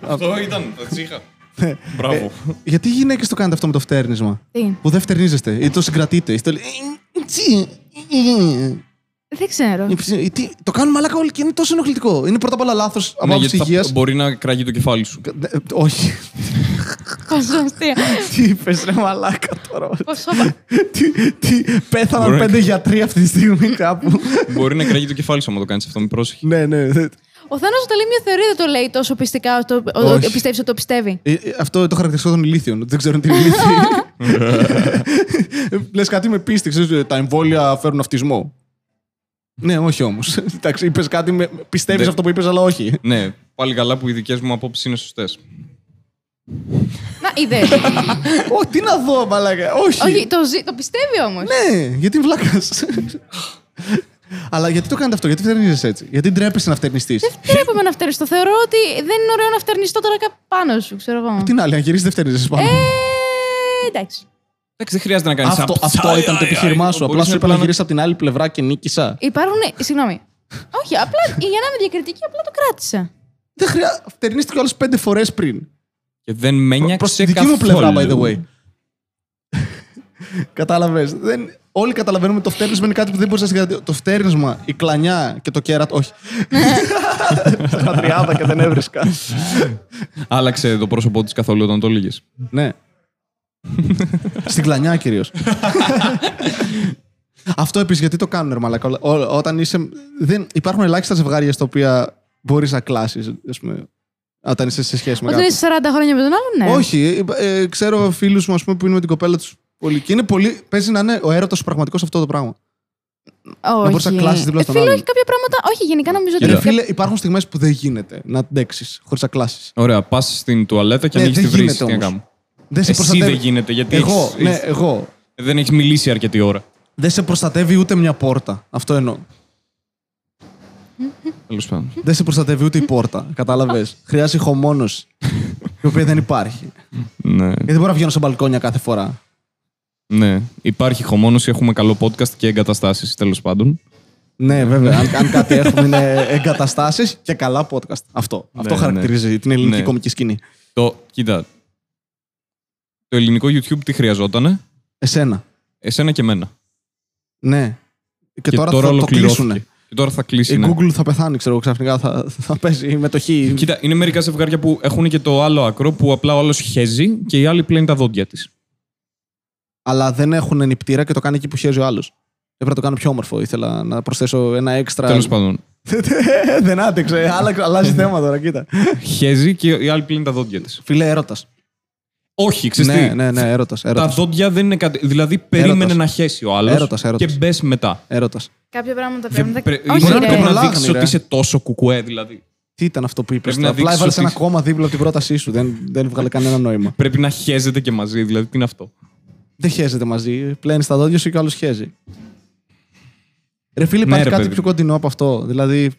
[SPEAKER 1] Αυτό ήταν, τα τσίχα.
[SPEAKER 2] Ε,
[SPEAKER 1] Μπράβο.
[SPEAKER 2] Γιατί οι γυναίκες το κάνετε αυτό με το φτέρνισμα.
[SPEAKER 3] Τι.
[SPEAKER 2] Που δεν φτερνίζεστε ή το συγκρατείτε. Είστε όλοι, «Ε, τσι, ε,
[SPEAKER 3] Δεν ξέρω.
[SPEAKER 2] ε, ε, τι, Το κάνουν μαλάκα όλοι και είναι τόσο ενοχλητικό. Είναι πρώτα απ' όλα λάθος από
[SPEAKER 1] Ναι,
[SPEAKER 2] άποψη
[SPEAKER 1] γιατί
[SPEAKER 2] υγεία.
[SPEAKER 1] θα μπορεί να κραγεί το κεφάλι σου.
[SPEAKER 2] Ε, Όχι.
[SPEAKER 3] Πόσο αστείο.
[SPEAKER 2] Τι είπες, ρε μαλάκα τώρα.
[SPEAKER 3] Πόσο.
[SPEAKER 2] Τι- Τι πέθαναν
[SPEAKER 1] Μπορεί να-
[SPEAKER 2] πέντε γιατροί αυτή τη στιγμή κάπου.
[SPEAKER 1] μπορεί να κραγεί το κεφάλι σου άμα το κάνεις αυτό, μην πρόσεχε.
[SPEAKER 2] Ναι, ναι.
[SPEAKER 3] Ο Θάνος όταν λέει μια θεωρία δεν το λέει τόσο πιστικά όσο το-
[SPEAKER 2] Όχι.
[SPEAKER 3] ότι πιστεύεις ότι το πιστεύει.
[SPEAKER 2] Ε, ε, Αυτό το χαρακτηριστικό των ηλίθιων. ότι Δεν ξέρουν τι είναι ηλίθιοι. Λες κάτι με πίστη, ξέρεις, ε, τα εμβόλια φέρουν αυτισμό. Ναι, όχι όμως. Εντάξει, είπες κάτι, με... πιστεύεις
[SPEAKER 1] Δεν-
[SPEAKER 2] αυτό που είπες, αλλά όχι.
[SPEAKER 1] ναι, πάλι καλά που οι δικές μου απόψεις είναι σωστές.
[SPEAKER 3] Να, είδε.
[SPEAKER 2] Όχι, τι να δω, μαλάκα. Όχι.
[SPEAKER 3] Όχι, το, ζει- το πιστεύει όμως.
[SPEAKER 2] Ναι, γιατί βλάκας. αλλά γιατί το κάνετε αυτό, γιατί φτερνίζεσαι έτσι. Γιατί ντρέπεσαι να φτερνιστείς.
[SPEAKER 3] Τρέπομαι να φτερνιστώ. Θεωρώ ότι δεν είναι ωραίο να φτερνιστώ τώρα κάπου πάνω σου, ξέρω εγώ.
[SPEAKER 2] Την άλλη, αν γυρίσεις, δεν φτερνίζεσαι πάνω.
[SPEAKER 3] Ε, εντάξει.
[SPEAKER 1] Εντάξει, δεν χρειάζεται να κάνεις
[SPEAKER 2] Αυτό, αυτό ήταν το επιχείρημά σου. Απλά σου είπα να γυρίσει από την άλλη πλευρά και νίκησα.
[SPEAKER 3] Υπάρχουν. Συγγνώμη. Όχι, απλά για να είμαι διακριτική, απλά το κράτησα.
[SPEAKER 2] Δεν χρειάζεται. Φτερνίστηκε άλλο πέντε φορές πριν.
[SPEAKER 1] Και δεν με νοιάξε
[SPEAKER 2] Προς τη δική μου πλευρά, by the way. Κατάλαβες. Δεν... Όλοι καταλαβαίνουμε ότι το φτέρνισμα είναι κάτι που δεν μπορείς να συγκρατήσει. Το φτέρνισμα, η κλανιά και το κέρατο. Όχι. Στα τριάδα και δεν έβρισκα.
[SPEAKER 1] Άλλαξε το πρόσωπό της καθόλου όταν το έλεγε.
[SPEAKER 2] ναι. Στην κλανιά κυρίως. Αυτό επίσης γιατί το κάνουν, ρε Μαλάκα. Ό- ό- Όταν είσαι. Δεν... Υπάρχουν ελάχιστα ζευγάρια στα οποία μπορείς να κλάσεις, ας πούμε, όταν είσαι σε σχέση με
[SPEAKER 3] Όταν
[SPEAKER 2] κάποιον.
[SPEAKER 3] είσαι 40 χρόνια με τον άλλον, ναι.
[SPEAKER 2] Όχι. ε, ε, ξέρω φίλους μου ας πούμε, που είναι με την κοπέλα τους πολύ. Και είναι πολύ. Παίζει να είναι ο έρωτας πραγματικός αυτό το πράγμα.
[SPEAKER 3] όχι.
[SPEAKER 2] μπορείς να κλάσεις δίπλα στον
[SPEAKER 3] Φίλε,
[SPEAKER 2] άλλον.
[SPEAKER 3] όχι κάποια πράγματα. Όχι, γενικά νομίζω ότι.
[SPEAKER 2] Γιατί
[SPEAKER 1] Κοίτα.
[SPEAKER 2] φίλε, υπάρχουν στιγμές που δεν γίνεται να αντέξεις χωρίς να κλάσεις.
[SPEAKER 1] Ωραία, πας στην τουαλέτα και
[SPEAKER 2] Ναι,
[SPEAKER 1] ανοίγεις τη
[SPEAKER 2] δεν
[SPEAKER 1] βρύση.
[SPEAKER 2] γίνεται
[SPEAKER 1] Τι να
[SPEAKER 2] όμως.
[SPEAKER 1] κάνω.
[SPEAKER 2] Δεν σε
[SPEAKER 1] Εσύ
[SPEAKER 2] προστατεύει.
[SPEAKER 1] δεν γίνεται, γιατί
[SPEAKER 2] Εγώ,
[SPEAKER 1] έχεις-
[SPEAKER 2] ναι,
[SPEAKER 1] έχεις-
[SPEAKER 2] εγώ.
[SPEAKER 1] Δεν έχεις μιλήσει αρκετή ώρα.
[SPEAKER 2] Δεν σε προστατεύει ούτε μια πόρτα. Αυτό εννοώ.
[SPEAKER 1] Τέλος πάντων.
[SPEAKER 2] Δεν σε προστατεύει ούτε η πόρτα. Κατάλαβες. Χρειάζεται ηχομόνωση. η οποία δεν υπάρχει. Γιατί
[SPEAKER 1] Ναι.
[SPEAKER 2] δεν μπορώ να βγαίνω σε μπαλκόνια κάθε φορά.
[SPEAKER 1] ναι. Υπάρχει χωμόνωση, έχουμε καλό podcast και εγκαταστάσεις τέλος πάντων.
[SPEAKER 2] Ναι, βέβαια. αν, αν κάτι έχουμε είναι εγκαταστάσεις και καλά podcast. Αυτό. αυτό
[SPEAKER 1] ναι.
[SPEAKER 2] χαρακτηρίζει την ελληνική
[SPEAKER 1] Ναι.
[SPEAKER 2] κομική σκηνή.
[SPEAKER 1] Το, κοίτα. Το ελληνικό YouTube τι χρειαζότανε,
[SPEAKER 2] Εσένα.
[SPEAKER 1] εσένα και εμένα.
[SPEAKER 2] Ναι. Και, τώρα, θα το
[SPEAKER 1] ολοκληρώθηκε.
[SPEAKER 2] κλείσουνε.
[SPEAKER 1] Και τώρα θα κλείσει.
[SPEAKER 2] Η
[SPEAKER 1] ναι.
[SPEAKER 2] Google θα πεθάνει, ξέρω εγώ, ξαφνικά θα, θα παίζει μετοχή.
[SPEAKER 1] Κοίτα, είναι μερικά ζευγάρια που έχουν και το άλλο άκρο που απλά ο άλλος χέζει και η άλλη πλένει τα δόντια της.
[SPEAKER 2] αλλά δεν έχουν νυπτήρα και το κάνει εκεί που χέζει ο άλλος. Έπρεπε να το κάνω πιο όμορφο. Ήθελα να προσθέσω ένα έξτρα.
[SPEAKER 1] Τέλος πάντων. Ναι.
[SPEAKER 2] δεν άντεξε. άλλαξε- Αλλάζει θέμα τώρα, κοίτα.
[SPEAKER 1] Χέζει και η άλλη πλένει τα δόντια της.
[SPEAKER 2] Φίλε, έρωτας.
[SPEAKER 1] Όχι, ξέρει
[SPEAKER 2] Ναι, ναι, ναι, έρωτας.
[SPEAKER 1] Τα
[SPEAKER 2] Έρωτας.
[SPEAKER 1] δόντια δεν είναι κάτι. Δηλαδή, περίμενε
[SPEAKER 2] Έρωτας.
[SPEAKER 1] να χέσει ο άλλος
[SPEAKER 2] Έρωτας, έρωτας.
[SPEAKER 1] και μπες μετά.
[SPEAKER 2] έρωτας.
[SPEAKER 3] Κάποια πράγματα πρέπει
[SPEAKER 1] Δεν
[SPEAKER 3] να τα
[SPEAKER 1] πρέ-
[SPEAKER 3] Όχι,
[SPEAKER 1] Μπορεί
[SPEAKER 2] να
[SPEAKER 3] ρε.
[SPEAKER 2] το
[SPEAKER 1] πρέπει να
[SPEAKER 2] προλάβει,
[SPEAKER 1] δείξει
[SPEAKER 2] ρε.
[SPEAKER 1] ότι είσαι τόσο κουκουέ, δηλαδή.
[SPEAKER 2] Τι ήταν αυτό που είπες.
[SPEAKER 1] Πρέπει να
[SPEAKER 2] Απλά
[SPEAKER 1] δείξεις
[SPEAKER 2] έβαλες
[SPEAKER 1] ότι
[SPEAKER 2] ένα
[SPEAKER 1] είσαι-
[SPEAKER 2] κόμμα δίπλα από την πρότασή σου. Δεν, δεν βγάλε κανένα νόημα.
[SPEAKER 1] Πρέπει να χέζεται και μαζί, δηλαδή τι είναι αυτό.
[SPEAKER 2] Δεν χέζεται μαζί. Πλένεις τα δόντια σου και ο άλλος χέζει. Ρε φίλε,
[SPEAKER 1] Ναι,
[SPEAKER 2] υπάρχει
[SPEAKER 1] ρε,
[SPEAKER 2] κάτι
[SPEAKER 1] παιδί.
[SPEAKER 2] πιο κοντινό από αυτό. Δηλαδή.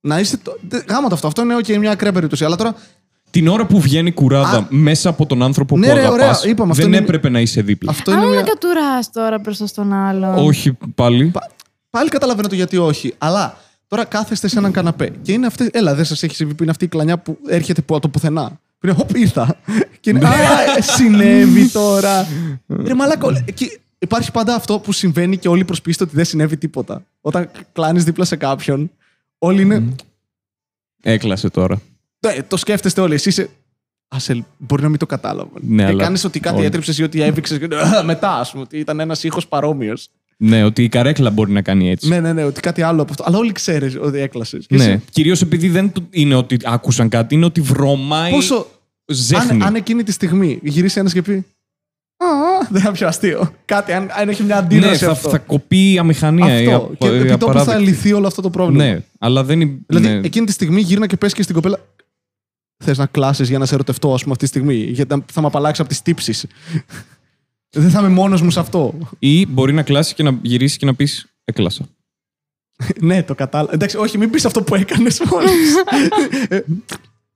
[SPEAKER 2] Να είστε. Το... δε- Γάμο το αυτό. Αυτό είναι okay, μια ακραία περίπτωση. Αλλά τώρα.
[SPEAKER 1] Την ώρα που βγαίνει κουράδα
[SPEAKER 2] Α. μέσα
[SPEAKER 1] μέσα από τον άνθρωπο
[SPEAKER 2] Ναι,
[SPEAKER 1] που
[SPEAKER 2] ρε,
[SPEAKER 1] αγαπάς,
[SPEAKER 2] ωραία, είπαμε, αυτό
[SPEAKER 1] δεν
[SPEAKER 2] είναι-
[SPEAKER 1] έπρεπε να είσαι δίπλα.
[SPEAKER 2] Αυτό είναι
[SPEAKER 3] Άμα να
[SPEAKER 2] μια...
[SPEAKER 3] κατουράς τώρα μπροστά στον άλλον.
[SPEAKER 1] Όχι πάλι.
[SPEAKER 2] Πάλι καταλαβαίνω το γιατί όχι. Αλλά τώρα κάθεστε σε έναν καναπέ. Και είναι αυτή. Έλα, δεν σας έχει συμβεί που είναι αυτή η κλανιά που έρχεται από το πουθενά. Που είναι, Οπ, ήρθα. Και είναι. Α, συνέβη τώρα. Ρε μαλάκο. εκεί Υπάρχει πάντα αυτό που συμβαίνει και όλοι προσποιείστε ότι δεν συνέβη τίποτα. Όταν κλάνεις δίπλα σε κάποιον, όλοι είναι.
[SPEAKER 1] Έκλασε τώρα.
[SPEAKER 2] Ναι, το σκέφτεστε όλοι. Εσύ είσαι. Ασελ, μπορεί να μην το κατάλαβαν.
[SPEAKER 1] Ναι,
[SPEAKER 2] και
[SPEAKER 1] αλλά
[SPEAKER 2] κάνεις ότι κάτι
[SPEAKER 1] όλοι.
[SPEAKER 2] έτρεψες ή ότι έβριξε. Μετά, ας πούμε, ότι ήταν ένας ήχος παρόμοιος.
[SPEAKER 1] Ναι, ότι η καρέκλα μπορεί να κάνει έτσι.
[SPEAKER 2] Ναι, ναι, ναι, ότι κάτι άλλο από αυτό. Αλλά όλοι ξέρεις ότι έκλασες.
[SPEAKER 1] Ναι. Κυρίως επειδή δεν το- είναι ότι άκουσαν κάτι, είναι ότι βρωμάει.
[SPEAKER 2] Πόσο.
[SPEAKER 1] Ζέχνη.
[SPEAKER 2] Αν, αν εκείνη τη στιγμή γυρίσει ένας και πει. «Α, Δεν είναι πιο αστείο. Κάτι, αν, αν έχει μια αντίδραση.
[SPEAKER 1] ναι, θα,
[SPEAKER 2] αυτό.
[SPEAKER 1] θα κοπεί η αμηχανία. η
[SPEAKER 2] αυτό.
[SPEAKER 1] απα-
[SPEAKER 2] Και
[SPEAKER 1] η
[SPEAKER 2] επί τόπου θα
[SPEAKER 1] απαράδεκτη.
[SPEAKER 2] λυθεί όλο αυτό το πρόβλημα.
[SPEAKER 1] Ναι, αλλά δεν είναι.
[SPEAKER 2] Δηλαδή,
[SPEAKER 1] ναι.
[SPEAKER 2] εκείνη τη στιγμή γύρνα και πες και στην κοπέλα. Θες να κλάσεις για να σε ερωτευτώ, ας πούμε, αυτή τη στιγμή. Γιατί θα- θα με απαλλάξεις από τις τύψεις. Δεν θα είμαι μόνος μου σε αυτό.
[SPEAKER 1] Ή μπορεί να κλάσεις και να γυρίσεις και να πεις Έκλασα.
[SPEAKER 2] ναι, το κατάλαβα. Εντάξει, όχι, μην πεις αυτό που έκανες μόνος.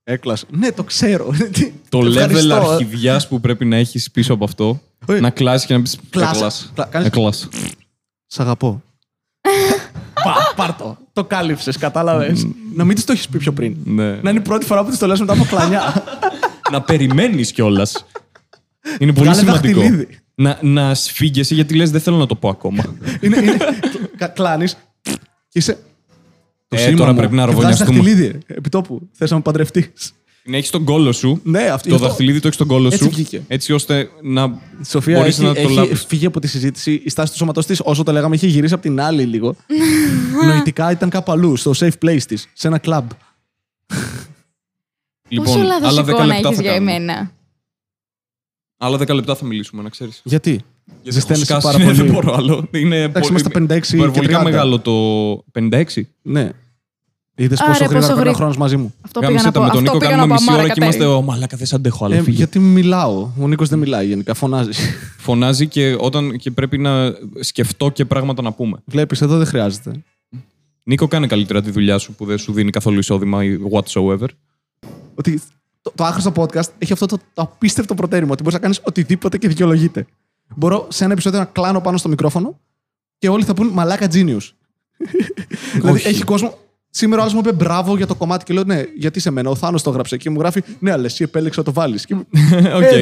[SPEAKER 2] Έκλασες. Ναι, το ξέρω. Τι-
[SPEAKER 1] Το level
[SPEAKER 2] ευχαριστώ.
[SPEAKER 1] αρχιδιά που πρέπει να έχεις πίσω από αυτό.
[SPEAKER 2] Ε.
[SPEAKER 1] να κλάσεις και να πεις.
[SPEAKER 2] Κλάσα. Κλα- κάνεις-
[SPEAKER 1] Έκλασα.
[SPEAKER 2] Σ' αγαπώ. Πα, πάρ το. Το κάλυψες, κατάλαβες. να μην τη το έχεις πει πιο πριν.
[SPEAKER 1] Ναι.
[SPEAKER 2] Να είναι η πρώτη φορά που τη το λες μετά από κλανιά.
[SPEAKER 1] να περιμένεις κιόλας. Είναι πολύ
[SPEAKER 2] Βγάλε
[SPEAKER 1] σημαντικό.
[SPEAKER 2] δαχτυλίδι.
[SPEAKER 1] Να, να σφίγγεσαι γιατί λες, δεν θέλω να το πω ακόμα.
[SPEAKER 2] είναι, είναι, κλάνεις και είσαι.
[SPEAKER 1] Ε, τώρα πρέπει να ροβωνιαστούμε.
[SPEAKER 2] Βγάζει δαχτυλίδι. Επιτόπου. Θες να με παντρευτεί.
[SPEAKER 1] Ναι, έχει τον κόλο σου.
[SPEAKER 2] Ναι, αυτό.
[SPEAKER 1] Το δαχτυλίδι το έχεις στον κόλο
[SPEAKER 2] Έτσι
[SPEAKER 1] σου.
[SPEAKER 2] βγήκε.
[SPEAKER 1] Έτσι ώστε να
[SPEAKER 2] Σοφία,
[SPEAKER 1] μπορείς
[SPEAKER 2] έχει,
[SPEAKER 1] να το
[SPEAKER 2] έχει
[SPEAKER 1] λάβεις.
[SPEAKER 2] φύγει από τη συζήτηση. Η στάση του σώματό τη, όσο το λέγαμε, είχε γυρίσει από την άλλη λίγο. Νοητικά ήταν κάπου αλλού, στο safe place της, σε ένα κλαμπ.
[SPEAKER 3] Πόσο
[SPEAKER 1] Λοιπόν,
[SPEAKER 3] λάθος
[SPEAKER 1] άλλα 10
[SPEAKER 3] εικόνα
[SPEAKER 1] λεπτά
[SPEAKER 3] έχεις
[SPEAKER 1] θα
[SPEAKER 3] για
[SPEAKER 1] κάνουμε.
[SPEAKER 3] εμένα.
[SPEAKER 1] Άλλα 10 λεπτά θα μιλήσουμε, να ξέρεις.
[SPEAKER 2] Γιατί?
[SPEAKER 1] Γιατί έχω
[SPEAKER 2] Ζεσταίνεσαι
[SPEAKER 1] σκάσει,
[SPEAKER 2] πάρα
[SPEAKER 1] ναι,
[SPEAKER 2] πολύ.
[SPEAKER 1] δεν μπορώ άλλο. Είναι πολύ-
[SPEAKER 2] είμαστε 56 και
[SPEAKER 1] Υπερβολικά
[SPEAKER 2] 30.
[SPEAKER 1] μεγάλο το 56.
[SPEAKER 2] Ναι. Είδες
[SPEAKER 3] Άρε,
[SPEAKER 2] πόσο γρήγορα
[SPEAKER 3] πόσο
[SPEAKER 2] παίρνει ο
[SPEAKER 3] γρήγορα.
[SPEAKER 2] χρόνος μαζί μου.
[SPEAKER 3] Αυτό πήγα
[SPEAKER 1] Κάμισε
[SPEAKER 3] να
[SPEAKER 1] τα
[SPEAKER 3] πω.
[SPEAKER 1] με τον
[SPEAKER 3] Αυτό
[SPEAKER 1] Νίκο,
[SPEAKER 3] πήγα να
[SPEAKER 1] κάνουμε
[SPEAKER 3] πω.
[SPEAKER 1] μισή ώρα και είμαστε.
[SPEAKER 3] Μάρα
[SPEAKER 1] Ω, μαλάκα, δεν αντέχω άλλο.
[SPEAKER 2] Ε,
[SPEAKER 1] φύγε.
[SPEAKER 2] γιατί μιλάω. Ο Νίκος δεν μιλάει γενικά, φωνάζει.
[SPEAKER 1] Φωνάζει και όταν και πρέπει να σκεφτώ και πράγματα να πούμε.
[SPEAKER 2] Βλέπεις, εδώ δεν χρειάζεται.
[SPEAKER 1] Νίκο, κάνε καλύτερα τη δουλειά σου που δεν σου δίνει καθόλου εισόδημα ή whatsoever.
[SPEAKER 2] Ότι το, το άχρηστο podcast έχει αυτό το, το απίστευτο προτέρημα ότι μπορείς να κάνεις οτιδήποτε και δικαιολογείται. Μπορώ σε ένα επεισόδιο να κλάνω πάνω στο μικρόφωνο και όλοι θα πούν μαλάκα genius. δηλαδή έχει κόσμο. Σήμερα ο άλλος μου είπε μπράβο για το κομμάτι και λέω ναι, γιατί σε μένα. Ο Θάνος το έγραψε και μου γράφει ναι, αλλά εσύ επέλεξα να το βάλεις.
[SPEAKER 1] Οκ,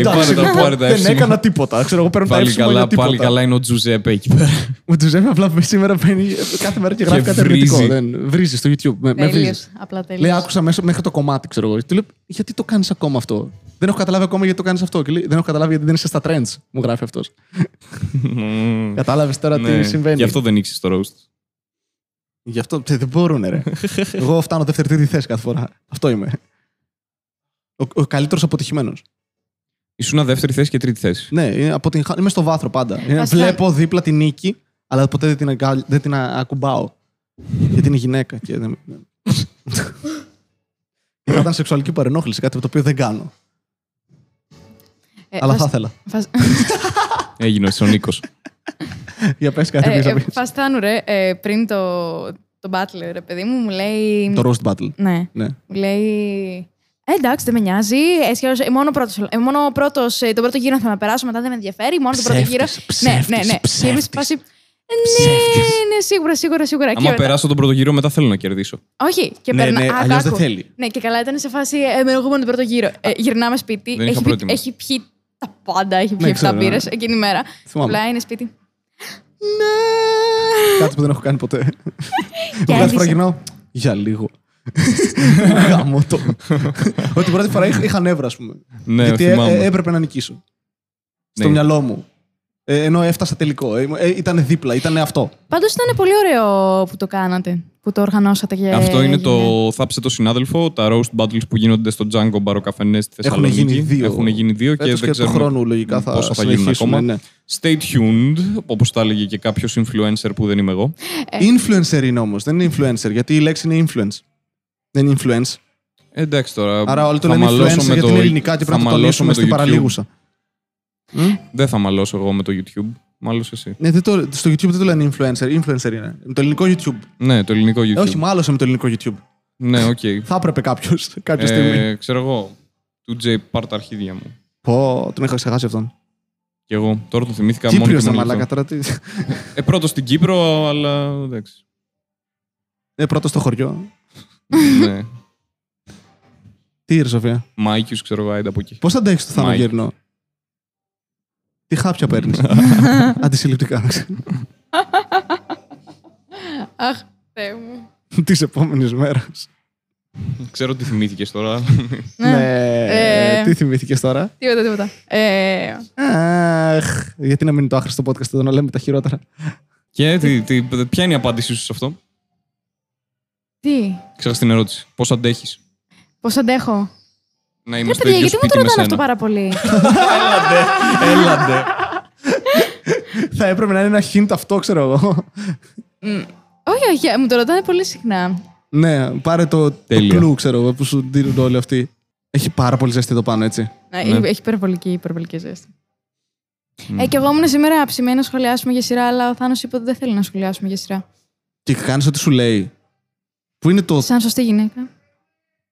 [SPEAKER 1] πάρε τα, πάρε τα
[SPEAKER 2] Ε, Δεν
[SPEAKER 1] εύσημα.
[SPEAKER 2] έκανα τίποτα. Ξέρω, εγώ παίρνω τα
[SPEAKER 1] Πάλι
[SPEAKER 2] εύσημα
[SPEAKER 1] καλά,
[SPEAKER 2] για
[SPEAKER 1] πάλι
[SPEAKER 2] τίποτα.
[SPEAKER 1] καλά είναι ο Τζουζέπε εκεί πέρα.
[SPEAKER 2] Ο Τζουζέφη απλά σήμερα μπαίνει κάθε μέρα και γράφει
[SPEAKER 1] Και
[SPEAKER 2] κάτι αρνητικό.
[SPEAKER 1] βρίζει.
[SPEAKER 2] Δεν- Βρίζει στο YouTube. Με, με βρίζει.
[SPEAKER 3] Τέλειος. Απλά
[SPEAKER 2] Λέει,
[SPEAKER 3] τέλειος.
[SPEAKER 2] άκουσα μέσα, μέχρι το κομμάτι, ξέρω εγώ. Του λέω, γιατί το κάνεις ακόμα αυτό. Δεν έχω καταλάβει ακόμα γιατί το κάνεις αυτό. Και λέει, δεν έχω καταλάβει γιατί δεν είσαι στα trends, μου γράφει αυτός. Κατάλαβες τώρα
[SPEAKER 1] Ναι,
[SPEAKER 2] τι συμβαίνει.
[SPEAKER 1] Γι' αυτό δεν ήξερες το roast.
[SPEAKER 2] Γι' αυτό τε, δεν μπορούν, ρε. εγώ φτάνω δεύτερη τρίτη θέση κάθε φορά. Αυτό είμαι. Ο, ο καλύτερος αποτυχημένος.
[SPEAKER 1] Ήσουν δεύτερη θέση και τρίτη θέση.
[SPEAKER 2] Ναι, είναι αποτυγχα- είμαι στο βάθρο πάντα. Είναι-
[SPEAKER 3] Ε, Βασικά-
[SPEAKER 2] βλέπω δίπλα την νίκη, αλλά ποτέ δεν την, αγκάλ- δεν την α- ακουμπάω. Γιατί είναι γυναίκα. Και δεν... θα ήταν σεξουαλική παρενόχληση, κάτι το οποίο δεν κάνω.
[SPEAKER 3] Ε,
[SPEAKER 2] αλλά
[SPEAKER 3] φασ-
[SPEAKER 2] θα ήθελα.
[SPEAKER 3] φασ-
[SPEAKER 1] Έγινε ο Νίκος.
[SPEAKER 2] Για πες κάτι
[SPEAKER 3] Ε,
[SPEAKER 2] που
[SPEAKER 3] ε,
[SPEAKER 2] θα πεις.
[SPEAKER 3] Φαστάνου, ρε, ε, πριν το, το Butler, ρε παιδί μου, μου λέει.
[SPEAKER 2] Το roast battle.
[SPEAKER 3] Ναι.
[SPEAKER 2] Ναι.
[SPEAKER 3] Μου λέει. «Ε, εντάξει, δεν με νοιάζει. Έσχερος, ε, μόνο, πρώτος, ε, μόνο πρώτος, ε, τον πρώτο γύρο θα να περάσω, μετά δεν με ενδιαφέρει. Μόνο τον πρώτο γύρο.
[SPEAKER 2] Ψεύτης, ψεύτης,
[SPEAKER 3] ναι, ναι, ναι. Και είμαι
[SPEAKER 2] ψεύτης.
[SPEAKER 3] σε φάση, «Ε, Ναι, ναι, σίγουρα, σίγουρα, σίγουρα. Και
[SPEAKER 1] Άμα
[SPEAKER 3] μετά-
[SPEAKER 1] περάσω τον πρώτο γύρο, μετά θέλω να κερδίσω.
[SPEAKER 3] Όχι, και
[SPEAKER 2] Ναι,
[SPEAKER 3] περνά.
[SPEAKER 2] ναι,
[SPEAKER 3] άκου,
[SPEAKER 2] αλλιώς δεν
[SPEAKER 3] άκου.
[SPEAKER 2] θέλει.
[SPEAKER 3] Ναι, και καλά ήταν σε φάση. Ε, με εγώ μόνο τον πρώτο γύρο. Ε, γυρνάμε σπίτι.
[SPEAKER 1] Δεν είχα
[SPEAKER 3] έχει, πει-
[SPEAKER 1] προετοιμαστεί.
[SPEAKER 3] έχει πιει τα πάντα. Έχει πιει 7
[SPEAKER 2] ξέρω, ναι.
[SPEAKER 3] μπύρες εκείνη η μέρα.
[SPEAKER 2] Θυμάμαι.
[SPEAKER 3] Απλά είναι σπίτι. Ναι.
[SPEAKER 2] Κάτι που δεν έχω κάνει ποτέ. Που
[SPEAKER 3] άρχισε.
[SPEAKER 2] Κάθε φορά γυρνάω. Για λίγο. Γαμώ το. Ότι πρώτη φορά είχα- είχα νεύρα, ας πούμε.
[SPEAKER 1] Ναι,
[SPEAKER 2] Γιατί έ-
[SPEAKER 1] θυμάμαι.
[SPEAKER 2] ε, έπρεπε να νικήσω. Στο
[SPEAKER 1] Ναι.
[SPEAKER 2] μυαλό μου. Ε, ενώ έφτασα τελικό. Ε, ήταν δίπλα, ήταν αυτό.
[SPEAKER 3] Πάντως ήταν πολύ ωραίο που το κάνατε. Που το οργανώσατε και.
[SPEAKER 1] Αυτό είναι
[SPEAKER 3] Ε, έγινε.
[SPEAKER 1] το θάψε το συναδέλφο, τα roast battles που γίνονται στο Django Μπαροκαφενέ στη
[SPEAKER 2] Έχουν
[SPEAKER 1] Θεσσαλονίκη.
[SPEAKER 2] γίνει δύο.
[SPEAKER 1] Έχουν γίνει δύο και
[SPEAKER 2] Έτος
[SPEAKER 1] δεν
[SPEAKER 2] και του
[SPEAKER 1] ξέρουμε
[SPEAKER 2] χρόνου λογικά θα
[SPEAKER 1] πόσα θα γίνουν
[SPEAKER 2] συνεχίσουμε,
[SPEAKER 1] ακόμα.
[SPEAKER 2] ναι.
[SPEAKER 1] Stay tuned, όπως τα έλεγε και κάποιος influencer που δεν είμαι εγώ.
[SPEAKER 2] Influencer είναι όμως, δεν είναι influencer. Γιατί η λέξη είναι influence. Δεν είναι influence.
[SPEAKER 1] Ε, Εντάξει τώρα.
[SPEAKER 2] Άρα όλοι το
[SPEAKER 1] θα
[SPEAKER 2] λένε
[SPEAKER 1] μαλώσω
[SPEAKER 2] influencer
[SPEAKER 1] με
[SPEAKER 2] γιατί
[SPEAKER 1] το-
[SPEAKER 2] είναι ελληνικά
[SPEAKER 1] θα
[SPEAKER 2] και πρέπει να το
[SPEAKER 1] μαλώσω με
[SPEAKER 2] τονίσουμε στην
[SPEAKER 1] YouTube.
[SPEAKER 2] παραλίγουσα. Ε,
[SPEAKER 1] Δεν θα μαλώσω εγώ με το YouTube. Μάλωσε εσύ.
[SPEAKER 2] Ναι, δεν το, στο YouTube δεν το λένε influencer. Influencer είναι. Με το ελληνικό YouTube.
[SPEAKER 1] Ναι, το ελληνικό YouTube.
[SPEAKER 2] Ε, όχι, μάλωσε με το ελληνικό YouTube.
[SPEAKER 1] Ναι, οκ.
[SPEAKER 2] Θα έπρεπε κάποιος κάποια στιγμή.
[SPEAKER 1] Ε, ξέρω εγώ. Του Τζέι, πάρ τα αρχίδια μου.
[SPEAKER 2] Πω, τον είχα ξεχάσει αυτόν.
[SPEAKER 1] Κι εγώ. Τώρα το θυμήθηκα μόνο
[SPEAKER 2] Κύπριο
[SPEAKER 1] και
[SPEAKER 2] ήταν
[SPEAKER 1] μόνο γι'
[SPEAKER 2] μαλάκα
[SPEAKER 1] αυτό.
[SPEAKER 2] τώρα. Τι...
[SPEAKER 1] Ε, πρώτος στην Κύπρο, αλλά εντάξει.
[SPEAKER 2] Ε, πρώτος στο χωριό.
[SPEAKER 1] ναι.
[SPEAKER 2] Τι ήρθε, Σοφία.
[SPEAKER 1] Μάικιους, ξέρω εγώ, άιντα από εκεί.
[SPEAKER 2] Πώς θα αντέξεις το
[SPEAKER 1] Μάικ.
[SPEAKER 2] θάνατο Τι χάπια παίρνεις. Αντισυλληπτικά.
[SPEAKER 3] Αχ, Θεέ μου.
[SPEAKER 2] Τη επόμενη μέρα.
[SPEAKER 1] Ξέρω τι θυμήθηκες τώρα.
[SPEAKER 2] Ναι.
[SPEAKER 3] Ε.
[SPEAKER 2] Τι θυμήθηκες τώρα.
[SPEAKER 3] Τίποτα, τίποτα. Ε,
[SPEAKER 2] Αχ, γιατί να μην είναι το άχρηστο podcast εδώ να λέμε τα χειρότερα.
[SPEAKER 1] και τι, τι, ποια είναι η απάντησή σου σε αυτό.
[SPEAKER 3] τι,
[SPEAKER 1] Ξέχασα την ερώτηση. Πώς αντέχεις
[SPEAKER 3] πώς αντέχω.
[SPEAKER 1] να
[SPEAKER 3] Ρε
[SPEAKER 1] είμαστε στο
[SPEAKER 3] παιδιά,
[SPEAKER 1] ίδιο
[SPEAKER 3] γιατί μου το
[SPEAKER 1] σπίτι με
[SPEAKER 3] ρωτάνε αυτό
[SPEAKER 1] σένα.
[SPEAKER 3] πάρα πολύ.
[SPEAKER 2] Έλαντε. Θα έπρεπε να είναι ένα hint αυτό, ξέρω εγώ.
[SPEAKER 3] όχι, όχι, μου το ρωτάνε πολύ συχνά.
[SPEAKER 2] Ναι, πάρε το, το
[SPEAKER 1] Τέλεια.
[SPEAKER 2] κλου, ξέρω εγώ, που σου δίνουν όλοι αυτοί. Έχει πάρα πολύ ζέστη εδώ πάνω, έτσι.
[SPEAKER 1] Ναι.
[SPEAKER 3] Να, Ε, Έχει υπερβολική, υπερβολική ζέστη.
[SPEAKER 1] Ναι.
[SPEAKER 3] Ε, και εγώ ήμουν σήμερα ψημένη να σχολιάσουμε για σειρά, αλλά ο Θάνος είπε ότι δεν θέλει να σχολιάσουμε για σειρά.
[SPEAKER 2] Και κάνεις ό,τι σου λέει. Πού είναι το,
[SPEAKER 3] Σαν σωστή γυναίκα.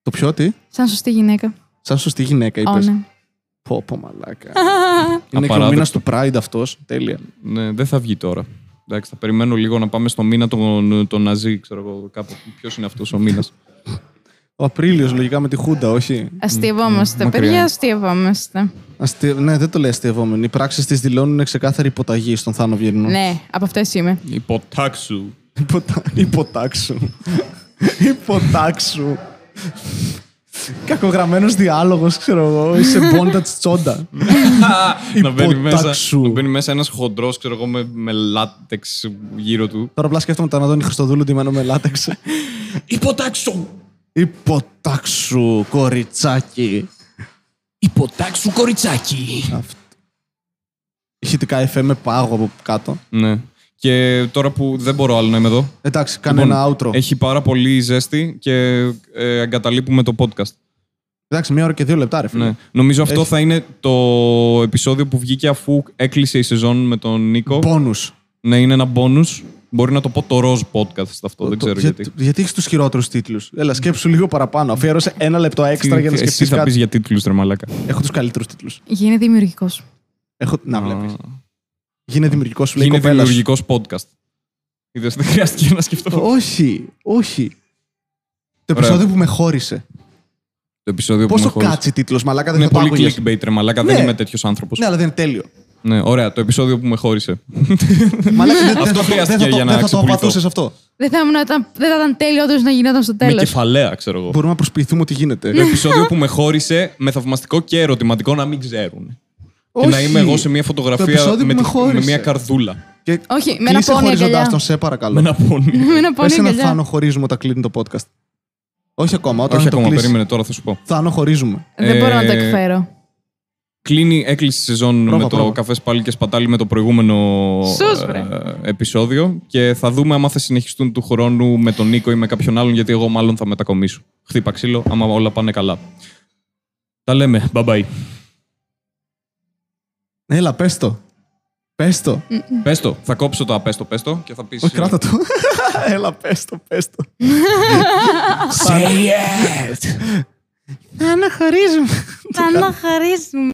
[SPEAKER 2] το πιο τι,
[SPEAKER 3] Σαν σωστή γυναίκα.
[SPEAKER 2] σαν σωστή γυναίκα, είπε.
[SPEAKER 3] Ω, ναι.
[SPEAKER 2] Πω, πω, μαλάκα. είναι και ο
[SPEAKER 1] Απαράδεκτο.
[SPEAKER 2] μήνας του Pride αυτός. Τέλεια.
[SPEAKER 1] Ναι, δεν θα βγει τώρα. Εντάξει, θα περιμένω λίγο να πάμε στο μήνα τον, τον Ναζί, ξέρω εγώ κάπου. Ποιος είναι αυτός ο μήνας.
[SPEAKER 2] Ο Απρίλιος, λογικά με τη Χούντα, όχι.
[SPEAKER 3] Αστειευόμαστε,
[SPEAKER 1] μακριά.
[SPEAKER 3] παιδιά, αστειευόμαστε.
[SPEAKER 2] Αστε... Ναι, δεν το λέει αστείευόμενοι. Οι πράξεις τη δηλώνουν ξεκάθαρη υποταγή στον Θάνο Βιερνού.
[SPEAKER 3] Ναι, από αυτές είμαι.
[SPEAKER 1] Υποτάξου.
[SPEAKER 2] Υποτα... Υποτάξου. Υποτάξου. Κακογραμμένος διάλογος, ξέρω εγώ. Είσαι μπόντα τσόντα.
[SPEAKER 1] να μπαίνει μέσα,
[SPEAKER 2] Υποτάξου.
[SPEAKER 1] να μπαίνει μέσα ένας χοντρός, ξέρω εγώ, με, με λάτεξ γύρω του.
[SPEAKER 2] Τώρα απλά σκέφτομαι τον Αντώνη Χριστοδούλου ντυμένο με λάτεξ.
[SPEAKER 4] Υποτάξου!
[SPEAKER 2] Υποτάξου, κοριτσάκι.
[SPEAKER 4] Υποτάξου κοριτσάκι!
[SPEAKER 2] Αυτό. Ηχητικά FM με πάγο από κάτω.
[SPEAKER 1] Ναι. Και τώρα που δεν μπορώ άλλο να είμαι εδώ.
[SPEAKER 2] Εντάξει, κάνε
[SPEAKER 1] λοιπόν,
[SPEAKER 2] ένα outro.
[SPEAKER 1] Έχει πάρα πολύ ζέστη και ε, εγκαταλείπουμε το podcast.
[SPEAKER 2] Εντάξει, μία ώρα και δύο λεπτά, ρε φίλε.
[SPEAKER 1] Ναι. Νομίζω αυτό
[SPEAKER 2] Έχει.
[SPEAKER 1] θα είναι το επεισόδιο που βγήκε αφού έκλεισε η σεζόν με τον Νίκο.
[SPEAKER 2] Πόνους.
[SPEAKER 1] Ναι, είναι ένα bonus. Μπορεί να το πω το ροζ podcast αυτό, δεν
[SPEAKER 2] Το-
[SPEAKER 1] ξέρω
[SPEAKER 2] για-
[SPEAKER 1] γιατί.
[SPEAKER 2] Γιατί έχεις τους χειρότερους τίτλους. Έλα, σκέψου λίγο παραπάνω. Αφιέρωσε ένα λεπτό έξτρα για να
[SPEAKER 1] Εσύ
[SPEAKER 2] σκεφτείς
[SPEAKER 1] θα
[SPEAKER 2] κάτι.
[SPEAKER 1] πεις για τίτλους, ρε Μαλάκα.
[SPEAKER 2] Έχω τους καλύτερους τίτλους.
[SPEAKER 3] Γίνει δημιουργικός.
[SPEAKER 2] Έχω... Να βλέπεις. Γίνε δημιουργικός, σου λέει
[SPEAKER 1] Είναι
[SPEAKER 2] κοπέλα. σου.
[SPEAKER 1] δημιουργικός podcast. Είδες, δεν χρειάστηκε να σκεφτώ.
[SPEAKER 2] Όχι, όχι. Το
[SPEAKER 1] Ωραία.
[SPEAKER 2] επεισόδιο που με χώρισε.
[SPEAKER 1] Το επεισόδιο που με
[SPEAKER 2] Πόσο
[SPEAKER 1] χώρισε.
[SPEAKER 2] κάτσι τίτλος, μαλάκα δεν
[SPEAKER 1] Είναι
[SPEAKER 2] θα
[SPEAKER 1] πολύ
[SPEAKER 2] πάγω γεια.
[SPEAKER 1] clickbait, ρε Μαλάκα. Δεν
[SPEAKER 2] Ναι.
[SPEAKER 1] είμαι τέτοιος άνθρωπος.
[SPEAKER 2] Ναι, αλλά δεν είναι τέλειο.
[SPEAKER 1] Ναι, ωραία, το επεισόδιο που με χώρισε.
[SPEAKER 2] Μαλάκα δεν- δεν
[SPEAKER 1] Αυτό
[SPEAKER 2] θα το-
[SPEAKER 1] χρειάστηκε
[SPEAKER 2] δεν θα το-
[SPEAKER 1] για να
[SPEAKER 2] Δεν θα το
[SPEAKER 1] ξεπουληθώ.
[SPEAKER 2] απαντούσε αυτό.
[SPEAKER 3] Δεν θα, ήμουν, όταν- δεν θα ήταν τέλειο όντως να γινόταν στο
[SPEAKER 1] Με
[SPEAKER 3] τέλος.
[SPEAKER 1] κεφαλαία, ξέρω εγώ.
[SPEAKER 2] Μπορούμε να προσποιηθούμε ότι γίνεται.
[SPEAKER 1] Το
[SPEAKER 3] Ναι.
[SPEAKER 1] επεισόδιο που με χώρισε με θαυμαστικό και ερωτηματικό να μην ξέρουν. Και
[SPEAKER 2] Όχι.
[SPEAKER 1] να είμαι εγώ σε μια
[SPEAKER 2] Το
[SPEAKER 1] φωτογραφία
[SPEAKER 2] επεισόδιο
[SPEAKER 1] με,
[SPEAKER 2] που με
[SPEAKER 1] τη-
[SPEAKER 2] χώρισε.
[SPEAKER 1] με μια καρδούλα.
[SPEAKER 2] Και
[SPEAKER 3] Όχι, με ένα
[SPEAKER 2] κλείσε
[SPEAKER 3] πόνι
[SPEAKER 2] χωριζοντάς
[SPEAKER 3] αγκαλιά.
[SPEAKER 2] τον, σε παρακαλώ.
[SPEAKER 1] Με ένα πόνι.
[SPEAKER 3] Με ένα πόνι
[SPEAKER 2] Πες ένα
[SPEAKER 3] αγκαλιά.
[SPEAKER 2] θάνο χωρίζουμε όταν κλείνει το podcast. Όχι ακόμα, όταν
[SPEAKER 1] Όχι
[SPEAKER 2] το
[SPEAKER 1] ακόμα,
[SPEAKER 2] κλείσει.
[SPEAKER 1] περίμενε τώρα, θα σου πω.
[SPEAKER 2] Θάνο χωρίζουμε.
[SPEAKER 3] Δεν
[SPEAKER 1] Ε,
[SPEAKER 3] μπορώ να το εκφέρω.
[SPEAKER 1] Κλείνει, έκλεισε η σεζόν
[SPEAKER 2] Πρόβα,
[SPEAKER 1] με το
[SPEAKER 2] πρόβα.
[SPEAKER 1] καφές πάλι και σπατάλι με το προηγούμενο
[SPEAKER 3] Σούς, βρε.
[SPEAKER 1] ε, επεισόδιο και θα δούμε άμα θα συνεχιστούν του χρόνου με τον Νίκο ή με κάποιον άλλον γιατί εγώ μάλλον θα μετακομίσω. Χτύπα ξύλο άμα όλα πάνε καλά. Τα λέμε. Bye bye.
[SPEAKER 2] Έλα, πες το. Πες το.
[SPEAKER 1] Πες το. Θα κόψω το απέστο, πες το και θα πεις... ε,
[SPEAKER 2] Όχι, κράτα το. Έλα, πες το, πες το.
[SPEAKER 4] Say it!
[SPEAKER 3] Θα αναχαρίζουμε. Θα αναχαρίζουμε.